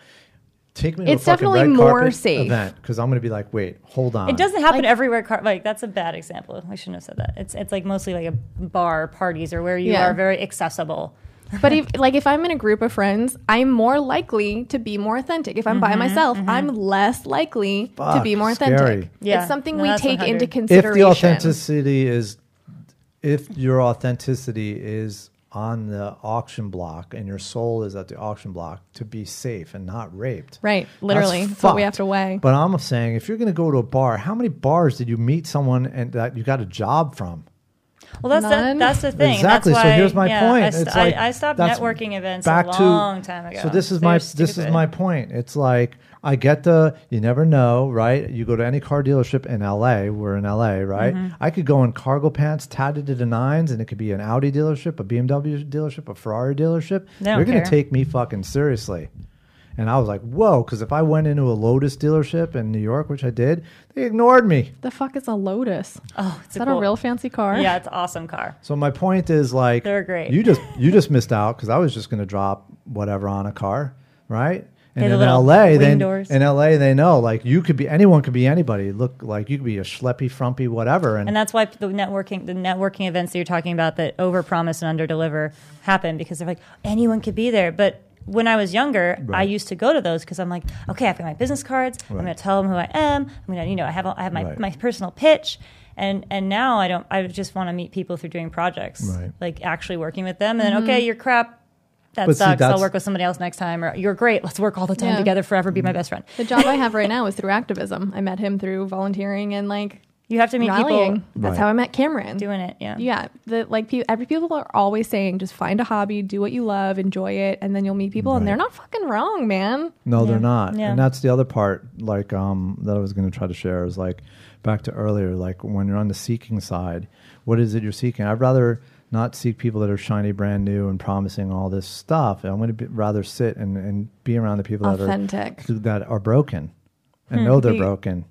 [SPEAKER 3] take me.
[SPEAKER 4] It's
[SPEAKER 3] to a fucking
[SPEAKER 4] definitely
[SPEAKER 3] red
[SPEAKER 4] more
[SPEAKER 3] carpet
[SPEAKER 4] safe.
[SPEAKER 3] event because I'm going to be like, wait, hold on.
[SPEAKER 2] It doesn't happen everywhere. Car- like that's a bad example. I shouldn't have said that. It's it's like mostly like a bar parties or where you
[SPEAKER 4] Yeah.
[SPEAKER 2] are very accessible.
[SPEAKER 4] But if, like, if I'm in a group of friends, I'm more likely to be more authentic. If I'm by myself, I'm less likely to
[SPEAKER 3] Mm-hmm, Fuck,
[SPEAKER 4] be more
[SPEAKER 3] scary.
[SPEAKER 4] authentic.
[SPEAKER 2] Yeah.
[SPEAKER 4] It's something
[SPEAKER 2] No,
[SPEAKER 4] we
[SPEAKER 2] that's
[SPEAKER 4] take
[SPEAKER 2] 100.
[SPEAKER 4] into
[SPEAKER 2] If the
[SPEAKER 3] if
[SPEAKER 4] consideration.
[SPEAKER 3] the authenticity is if your authenticity is on the auction block and your soul is at the auction block to be safe and not raped
[SPEAKER 4] Right,
[SPEAKER 3] that's
[SPEAKER 4] literally. That's what we
[SPEAKER 3] fucked.
[SPEAKER 4] have to weigh.
[SPEAKER 3] but i'm saying if you're going to go to a bar how many bars did you meet someone and that you got a job from
[SPEAKER 2] Well, that's the,
[SPEAKER 4] None.
[SPEAKER 2] that's the thing.
[SPEAKER 3] Exactly.
[SPEAKER 2] That's
[SPEAKER 3] so
[SPEAKER 2] why,
[SPEAKER 3] here's my
[SPEAKER 2] yeah,
[SPEAKER 3] point.
[SPEAKER 2] I, st-
[SPEAKER 3] It's like,
[SPEAKER 2] I, I stopped
[SPEAKER 3] that's
[SPEAKER 2] networking events
[SPEAKER 3] back
[SPEAKER 2] a
[SPEAKER 3] to-
[SPEAKER 2] long time ago.
[SPEAKER 3] So this is
[SPEAKER 2] They're
[SPEAKER 3] my this is
[SPEAKER 2] stupid.
[SPEAKER 3] my point. It's like I get the you never know, right? You go to any car dealership in LA. We're in LA, right?
[SPEAKER 2] Mm-hmm.
[SPEAKER 3] I could go in cargo pants, tatted to the nines, and it could be an Audi dealership, a BMW dealership, a Ferrari dealership.
[SPEAKER 2] They don't
[SPEAKER 3] They're gonna
[SPEAKER 2] care.
[SPEAKER 3] take me fucking seriously. And I was like, whoa, because if I went into a Lotus dealership in New York, which I did, they ignored me.
[SPEAKER 4] the fuck is a Lotus?
[SPEAKER 2] Oh, it's
[SPEAKER 4] Is that
[SPEAKER 2] cool-
[SPEAKER 4] a real fancy car?
[SPEAKER 2] Yeah, it's an awesome car.
[SPEAKER 3] So my point is like
[SPEAKER 2] They're great.
[SPEAKER 3] You just you just missed out because I was just going to drop whatever on a car, right? And
[SPEAKER 2] Yeah, the
[SPEAKER 3] in
[SPEAKER 2] little
[SPEAKER 3] LA,
[SPEAKER 2] wing
[SPEAKER 3] then
[SPEAKER 2] doors.
[SPEAKER 3] in LA they know like you could be anyone could be anybody. Look like you could be a schleppy, frumpy, whatever. And,
[SPEAKER 2] And that's why the networking the networking events that you're talking about that overpromise and underdeliver happen because they're like anyone could be there. But when I was younger, I
[SPEAKER 3] Right.
[SPEAKER 2] used to go to those because I'm like, okay, I've got my business cards. I'm going
[SPEAKER 3] Right.
[SPEAKER 2] to tell them who I am. I'm going to, you know, I have all- I have my,
[SPEAKER 3] Right.
[SPEAKER 2] my personal pitch. And and now I don't. I just want to meet people through doing projects,
[SPEAKER 3] Right.
[SPEAKER 2] like actually working with them. And
[SPEAKER 4] Mm-hmm.
[SPEAKER 2] then okay, you're crap. That
[SPEAKER 3] But see,
[SPEAKER 2] sucks. I'll
[SPEAKER 3] that's-
[SPEAKER 2] work with somebody else next time. Or you're great. Let's work all the time
[SPEAKER 4] Yeah.
[SPEAKER 2] together forever. Be my
[SPEAKER 3] Mm-hmm.
[SPEAKER 2] best friend.
[SPEAKER 4] The job I have right now is through activism. I met him through volunteering and like
[SPEAKER 2] You have to meet
[SPEAKER 4] rallying.
[SPEAKER 2] people
[SPEAKER 4] That's
[SPEAKER 3] Right.
[SPEAKER 4] how I met Cameron.
[SPEAKER 2] doing it. Yeah.
[SPEAKER 4] yeah, the like pe- every people are always saying just find a hobby, do what you love, enjoy it, and then you'll meet people, and they're not fucking wrong, man.
[SPEAKER 3] no, they're not.
[SPEAKER 2] Yeah.
[SPEAKER 3] And that's the other part, like um, that I was going to try to share is like back to earlier, like when you're on the seeking side, what is it you're seeking? I'd rather not seek people that are shiny, brand new, and promising all this stuff. I'm going to rather sit and, and be around the people that are
[SPEAKER 4] Authentic. Hmm.
[SPEAKER 3] that are broken and know they're
[SPEAKER 4] We-
[SPEAKER 3] broken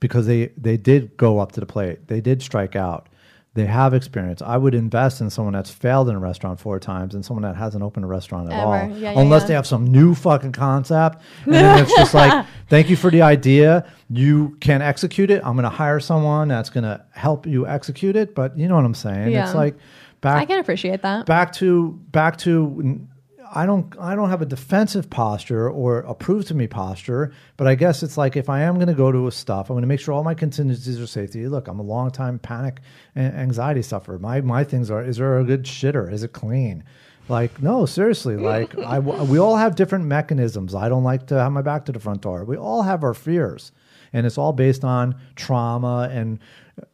[SPEAKER 3] because they they did go up to the plate they did strike out they have experience i would invest in someone that's failed in a restaurant four times and someone that hasn't opened a restaurant at
[SPEAKER 4] Ever.
[SPEAKER 3] all
[SPEAKER 4] Yeah, yeah,
[SPEAKER 3] unless
[SPEAKER 4] yeah.
[SPEAKER 3] they have some new fucking concept and then it's just like thank you for the idea you can execute it i'm going to hire someone that's going to help you execute it but you know what i'm saying
[SPEAKER 4] Yeah.
[SPEAKER 3] it's like back
[SPEAKER 4] I can appreciate that.
[SPEAKER 3] back to back to I don't I don't have a defensive posture or a prove to me posture, but I guess it's like if I am going to go to a stuff, I'm going to make sure all my contingencies are safety. Look, I'm a long time panic and anxiety sufferer. My my things are is there a good shitter? Is it clean? Like no, seriously. Like I we all have different mechanisms. I don't like to have my back to the front door. We all have our fears, and it's all based on trauma and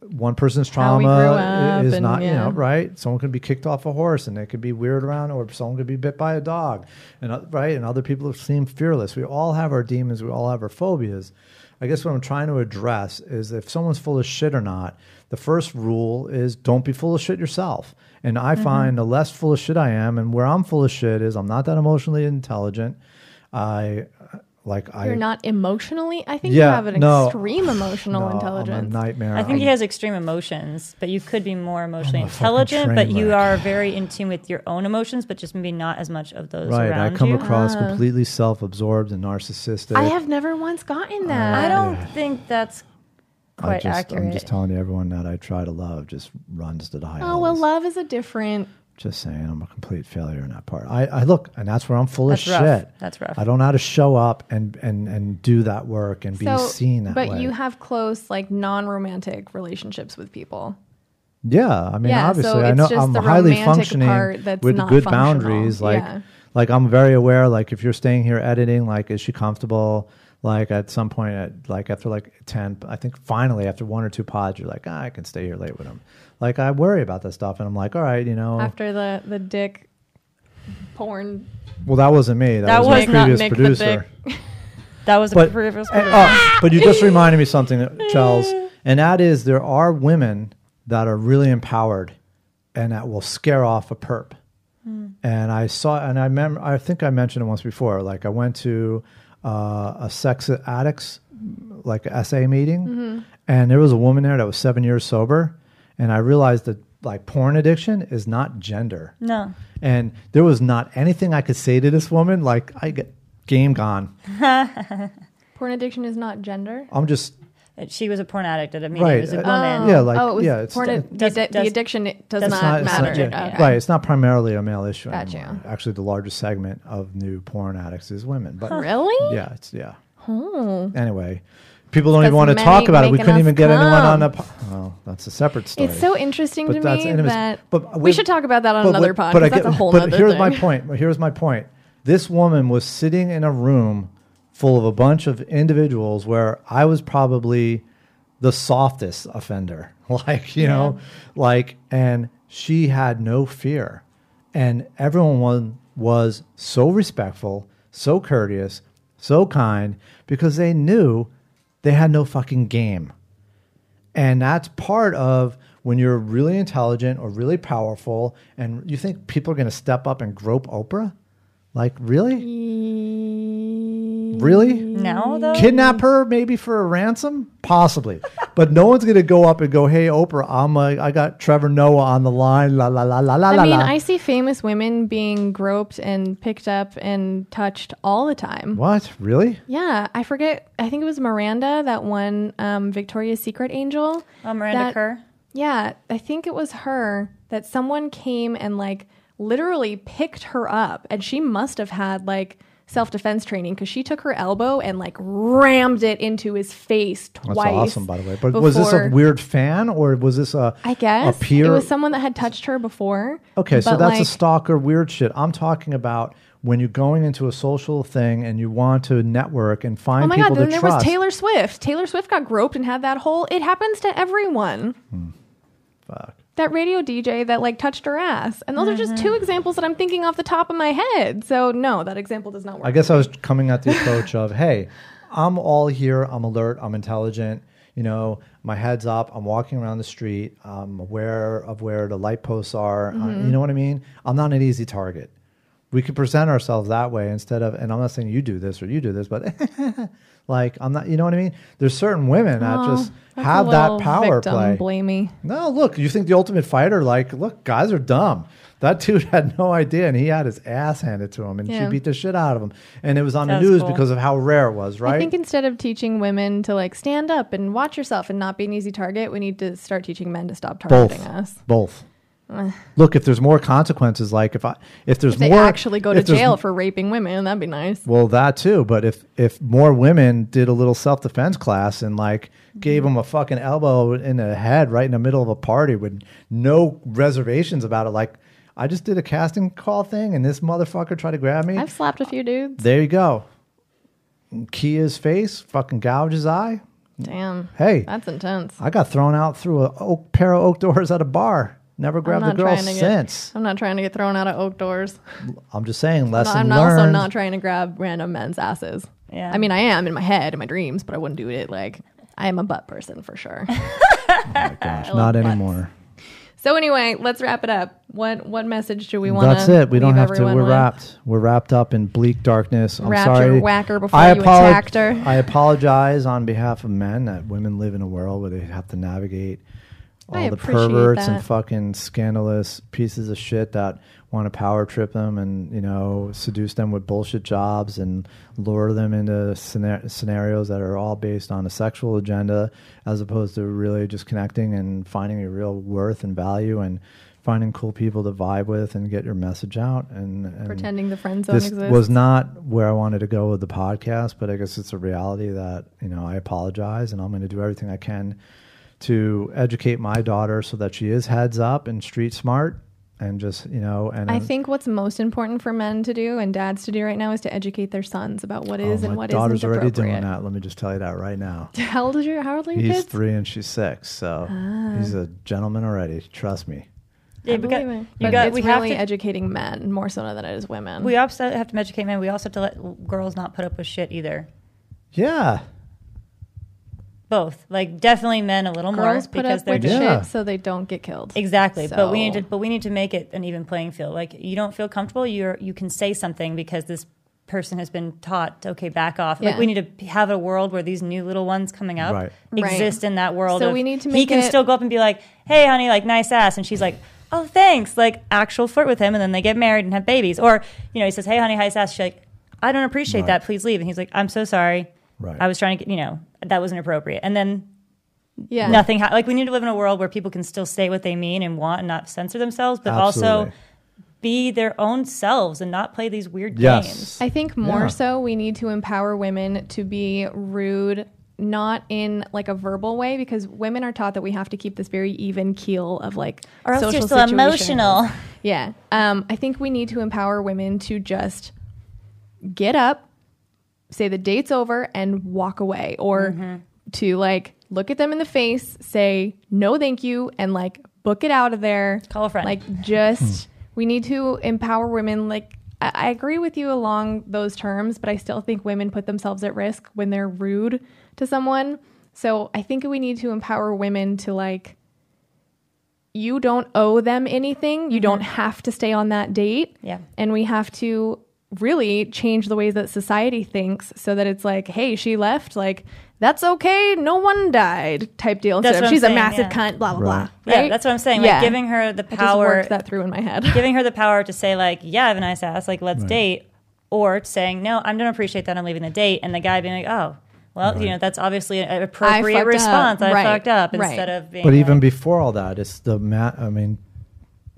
[SPEAKER 3] one person's
[SPEAKER 4] How we grew
[SPEAKER 3] trauma
[SPEAKER 4] up
[SPEAKER 3] is
[SPEAKER 4] and,
[SPEAKER 3] not you
[SPEAKER 4] yeah.
[SPEAKER 3] know right? Someone could be kicked off a horse, and they could be weird around, or someone could be bit by a dog, and uh, right, and other people seem fearless. We all have our demons. We all have our phobias. I guess what I'm trying to address is if someone's full of shit or not. The first rule is don't be full of shit yourself. And I
[SPEAKER 4] Mm-hmm.
[SPEAKER 3] find the less full of shit I am, and where I'm full of shit is I'm not that emotionally intelligent. I like I
[SPEAKER 4] You're not emotionally. I think you
[SPEAKER 3] Yeah,
[SPEAKER 4] have an
[SPEAKER 3] no.
[SPEAKER 4] extreme emotional
[SPEAKER 3] no, I'm
[SPEAKER 4] intelligence.
[SPEAKER 3] a nightmare.
[SPEAKER 2] I think
[SPEAKER 3] Uh, I-
[SPEAKER 2] he has extreme emotions, but you could be more emotionally
[SPEAKER 3] I'm a fucking
[SPEAKER 2] intelligent, but
[SPEAKER 3] train
[SPEAKER 2] you
[SPEAKER 3] wreck.
[SPEAKER 2] are very in tune with your own emotions, but just maybe not as much of those
[SPEAKER 3] right.
[SPEAKER 2] around
[SPEAKER 3] I come
[SPEAKER 2] you.
[SPEAKER 3] across completely self-absorbed and narcissistic.
[SPEAKER 4] I have never once
[SPEAKER 3] Uh,
[SPEAKER 4] gotten that.
[SPEAKER 2] I don't think that's
[SPEAKER 3] I
[SPEAKER 2] quite
[SPEAKER 3] just,
[SPEAKER 2] accurate.
[SPEAKER 3] I'm just telling you, everyone that I try to love just runs to the high.
[SPEAKER 4] Oh well,
[SPEAKER 3] hills.
[SPEAKER 4] love is a different.
[SPEAKER 3] Just saying, I'm a complete failure in that part. I, I look, and that's where I'm full
[SPEAKER 2] That's
[SPEAKER 3] of
[SPEAKER 2] rough.
[SPEAKER 3] shit.
[SPEAKER 2] That's rough.
[SPEAKER 3] I don't know how to show up and and and do that work and
[SPEAKER 4] so,
[SPEAKER 3] be seen that
[SPEAKER 4] but
[SPEAKER 3] way.
[SPEAKER 4] you have close, like non-romantic relationships with people.
[SPEAKER 3] yeah, I mean,
[SPEAKER 4] Yeah, so
[SPEAKER 3] obviously, I
[SPEAKER 4] it's
[SPEAKER 3] know
[SPEAKER 4] just
[SPEAKER 3] I'm
[SPEAKER 4] the
[SPEAKER 3] highly
[SPEAKER 4] romantic
[SPEAKER 3] functioning
[SPEAKER 4] part that's
[SPEAKER 3] with
[SPEAKER 4] not
[SPEAKER 3] good
[SPEAKER 4] functional.
[SPEAKER 3] boundaries. Like,
[SPEAKER 4] Yeah.
[SPEAKER 3] like I'm very aware. Like, if you're staying here editing, like, is she comfortable? Like at some point, at like after like ten, I think finally after one or two pods, you're like, ah, I can stay here late with him. Like I worry about that stuff, and I'm like, all right, you know,
[SPEAKER 4] After the the dick porn,
[SPEAKER 3] well, that wasn't me. That,
[SPEAKER 2] That
[SPEAKER 3] was,
[SPEAKER 2] was
[SPEAKER 3] my
[SPEAKER 2] not
[SPEAKER 3] previous
[SPEAKER 4] Nick the
[SPEAKER 3] producer.
[SPEAKER 4] Dick.
[SPEAKER 2] that was a
[SPEAKER 3] But-
[SPEAKER 2] previous
[SPEAKER 3] And- oh, but you just reminded me something, that- Charles, and that is there are women that are really empowered and that will scare off a perp. And I saw, and I remember, I think I mentioned it once before. Like I went to uh, a sex addicts like SA meeting, and there was a woman there that was seven years sober, and I realized that like porn addiction is not gender.
[SPEAKER 2] No.
[SPEAKER 3] And there was not anything I could say to this woman. Like I get game gone.
[SPEAKER 4] porn addiction is not gender.
[SPEAKER 3] I'm just
[SPEAKER 2] She was a porn addict at a meeting. It was a
[SPEAKER 3] uh,
[SPEAKER 2] woman.
[SPEAKER 3] Yeah, like
[SPEAKER 4] oh, it was
[SPEAKER 3] yeah, it's,
[SPEAKER 4] porn.
[SPEAKER 3] it's
[SPEAKER 4] the,
[SPEAKER 2] does-
[SPEAKER 4] addi-
[SPEAKER 2] does-
[SPEAKER 4] the addiction it does
[SPEAKER 2] does
[SPEAKER 4] not,
[SPEAKER 2] not-
[SPEAKER 3] it's
[SPEAKER 4] matter.
[SPEAKER 3] yeah,
[SPEAKER 4] Okay.
[SPEAKER 3] right. It's not primarily a male issue.
[SPEAKER 4] Gotcha.
[SPEAKER 3] anymore. Actually, the largest segment of new porn addicts is women. But
[SPEAKER 4] Really?
[SPEAKER 3] yeah, it's yeah. Anyway, people don't even
[SPEAKER 4] Because
[SPEAKER 3] want to
[SPEAKER 4] men
[SPEAKER 3] talk
[SPEAKER 4] ain't
[SPEAKER 3] about it. We
[SPEAKER 4] making
[SPEAKER 3] couldn't
[SPEAKER 4] us
[SPEAKER 3] even get anyone on
[SPEAKER 4] come.
[SPEAKER 3] the. Po- oh, that's a separate story.
[SPEAKER 4] It's so interesting
[SPEAKER 3] But
[SPEAKER 4] to
[SPEAKER 3] that's
[SPEAKER 4] me
[SPEAKER 3] intimacy.
[SPEAKER 4] that
[SPEAKER 3] But
[SPEAKER 4] we
[SPEAKER 3] we-
[SPEAKER 4] should talk about that on
[SPEAKER 3] But
[SPEAKER 4] another
[SPEAKER 3] what-
[SPEAKER 4] podcast.
[SPEAKER 3] but I
[SPEAKER 4] that's
[SPEAKER 3] get-
[SPEAKER 4] a whole
[SPEAKER 3] But
[SPEAKER 4] other
[SPEAKER 3] here's
[SPEAKER 4] thing.
[SPEAKER 3] my point. Here's my point. This woman was sitting in a room full of a bunch of individuals where I was probably the softest offender. Like, you know, like, and she had no fear. And everyone was, was so respectful, so courteous, so kind because they knew they had no fucking game. And that's part of when you're really intelligent or really powerful and you think people are going to step up and grope Oprah? Like, really? Really?
[SPEAKER 2] Now
[SPEAKER 4] Mm-hmm.
[SPEAKER 2] though,
[SPEAKER 3] Kidnap her maybe for a ransom? Possibly. but no one's going to go up and go, hey, Oprah, I'm a, I got Trevor Noah on the line. La, la, la, la, la, la,
[SPEAKER 4] I mean,
[SPEAKER 3] la.
[SPEAKER 4] I see famous women being groped and picked up and touched all the time.
[SPEAKER 3] What? Really?
[SPEAKER 4] Yeah, I forget. I think it was Miranda, that one um, Victoria's Secret angel.
[SPEAKER 2] oh, Miranda
[SPEAKER 4] that-
[SPEAKER 2] Kerr.
[SPEAKER 4] Yeah, I think it was her that someone came and like literally picked her up, and she must have had like self defense training because she took her elbow and like rammed it into his face twice.
[SPEAKER 3] That's awesome, by the way. But was this a
[SPEAKER 4] before-
[SPEAKER 3] weird fan or was this a,
[SPEAKER 4] I guess
[SPEAKER 3] a peer?
[SPEAKER 4] it was someone that had touched her before.
[SPEAKER 3] Okay, so
[SPEAKER 4] but,
[SPEAKER 3] that's a
[SPEAKER 4] like,
[SPEAKER 3] stalker weird shit. I'm talking about when you're going into a social thing and you want to network and find
[SPEAKER 4] Oh my
[SPEAKER 3] people
[SPEAKER 4] god! Then
[SPEAKER 3] to
[SPEAKER 4] there
[SPEAKER 3] trust.
[SPEAKER 4] was Taylor Swift. Taylor Swift got groped and had that whole. It happens to everyone.
[SPEAKER 3] Fuck.
[SPEAKER 4] That radio DJ that like touched her ass, and those are just
[SPEAKER 3] Mm-hmm.
[SPEAKER 4] two examples that I'm thinking off the top of my head. So no, that example does not work.
[SPEAKER 3] I guess I was coming at the approach of, hey, I'm all here. I'm alert. I'm intelligent. You know, my head's up. I'm walking around the street. I'm aware of where the light posts are. Uh,
[SPEAKER 4] Mm-hmm.
[SPEAKER 3] you know what I mean? I'm not an easy target. We could present ourselves that way instead of, and I'm not saying you do this or you do this, but like I'm not. You know what I mean? There's certain women that just
[SPEAKER 4] Uh-huh. Oh, That's
[SPEAKER 3] have
[SPEAKER 4] a
[SPEAKER 3] that
[SPEAKER 4] little
[SPEAKER 3] power
[SPEAKER 4] victim
[SPEAKER 3] play.
[SPEAKER 4] Blamey.
[SPEAKER 3] No, look, you think the Ultimate Fighter, like, look, guys are dumb. That dude had no idea, and he had his ass handed to him, and
[SPEAKER 4] Yeah.
[SPEAKER 3] she beat the shit out of him. And it was on
[SPEAKER 2] Sounds
[SPEAKER 3] the news
[SPEAKER 2] cool.
[SPEAKER 3] because of how rare it was, right?
[SPEAKER 4] I think instead of teaching women to like stand up and watch yourself and not be an easy target, we need to start teaching men to stop targeting
[SPEAKER 3] both,
[SPEAKER 4] us.
[SPEAKER 3] both. look, if there's more consequences, like if I, if there's
[SPEAKER 4] If they
[SPEAKER 3] more,
[SPEAKER 4] actually go to
[SPEAKER 3] if there's-
[SPEAKER 4] jail for raping women, that'd be nice.
[SPEAKER 3] Well, that too, but if if more women did a little self defense class and like
[SPEAKER 4] Mm-hmm.
[SPEAKER 3] gave him a fucking elbow in the head right in the middle of a party with no reservations about it, like I just did a casting call thing and this motherfucker tried to grab me.
[SPEAKER 4] I've slapped a few dudes.
[SPEAKER 3] There you go. Kia's face, fucking gouge his eye.
[SPEAKER 4] Damn.
[SPEAKER 3] Hey,
[SPEAKER 4] That's intense.
[SPEAKER 3] I got thrown out through a oak, pair of oak doors at a bar. Never grabbed a girl since.
[SPEAKER 4] get. I'm not trying to get thrown out of oak doors.
[SPEAKER 3] I'm just saying,
[SPEAKER 4] But
[SPEAKER 3] lesson
[SPEAKER 4] I'm
[SPEAKER 3] learned.
[SPEAKER 4] also not trying to grab random men's asses.
[SPEAKER 2] Yeah.
[SPEAKER 4] I mean, I am in my head, in my dreams, but I wouldn't do it like. I am a butt person for sure.
[SPEAKER 3] Gosh, not anymore.
[SPEAKER 4] So anyway, let's wrap it up. What what message do we want?
[SPEAKER 3] That's it. We don't have to. We're
[SPEAKER 4] with?
[SPEAKER 3] wrapped. We're wrapped up in bleak darkness. I'm
[SPEAKER 4] Wrapped your
[SPEAKER 3] sorry.
[SPEAKER 4] whacker before you
[SPEAKER 3] apolo-
[SPEAKER 4] attacked her.
[SPEAKER 3] I apologize on behalf of men that women live in a world where they have to navigate
[SPEAKER 4] I
[SPEAKER 3] all the
[SPEAKER 4] appreciate
[SPEAKER 3] perverts and
[SPEAKER 4] that.
[SPEAKER 3] fucking scandalous pieces of shit that want to power trip them and you know seduce them with bullshit jobs and lure them into scenar- scenarios that are all based on a sexual agenda as opposed to really just connecting and finding your real worth and value and finding cool people to vibe with and get your message out and, and
[SPEAKER 4] Pretending the friend zone
[SPEAKER 3] this
[SPEAKER 4] exists.
[SPEAKER 3] was not where I wanted to go with the podcast, but I guess it's a reality that you know I apologize, and I'm going to do everything I can to educate my daughter so that she is heads up and street smart, and just you know, and
[SPEAKER 4] I think what's most important for men to do and dads to do right now is to educate their sons about what is
[SPEAKER 3] Oh,
[SPEAKER 4] and
[SPEAKER 3] my
[SPEAKER 4] what
[SPEAKER 3] daughter's
[SPEAKER 4] isn't
[SPEAKER 3] already
[SPEAKER 4] appropriate.
[SPEAKER 3] doing that. Let me just tell you that right now.
[SPEAKER 4] How old is your How old are your
[SPEAKER 3] He's
[SPEAKER 4] kids?
[SPEAKER 3] three and she's six, so
[SPEAKER 4] Ah.
[SPEAKER 3] he's a gentleman already. Trust me.
[SPEAKER 2] Yeah,
[SPEAKER 4] I
[SPEAKER 2] we got-
[SPEAKER 4] believe it.
[SPEAKER 2] you
[SPEAKER 4] But
[SPEAKER 2] got,
[SPEAKER 4] it's
[SPEAKER 2] we have
[SPEAKER 4] really
[SPEAKER 2] to
[SPEAKER 4] educating men more so than it is women.
[SPEAKER 2] We also have to educate men. We also have to let girls not put up with shit either.
[SPEAKER 3] Yeah,
[SPEAKER 2] Both, like definitely men a little
[SPEAKER 4] girls
[SPEAKER 2] more
[SPEAKER 4] put
[SPEAKER 2] because
[SPEAKER 4] up
[SPEAKER 2] they're
[SPEAKER 4] with
[SPEAKER 2] just
[SPEAKER 3] Yeah.
[SPEAKER 4] shit so they don't get killed.
[SPEAKER 2] exactly. But we need to,
[SPEAKER 4] So-
[SPEAKER 2] but we need to make it an even playing field. Like you don't feel comfortable, you're you can say something because this person has been taught okay back off like
[SPEAKER 4] Yeah.
[SPEAKER 2] we need to have a world where these new little ones coming up
[SPEAKER 3] Right.
[SPEAKER 4] Right.
[SPEAKER 2] exist in that world
[SPEAKER 4] So
[SPEAKER 2] of-
[SPEAKER 4] we need to
[SPEAKER 2] he
[SPEAKER 4] make
[SPEAKER 2] can
[SPEAKER 4] it-
[SPEAKER 2] still go up and be like hey honey like nice ass and she's like oh thanks like actual flirt with him and then they get married and have babies or you know he says hey honey nice ass she's like i don't appreciate
[SPEAKER 3] Right.
[SPEAKER 2] that please leave and he's like i'm so sorry
[SPEAKER 3] Right.
[SPEAKER 2] i was trying to get you know that wasn't appropriate and then
[SPEAKER 4] yeah.
[SPEAKER 2] nothing ha- like we need to live in a world where people can still say what they mean and want and not censor themselves but also
[SPEAKER 3] Absolutely.
[SPEAKER 2] be their own selves and not play these weird
[SPEAKER 3] Yes.
[SPEAKER 2] games
[SPEAKER 4] I think more
[SPEAKER 3] Yeah.
[SPEAKER 4] so we need to empower women to be rude not in like a verbal way because women are taught that we have to keep this very even keel of like
[SPEAKER 2] or else
[SPEAKER 4] social
[SPEAKER 2] you're so
[SPEAKER 4] situations.
[SPEAKER 2] emotional
[SPEAKER 4] Yeah. Um, I think we need to empower women to just get up, say the date's over, and walk away, or
[SPEAKER 2] Mm-hmm.
[SPEAKER 4] to like look at them in the face, say no, thank you, and like book it out of there.
[SPEAKER 2] Call a friend.
[SPEAKER 4] Like, just we need to empower women. Like, I, I agree with you along those terms, but I still think women put themselves at risk when they're rude to someone. So I think we need to empower women to like you don't owe them anything. You don't have to stay on that date.
[SPEAKER 2] Mm-hmm. Yeah.
[SPEAKER 4] And we have to really change the ways that society thinks so that it's like, hey, she left, like, that's okay. No one died type deal.
[SPEAKER 2] That's
[SPEAKER 4] Instead
[SPEAKER 2] what
[SPEAKER 4] of
[SPEAKER 2] I'm
[SPEAKER 4] she's
[SPEAKER 2] saying,
[SPEAKER 4] a massive
[SPEAKER 2] yeah.
[SPEAKER 4] cunt, blah, blah,
[SPEAKER 3] Right.
[SPEAKER 4] blah. Right?
[SPEAKER 2] yeah that's what i'm saying
[SPEAKER 4] Yeah.
[SPEAKER 2] like giving her the
[SPEAKER 4] I just
[SPEAKER 2] power
[SPEAKER 4] worked that through in my head.
[SPEAKER 2] giving her the power to say like yeah i have a nice ass like let's date or saying no i don't appreciate that i'm leaving the date and the guy being like oh well you know that's obviously an
[SPEAKER 4] I
[SPEAKER 2] appropriate
[SPEAKER 4] fucked up.
[SPEAKER 2] response i
[SPEAKER 4] Right.
[SPEAKER 2] fucked up
[SPEAKER 4] Right.
[SPEAKER 2] instead of being
[SPEAKER 3] but even
[SPEAKER 2] like,
[SPEAKER 3] before all that, it's the ma I mean,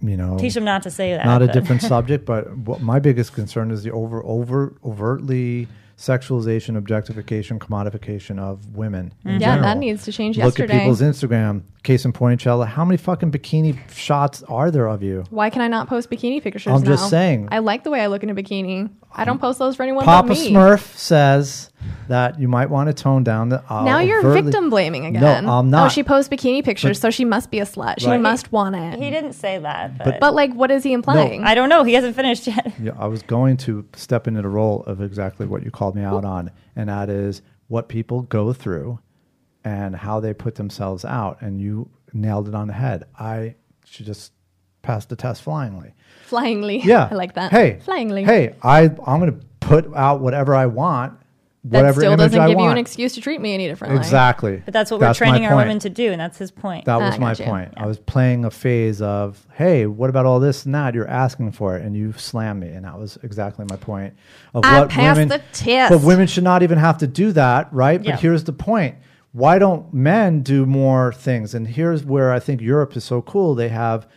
[SPEAKER 3] you know,
[SPEAKER 2] teach them not to say that
[SPEAKER 3] not a
[SPEAKER 2] but-
[SPEAKER 3] different subject, but what my biggest concern is the over over overtly sexualization, objectification, commodification of women. in
[SPEAKER 4] Mm-hmm. Yeah, that
[SPEAKER 3] general.
[SPEAKER 4] needs to change
[SPEAKER 3] Look
[SPEAKER 4] yesterday.
[SPEAKER 3] at people's Instagram. Case in point, Chella, how many fucking bikini shots are there of you?
[SPEAKER 4] Why can I not post bikini pictures
[SPEAKER 3] I'm just
[SPEAKER 4] now?
[SPEAKER 3] saying.
[SPEAKER 4] I like the way I look in a bikini. I don't post those for anyone
[SPEAKER 3] Papa
[SPEAKER 4] but me.
[SPEAKER 3] Smurf says that you might want to tone down the. Uh,
[SPEAKER 4] Now you're
[SPEAKER 3] overtly-
[SPEAKER 4] victim blaming again.
[SPEAKER 3] No, I'm not.
[SPEAKER 4] Oh, she posts bikini pictures, so she must be a slut. She
[SPEAKER 3] Right.
[SPEAKER 4] must want it.
[SPEAKER 2] he didn't say that but,
[SPEAKER 4] But like, what is he implying?
[SPEAKER 2] i don't know he hasn't finished yet
[SPEAKER 3] Yeah, I was going to step into the role of exactly what you called me out on, and that is what people go through and how they put themselves out. And you nailed it on the head. I should just pass the test flyingly.
[SPEAKER 4] Flyingly.
[SPEAKER 3] Yeah,
[SPEAKER 4] I like that.
[SPEAKER 3] Hey,
[SPEAKER 4] Flyingly.
[SPEAKER 3] Hey, I I'm going to put out whatever I want,
[SPEAKER 4] That
[SPEAKER 3] whatever
[SPEAKER 4] still
[SPEAKER 3] image
[SPEAKER 4] doesn't
[SPEAKER 3] I
[SPEAKER 4] give
[SPEAKER 3] want.
[SPEAKER 4] you an excuse to treat me any differently.
[SPEAKER 3] Exactly.
[SPEAKER 2] but that's what we're
[SPEAKER 3] my
[SPEAKER 2] training our
[SPEAKER 3] point.
[SPEAKER 2] women to do and that's his point
[SPEAKER 3] That
[SPEAKER 4] Ah,
[SPEAKER 3] was
[SPEAKER 4] I
[SPEAKER 3] my
[SPEAKER 4] gotcha.
[SPEAKER 3] point. I was playing a phase of, hey, what about all this and that? You're asking for it, and you slammed me, and that was exactly my point of
[SPEAKER 4] I
[SPEAKER 3] what
[SPEAKER 4] passed
[SPEAKER 3] women.
[SPEAKER 4] the test.
[SPEAKER 3] But women should not even have to do that, right?
[SPEAKER 2] Yeah.
[SPEAKER 3] But here's the point: why don't men do more things? And here's where I think Europe is so cool. They have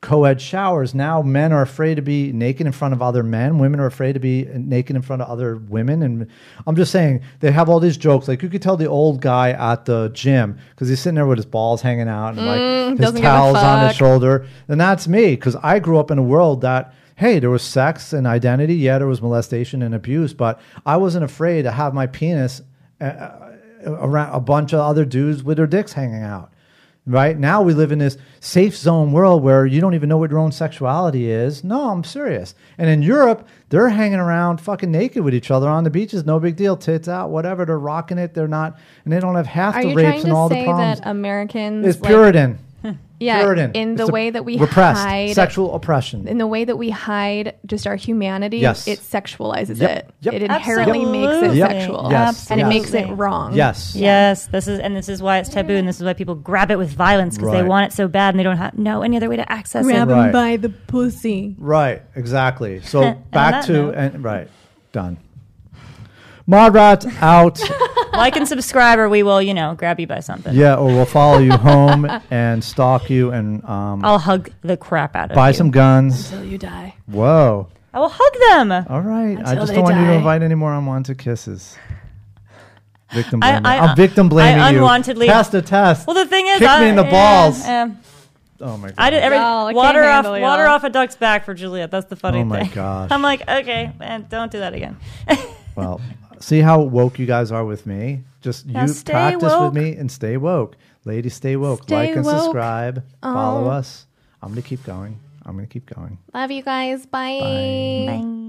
[SPEAKER 3] co-ed showers now men are afraid to be naked in front of other men women are afraid to be naked in front of other women and i'm just saying they have all these jokes like you could tell the old guy at the gym because he's sitting there with his balls hanging out and like his
[SPEAKER 4] doesn't give a
[SPEAKER 3] towels on his
[SPEAKER 4] fuck.
[SPEAKER 3] shoulder and that's me because i grew up in a world that hey there was sex and identity yeah there was molestation and abuse but i wasn't afraid to have my penis uh, around a bunch of other dudes with their dicks hanging out. Right now, we live in this safe zone world where you don't even know what your own sexuality is. No, I'm serious. And in Europe, they're hanging around fucking naked with each other on the beaches. No big deal. Tits out, whatever. They're rocking it. They're not, and they don't have half
[SPEAKER 4] Are
[SPEAKER 3] the
[SPEAKER 4] you
[SPEAKER 3] rapes
[SPEAKER 4] trying
[SPEAKER 3] and
[SPEAKER 4] to
[SPEAKER 3] all the
[SPEAKER 4] say
[SPEAKER 3] problems.
[SPEAKER 4] that Americans?
[SPEAKER 3] It's
[SPEAKER 4] like-
[SPEAKER 3] Puritan.
[SPEAKER 4] yeah,
[SPEAKER 3] Puritan.
[SPEAKER 4] in the
[SPEAKER 3] It's a-
[SPEAKER 4] way that we
[SPEAKER 3] repressed
[SPEAKER 4] hide-
[SPEAKER 3] sexual oppression.
[SPEAKER 4] in the way that we hide just our humanity,
[SPEAKER 3] Yes.
[SPEAKER 4] it sexualizes
[SPEAKER 3] Yep.
[SPEAKER 4] it.
[SPEAKER 3] Yep.
[SPEAKER 4] It inherently makes it
[SPEAKER 2] Absolutely.
[SPEAKER 3] Yep.
[SPEAKER 4] sexual.
[SPEAKER 3] Yes.
[SPEAKER 4] And it makes it
[SPEAKER 2] Absolutely.
[SPEAKER 4] wrong.
[SPEAKER 3] yes.
[SPEAKER 2] Yes, this is and this is why it's taboo, and this is why people grab it with violence because
[SPEAKER 3] Right.
[SPEAKER 2] they want it so bad and they don't have know any other way to access
[SPEAKER 4] Grab
[SPEAKER 2] it.
[SPEAKER 4] him
[SPEAKER 3] Right.
[SPEAKER 4] by the pussy.
[SPEAKER 3] Right, exactly. So
[SPEAKER 2] And on
[SPEAKER 3] back
[SPEAKER 2] that
[SPEAKER 3] to
[SPEAKER 2] note-
[SPEAKER 3] and right, done. Mod rats out.
[SPEAKER 2] Like and subscribe, or we will, you know, grab you by something.
[SPEAKER 3] yeah, or we'll follow you home and stalk you and um,
[SPEAKER 2] I'll hug the crap out of
[SPEAKER 3] buy
[SPEAKER 2] you.
[SPEAKER 3] some guns.
[SPEAKER 4] Till you die.
[SPEAKER 3] Whoa.
[SPEAKER 2] I will hug them.
[SPEAKER 3] All right. I
[SPEAKER 4] Until
[SPEAKER 3] just
[SPEAKER 4] they
[SPEAKER 3] don't want you to
[SPEAKER 4] die.
[SPEAKER 3] invite any more unwanted kisses. Victim
[SPEAKER 2] I-
[SPEAKER 3] blaming. I,
[SPEAKER 2] I- uh,
[SPEAKER 3] am victim
[SPEAKER 2] I
[SPEAKER 3] blaming you.
[SPEAKER 2] unwantedly-
[SPEAKER 3] Test a test.
[SPEAKER 2] Well, the thing is,
[SPEAKER 3] Kick
[SPEAKER 2] I,
[SPEAKER 3] me in the
[SPEAKER 2] yeah,
[SPEAKER 3] balls.
[SPEAKER 2] yeah.
[SPEAKER 3] oh my god.
[SPEAKER 2] I did every
[SPEAKER 4] Y'all, I can't
[SPEAKER 2] water off
[SPEAKER 4] handle
[SPEAKER 2] water
[SPEAKER 4] y'all.
[SPEAKER 2] off a duck's back for Juliet. That's the funny
[SPEAKER 3] Oh
[SPEAKER 2] thing.
[SPEAKER 3] my gosh.
[SPEAKER 2] I'm like, okay, man, don't do that again.
[SPEAKER 3] Well, see how woke you guys are with me. Just
[SPEAKER 2] Now
[SPEAKER 3] you
[SPEAKER 2] stay
[SPEAKER 3] practice
[SPEAKER 2] woke.
[SPEAKER 3] with me and stay woke, ladies. Stay woke.
[SPEAKER 4] Stay
[SPEAKER 3] like and
[SPEAKER 4] woke.
[SPEAKER 3] subscribe.
[SPEAKER 2] Um,
[SPEAKER 3] Follow us. I'm gonna keep going. I'm gonna keep going.
[SPEAKER 4] Love you guys.
[SPEAKER 3] Bye.
[SPEAKER 2] Bye.